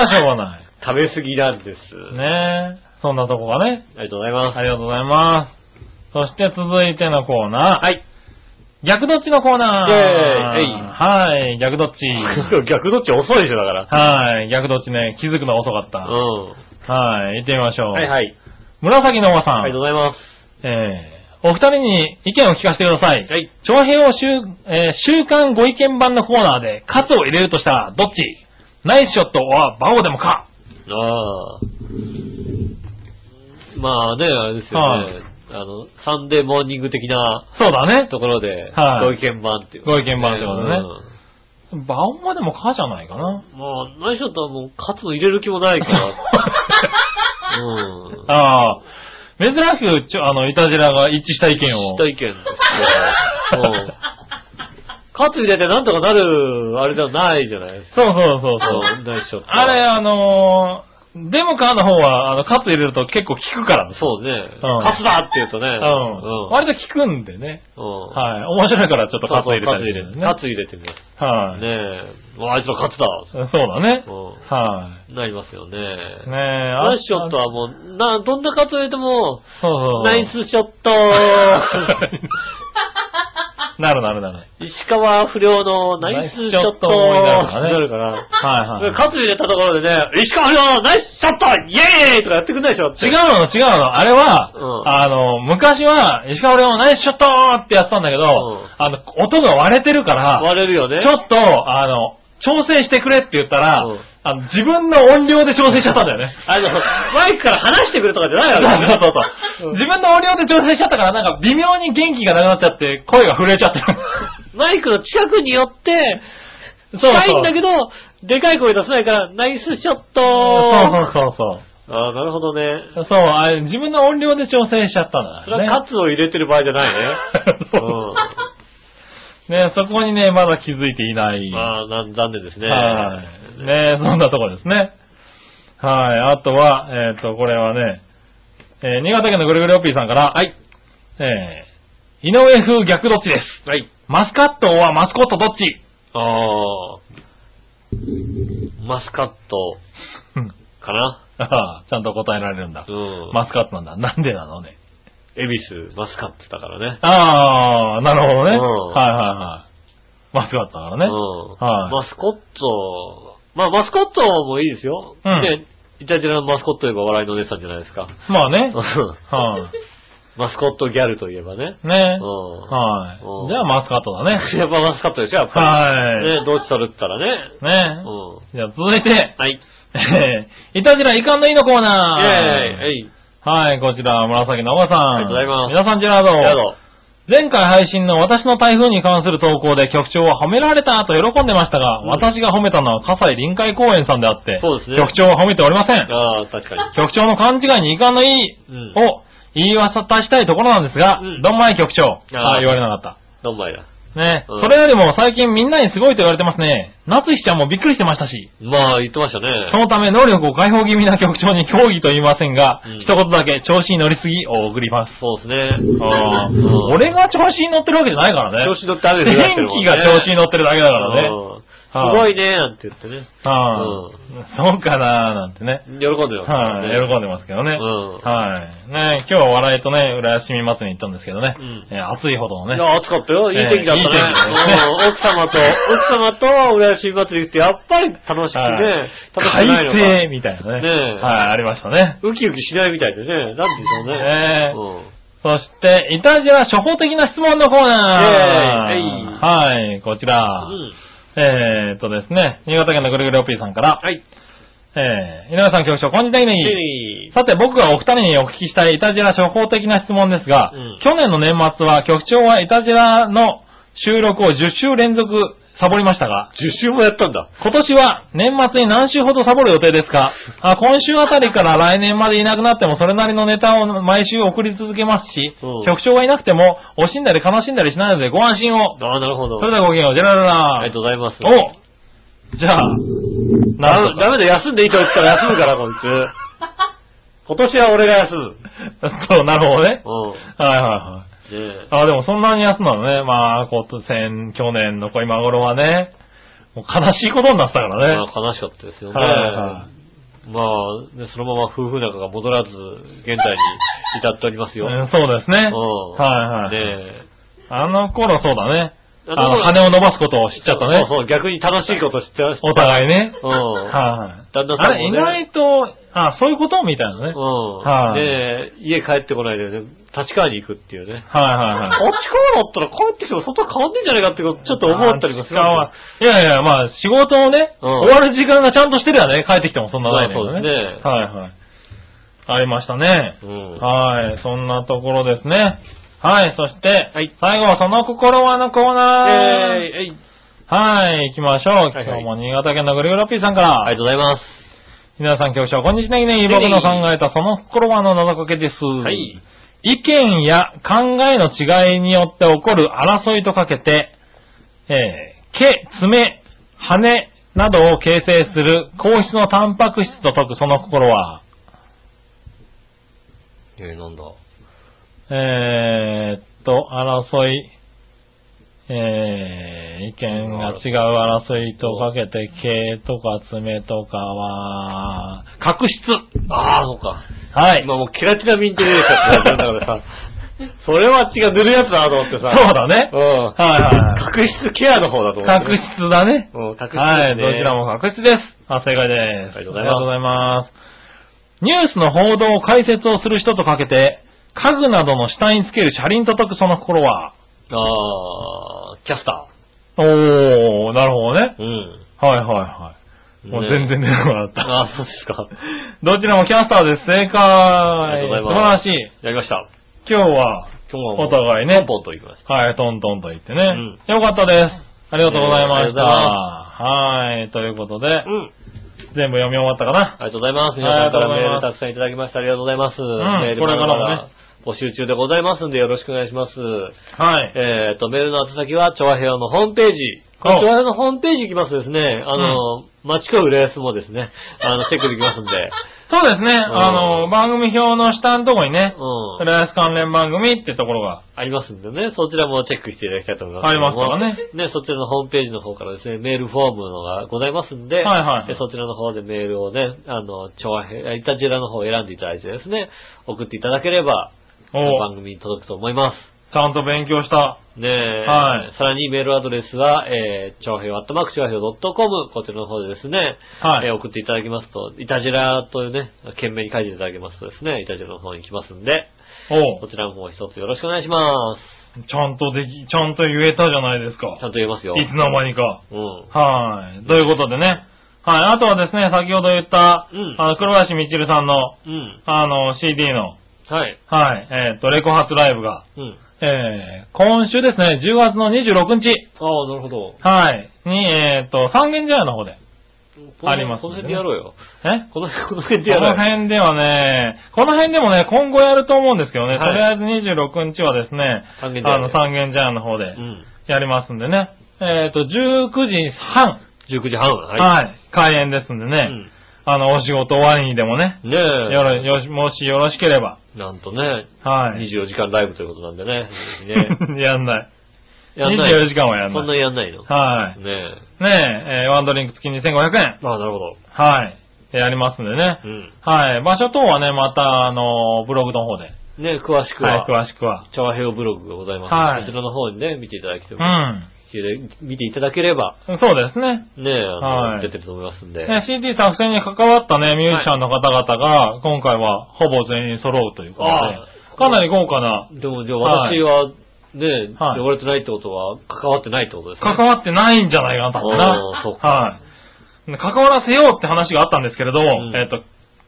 Speaker 3: はしょうがない。
Speaker 2: 食べ過ぎなんです。
Speaker 3: ねえ。そんなとこがね。
Speaker 2: ありがとうございます。
Speaker 3: ありがとうございます。そして続いてのコーナー。
Speaker 2: はい。
Speaker 3: 逆どっちのコーナー。
Speaker 2: イェーイえい
Speaker 3: はい、逆どっち。
Speaker 2: 逆どっち遅いでしょ、だから。
Speaker 3: はい、逆どっちね、気づくの遅かった。
Speaker 2: うん。
Speaker 3: はい、行ってみましょう。
Speaker 2: はいはい。
Speaker 3: 紫のおばさん。
Speaker 2: ありがとうございます。
Speaker 3: えー、お二人に意見を聞かせてください。
Speaker 2: はい。
Speaker 3: 長編を週、えー週刊ご意見版のコーナーで、カツを入れるとしたら、どっちナイスショットは、バオでもか。
Speaker 2: ああ。まあね、あれですよ
Speaker 3: は
Speaker 2: ね
Speaker 3: い。
Speaker 2: あの、サンデーモーニング的な
Speaker 3: そうだね。
Speaker 2: ところで、
Speaker 3: はい
Speaker 2: ご意見番っていう。
Speaker 3: ご意見番ってことねバオまでもかじゃないかな。
Speaker 2: うん。まあ、何しろとはもう、カツを入れる気もないから。うん。
Speaker 3: ああ、珍しく、ちょ、あの、いたじらが一致した意見を。
Speaker 2: 知った意見ですけど、うん。カツ入れてなんとかなる、あれじゃないじゃないですか。
Speaker 3: そうそうそうそう。
Speaker 2: うんナイスショット
Speaker 3: あれ、あのー、デモカーの方は、あの、カツ入れると結構効くからです。
Speaker 2: そうね。
Speaker 3: うん
Speaker 2: カツだって言うとね。う
Speaker 3: うんん。割と効くんでね。
Speaker 2: うん。
Speaker 3: はい。面白いからちょっとカツ入れたりして
Speaker 2: そう
Speaker 3: る
Speaker 2: そう
Speaker 3: ね。
Speaker 2: カツ入れてみよう。
Speaker 3: はい。
Speaker 2: ねえ。あいつのカツだ。
Speaker 3: そうだね。
Speaker 2: う
Speaker 3: は
Speaker 2: ん。なりますよね。
Speaker 3: い。ねえ、あ
Speaker 2: ナイスショットはもう、な、どんなカツ入れても、
Speaker 3: そうそうそう。
Speaker 2: ナイスショット
Speaker 3: なるなるなる。
Speaker 2: 石川不良のナイスショット
Speaker 3: ナイスショットになる
Speaker 2: かな。
Speaker 3: はいはい。
Speaker 2: カツ入れたところでね、石川不良ナイスショットイエーイとかやってくんないでしょ
Speaker 3: 違うの違うの。あれは、
Speaker 2: うん
Speaker 3: あの、昔は、石川遼のナイスショットーってやってたんだけど、
Speaker 2: ん
Speaker 3: あの、音が割れてるから、
Speaker 2: 割れるよね。
Speaker 3: ちょっと、あの、調整してくれって言ったら、
Speaker 2: うん
Speaker 3: あの自分の音量で調整しちゃったんだよね。
Speaker 2: あの、マイクから離してくれとかじゃない
Speaker 3: そう
Speaker 2: わけ
Speaker 3: そう そう。自分の音量で調整しちゃったから、なんか微妙に元気がなくなっちゃって、声が震えちゃってる。
Speaker 2: マイクの近くによって、近いんだけど、でかい声出せないから、ナイスショット
Speaker 3: そうそうそう
Speaker 2: ああ、なるほどね。
Speaker 3: そう。そう、あれ自分の音量で調整しちゃったんだ
Speaker 2: そ
Speaker 3: よね。
Speaker 2: れはカツを入れてる場合じゃないね。
Speaker 3: そうね、そこにね、まだ気づいていない。
Speaker 2: うん。まあ、なん残念ですね。
Speaker 3: はい。ねそんなとこですね。はい。あとは、えっ、と、これはね、えー新潟県のぐるぐるおっぴーさんから、はい。えー、井上風逆どっちです。
Speaker 2: はい。
Speaker 3: マスカットはマスコットどっち
Speaker 2: ああ。マスカット
Speaker 3: うん
Speaker 2: かな
Speaker 3: ああちゃんと答えられるんだ
Speaker 2: う。ん。
Speaker 3: マスカットなんだ。なんでなのね。
Speaker 2: エビス、マスカットだからね。
Speaker 3: ああ、なるほどね。
Speaker 2: うん
Speaker 3: はいはいはい。マスカットだからね。
Speaker 2: うん。
Speaker 3: はい
Speaker 2: マスコット、まあ、マスコットもいいですよ。
Speaker 3: うん
Speaker 2: ね、イタジラのマスコットといえば笑いのお姉さんじゃないで すか。
Speaker 3: まあね。は
Speaker 2: マスコットギャルといえばね。
Speaker 3: い。ね
Speaker 2: う。
Speaker 3: は
Speaker 2: うん
Speaker 3: い。じゃあマスカットだ
Speaker 2: ん。
Speaker 3: ね。
Speaker 2: やっぱマスカットでしょ、やっぱ
Speaker 3: は
Speaker 2: り。
Speaker 3: い。
Speaker 2: ね、どうしたらって言ったらね。
Speaker 3: ね
Speaker 2: うん。
Speaker 3: じゃあ続いて、
Speaker 2: はい。
Speaker 3: えーいたじら遺憾のいいのコーナ
Speaker 2: イェーイ
Speaker 3: ー。
Speaker 2: えい。
Speaker 3: はい、こちら、紫のおばさん。
Speaker 2: ありがとうございます
Speaker 3: 皆さん、ジェラード。
Speaker 2: ありがと
Speaker 3: 前回配信の私の台風に関する投稿で局長は褒められたと喜んでましたが、
Speaker 2: うん
Speaker 3: 私が褒めたのは葛西臨海公園さんであって、
Speaker 2: そうですね
Speaker 3: 局長は褒めておりません
Speaker 2: う。。ああ、確かに。
Speaker 3: 局長の勘違いに遺憾のいい
Speaker 2: うん
Speaker 3: を言い渡したいところなんですが、
Speaker 2: うん
Speaker 3: どんまい局長。
Speaker 2: あー
Speaker 3: ああ、言われなかった。
Speaker 2: どんまいだ。
Speaker 3: ね、
Speaker 2: うん
Speaker 3: それよりも最近みんなにすごいと言われてますね。夏日ちゃんもびっくりしてましたし。
Speaker 2: まあ、言ってましたね。
Speaker 3: そのため能力を解放気味な局長に抗議と言いませんが、
Speaker 2: うん
Speaker 3: 一言だけ調子に乗りすぎを送ります。
Speaker 2: そうですね。
Speaker 3: ああ
Speaker 2: うん、
Speaker 3: 俺が調子に乗ってるわけじゃないからね。
Speaker 2: 調子乗ってある
Speaker 3: 天気が調子に乗ってるだけだからね。
Speaker 2: うんすごいね、なんて言ってね。
Speaker 3: ああそうかなーなんてね。
Speaker 2: 喜んでますから
Speaker 3: は
Speaker 2: ね。
Speaker 3: い、喜んでますけどね。
Speaker 2: うん
Speaker 3: はい。ね今日は笑いとね、浦島祭りに行ったんですけどね。
Speaker 2: うん
Speaker 3: えー暑いほどの
Speaker 2: い
Speaker 3: ね。
Speaker 2: や、暑かったよ。いい天気だったね。
Speaker 3: ええいい天気だね
Speaker 2: うん奥様と、奥様と、親新祭りってやっぱり楽しくて
Speaker 3: は
Speaker 2: ね、楽しく
Speaker 3: 快
Speaker 2: ないの
Speaker 3: 晴
Speaker 2: が。
Speaker 3: みたいなね。
Speaker 2: ねえ
Speaker 3: はい、ありましたね。
Speaker 2: ウキウキしないみたいでね、なんで
Speaker 3: ね
Speaker 2: しょうね。
Speaker 3: そして、イタジラ初歩的な質問のコーナ
Speaker 2: イェ
Speaker 3: ー。
Speaker 2: ーイ
Speaker 3: はい、こちら。
Speaker 2: うん。うん
Speaker 3: えーっとですね、新潟県のぐるぐるおっぴーさんから。
Speaker 2: はい。
Speaker 3: えー、井上さん局長、こんにちは、ネギ。
Speaker 2: い
Speaker 3: さて僕がお二人にお聞きしたいイタジラ初歩的な質問ですが、
Speaker 2: うん
Speaker 3: 去年の年末は局長はイタジラの収録を10週連続サボりましたが、
Speaker 2: 10週もやったんだ。
Speaker 3: 今年は年末に何週ほどサボる予定ですかあ今週あたりから来年までいなくなってもそれなりのネタを毎週送り続けますし、
Speaker 2: うん
Speaker 3: 局長がいなくても惜しんだり悲しんだりしないのでご安心を。
Speaker 2: ああ、なるほど。
Speaker 3: それではごきげんよう、ジェラララ。
Speaker 2: ありがとうございます。
Speaker 3: おじゃあ、
Speaker 2: ダ
Speaker 3: なん
Speaker 2: メダメだ、休んでいいと言ったら休むから、こ いつ。今年は俺が休む。
Speaker 3: そう、なるほどね。
Speaker 2: うん。
Speaker 3: はいはいはい。
Speaker 2: ねえ
Speaker 3: あ、でもそんなに安なのね。まあ、今年、去年の子今頃はね、もう悲しいことになってたか
Speaker 2: まあ
Speaker 3: らね。
Speaker 2: 悲しかったですよね。
Speaker 3: はいはい
Speaker 2: まあ、ね、そのまま夫婦仲が戻らず、現在に至っておりますよ。
Speaker 3: うんそうですね。
Speaker 2: うん
Speaker 3: はいはい。
Speaker 2: ね
Speaker 3: あの頃そうだね。
Speaker 2: あの
Speaker 3: あの、
Speaker 2: 頃
Speaker 3: 羽を伸ばすことを知っちゃったね
Speaker 2: そう。そう、逆に楽しいこと知ってました。
Speaker 3: お互いね。
Speaker 2: うん。
Speaker 3: はい。
Speaker 2: 旦那
Speaker 3: あ
Speaker 2: さん
Speaker 3: れ、
Speaker 2: も
Speaker 3: 意
Speaker 2: ね。
Speaker 3: 外と、あ、そういうことみたいなね。はい
Speaker 2: うん。
Speaker 3: はい
Speaker 2: で、家帰ってこないで、ね、立川に行くっていうね。
Speaker 3: は
Speaker 2: あ
Speaker 3: い
Speaker 2: っち
Speaker 3: は
Speaker 2: か
Speaker 3: い。
Speaker 2: らだったら帰ってきても外変わんねえんじゃないかってこと、ちょっと思ったりもする。
Speaker 3: あ違うわいやいや、まあ、仕事をね、
Speaker 2: うん
Speaker 3: 終わる時間がちゃんとしてりゃね、帰ってきてもそんなないんだけど
Speaker 2: まあそうですね
Speaker 3: はいはい。ありましたね。
Speaker 2: うん。
Speaker 3: はい、そんなところですね。はい、そして、
Speaker 2: はい
Speaker 3: 最後はその心はのコーナー。
Speaker 2: えーえい
Speaker 3: はい、行きましょう。
Speaker 2: はいはい
Speaker 3: 今日も新潟県のぐるぐるピーさんから。
Speaker 2: ありがとうございます。
Speaker 3: 皆さん局長、こんにちはねぎねぎ。僕の考えたその心はの謎かけです。
Speaker 2: はい。
Speaker 3: 意見や考えの違いによって起こる争いとかけて、えー、毛、爪、羽などを形成する硬質のタンパク質と解くその心は、
Speaker 2: えー、なんだ。
Speaker 3: えー、っと、争い、えー、意見が違う争いとかけて、毛とか爪とかは、角質
Speaker 2: ああ、そうか。
Speaker 3: はい。
Speaker 2: 今もうケラチナミンって出てきたってなっちゃうんだからさ。それは違う、塗るやつだなと思って
Speaker 3: そ
Speaker 2: さ。
Speaker 3: うだね。
Speaker 2: うん。
Speaker 3: はいはい
Speaker 2: 角質ケアの方だと思って
Speaker 3: 角
Speaker 2: ね。
Speaker 3: 質だね。
Speaker 2: うん、角質ですね。
Speaker 3: はい、どちらも確実です。あ、正解です。
Speaker 2: ありがとうござ
Speaker 3: あ
Speaker 2: います
Speaker 3: りがとうございます。ニュースの報道、解説をする人とかけて、家具などの下につける車輪と解くその心は、
Speaker 2: あー、キャスタ
Speaker 3: おー、なるほどね。
Speaker 2: ー。うん。
Speaker 3: はいはいはい。もう
Speaker 2: ね
Speaker 3: 全然出なくなった。
Speaker 2: あー、そうですか。
Speaker 3: どちらもキャスターです。正解。
Speaker 2: ありがとうございます。
Speaker 3: 素晴らしい。
Speaker 2: やりました。
Speaker 3: 今日は、
Speaker 2: 今日はもう
Speaker 3: お互いね
Speaker 2: ポンポンと行きまし
Speaker 3: はい、トントンと言ってね。
Speaker 2: うん
Speaker 3: よかったです。ありがとうございま
Speaker 2: ありがとう
Speaker 3: し
Speaker 2: ご
Speaker 3: た。
Speaker 2: ざいます
Speaker 3: はい、ということで、
Speaker 2: た。うん。
Speaker 3: 全部読み終わったかな。
Speaker 2: ありがとうございます。皆さんから
Speaker 3: あり
Speaker 2: メール
Speaker 3: がとうございます
Speaker 2: たくさんいただきました。ありがとうございます。
Speaker 3: ん
Speaker 2: メール
Speaker 3: これからもね
Speaker 2: まだまだ募集中でございますんでよろしくお願いします。
Speaker 3: はい。
Speaker 2: えっ、と、メールの宛先は、調和平和のホームページ。これ
Speaker 3: お
Speaker 2: 調和平和のホームページ行きますとですね、あの、町子浦安もですね、あの、チェックできますん で。
Speaker 3: そうですね。
Speaker 2: ん
Speaker 3: あの、番組表の下のとこにね、
Speaker 2: う
Speaker 3: プ
Speaker 2: ん。
Speaker 3: ラス関連番組ってところが。
Speaker 2: ありますんでね、そちらもチェックしていただきたいと思いますけども。
Speaker 3: ありますからね
Speaker 2: ね、そちらのホームページの方からですね、メールフォームのがございますんで、
Speaker 3: はいはい
Speaker 2: でそちらの方でメールをね、あの、調和平和、いたじらの方を選んでいただいてですね、送っていただければ、
Speaker 3: お
Speaker 2: 番組に届くと思います。
Speaker 3: ちゃんと勉強した。
Speaker 2: ねえ、
Speaker 3: はい
Speaker 2: さらにメールアドレスは、えー、長平アットマーク長平 .com、こちらの方でですね、
Speaker 3: はい
Speaker 2: えー送っていただきますと、いたじらというね、懸命に書いていただけますとですね、いたじらの方に来ますんで、
Speaker 3: お
Speaker 2: こちらの方一つよろしくお願いします。
Speaker 3: ちゃんとでき、ちゃんと言えたじゃないですか。
Speaker 2: ちゃんと言えますよ。
Speaker 3: いつの間にか。
Speaker 2: うん。
Speaker 3: はい。ということでね。はい。あとはですね、先ほど言った、
Speaker 2: うん
Speaker 3: あの、黒林みちるさんの、
Speaker 2: うん。
Speaker 3: あの、CD の、
Speaker 2: はい。
Speaker 3: はい、えっ、と、レコ発ライブが、
Speaker 2: うん。
Speaker 3: えー、今週ですね、10月の26日、
Speaker 2: ああ、なるほど。
Speaker 3: はい、に、えっ、と、三軒茶屋の方で、あります
Speaker 2: この
Speaker 3: ね
Speaker 2: 辺でやろうよ。
Speaker 3: え
Speaker 2: この辺、この辺でや
Speaker 3: こ
Speaker 2: ろう
Speaker 3: の辺ではね、この辺でもね、今後やると思うんですけどね、
Speaker 2: はい
Speaker 3: とりあえず26日はですね、
Speaker 2: 三軒茶屋
Speaker 3: あ
Speaker 2: で
Speaker 3: の、三軒茶屋の方で
Speaker 2: う、ん。
Speaker 3: やりますんでね。えっ、と、19時半。
Speaker 2: 19時半、
Speaker 3: は、
Speaker 2: はい
Speaker 3: 開演ですんでね。
Speaker 2: うん
Speaker 3: あの、お仕事終わりにでもね。
Speaker 2: ねえ。
Speaker 3: よろ、よし、もしよろしければ。
Speaker 2: なんとね、
Speaker 3: はい。
Speaker 2: 24時間ライブということなんでね。ね
Speaker 3: やんない。
Speaker 2: やんない。
Speaker 3: 24時間はやんない
Speaker 2: そんなにやんないの。
Speaker 3: は
Speaker 2: ねえ。
Speaker 3: い。ねえ、えーワンドリンク付き2500円。
Speaker 2: ああ、なるほど。
Speaker 3: はい。やりますんでね
Speaker 2: う。ん。
Speaker 3: はい。場所等はね、また、あの、ブログの方で。
Speaker 2: ねえ、詳しくは、
Speaker 3: はい、詳しくは。
Speaker 2: チャワヘオブログがございます。
Speaker 3: はい
Speaker 2: そちらの方にね、見ていただきて
Speaker 3: う
Speaker 2: も、
Speaker 3: ん。
Speaker 2: 見ていただければ、
Speaker 3: そうですね。
Speaker 2: ねえ、あの
Speaker 3: はい
Speaker 2: 出てると思いますんで。
Speaker 3: ね、CD 作成に関わったね、ミュージシャンの方々が、今回はほぼ全員揃うということ
Speaker 2: あ
Speaker 3: で、かなり豪華な、
Speaker 2: でも、じゃあ私は、ね、
Speaker 3: はい
Speaker 2: 呼ばれてないってことは、関わってないってことですね。
Speaker 3: 関わってないんじゃないかな、多分
Speaker 2: あーそっ
Speaker 3: な。
Speaker 2: か
Speaker 3: はい。関わらせようって話があったんですけれど、
Speaker 2: ん
Speaker 3: えっと、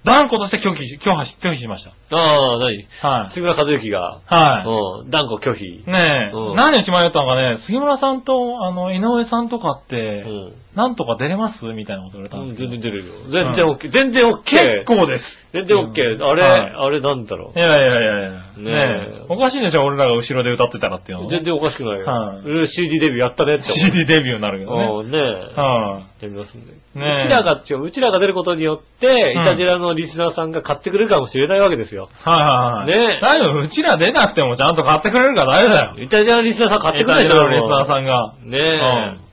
Speaker 3: 断固として拒否、拒否、拒否しまし
Speaker 2: ああ、何
Speaker 3: た。はい。
Speaker 2: 杉村和之が、
Speaker 3: は
Speaker 2: うん、断固拒否
Speaker 3: い。。ねえ、
Speaker 2: うん
Speaker 3: 何日前やったのかね、杉村さんと、あの、井上さんとかっ
Speaker 2: う
Speaker 3: て、
Speaker 2: ん。
Speaker 3: なんとか出れますみたいなこと言われた
Speaker 2: うん
Speaker 3: で
Speaker 2: ん
Speaker 3: すけ
Speaker 2: 全
Speaker 3: ど。
Speaker 2: 然出るよ。全然 OK。全然 OK。
Speaker 3: 結構です。
Speaker 2: 全然 OK。あれ、
Speaker 3: はい
Speaker 2: あれなんだろ
Speaker 3: いやいやいやいや。
Speaker 2: ねえ
Speaker 3: ねえ。おかしいでしょ、俺らが後ろで歌ってたらっていう
Speaker 2: う。
Speaker 3: のは
Speaker 2: 全然おかしくないよ。
Speaker 3: はい
Speaker 2: うん CD デビューやったねって思う。
Speaker 3: CD デビューになるけどね。
Speaker 2: うん、ねえ。
Speaker 3: は
Speaker 2: やりますんで。
Speaker 3: ねえ
Speaker 2: うちらが、違う、うちらが出ることによって、
Speaker 3: うん
Speaker 2: イタジラのリスナーさんが買ってくれるかもしれないわけですよ。
Speaker 3: いはいはい。
Speaker 2: ねえ
Speaker 3: 大丈夫、うちら出なくてもちゃんと買ってくれるから大丈夫だよ。
Speaker 2: イタジラのリスナーさん買ってくれる
Speaker 3: エタジラのリスナーさんが。
Speaker 2: ん。ねえ。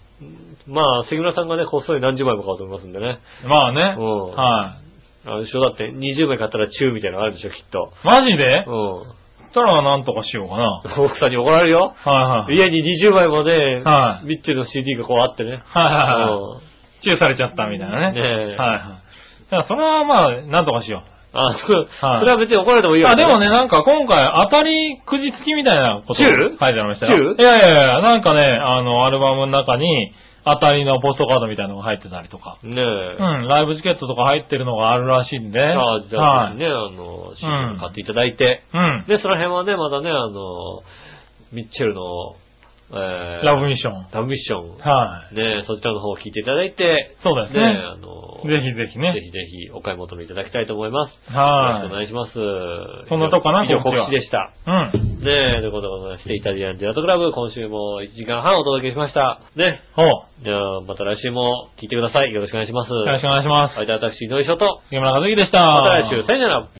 Speaker 2: まあ、杉村さんがね、こっそり何十枚も買うと思いますんでね。
Speaker 3: まあね。
Speaker 2: うん
Speaker 3: は
Speaker 2: あの、一緒だって20枚買ったらチューみたいなのあるでしょ、きっと。
Speaker 3: い。マジで
Speaker 2: うん。
Speaker 3: そしたらなんとかしようかな。
Speaker 2: 奥さんに怒られるよ。
Speaker 3: はいはい。
Speaker 2: 家に20枚もね、
Speaker 3: はい
Speaker 2: ミッチェルの CD がこうあってね。
Speaker 3: はいはいは
Speaker 2: うん
Speaker 3: い。チューされちゃったみたいなね。
Speaker 2: ねえ
Speaker 3: はいはい。だからそれはまあ、なんとかしよ
Speaker 2: あ、そう
Speaker 3: はい。
Speaker 2: それは別に怒られてもいいうよ、
Speaker 3: あ、でも。ね、なんか今回当たりくじ付きみたいなこと
Speaker 2: チュ
Speaker 3: 書
Speaker 2: ー
Speaker 3: いてありましたよ。
Speaker 2: チ
Speaker 3: いやいやいや、なんかね、あの、アルバムの中に当たりのポストカードみたいなのが入ってたりとか。
Speaker 2: ねえ。
Speaker 3: うん、ライブチケットとか入ってるのがあるらしいんで。
Speaker 2: あじゃあ、
Speaker 3: はい。
Speaker 2: ね、あの、CD を買っていただいて、
Speaker 3: うん。
Speaker 2: で、その辺はね、まだね、あの、ミッチェルの、えー、
Speaker 3: ラブミッション。
Speaker 2: ラブミッション、
Speaker 3: はい。
Speaker 2: ね、そちらの方を聞いていただいて、
Speaker 3: そうですね
Speaker 2: あの、
Speaker 3: ぜひぜひ
Speaker 2: ぜ
Speaker 3: ね。
Speaker 2: ひぜひお買い求めいただきたいと思います。
Speaker 3: はい
Speaker 2: よろしくお願いします。
Speaker 3: そんなとこかな
Speaker 2: 以上告
Speaker 3: 告知は
Speaker 2: 知でした。
Speaker 3: うん。
Speaker 2: ねえ、ということでございまして、イタリアンジェラートクラブ、今週も1時間半お届けしました。ね。
Speaker 3: ほう。
Speaker 2: じゃあ、また来週も聞いてください。よろしくお願いします。
Speaker 3: よろしくお願いします。
Speaker 2: はい、じゃあ私、井上翔と、
Speaker 3: 杉村和樹でした。
Speaker 2: また来週、さよなら。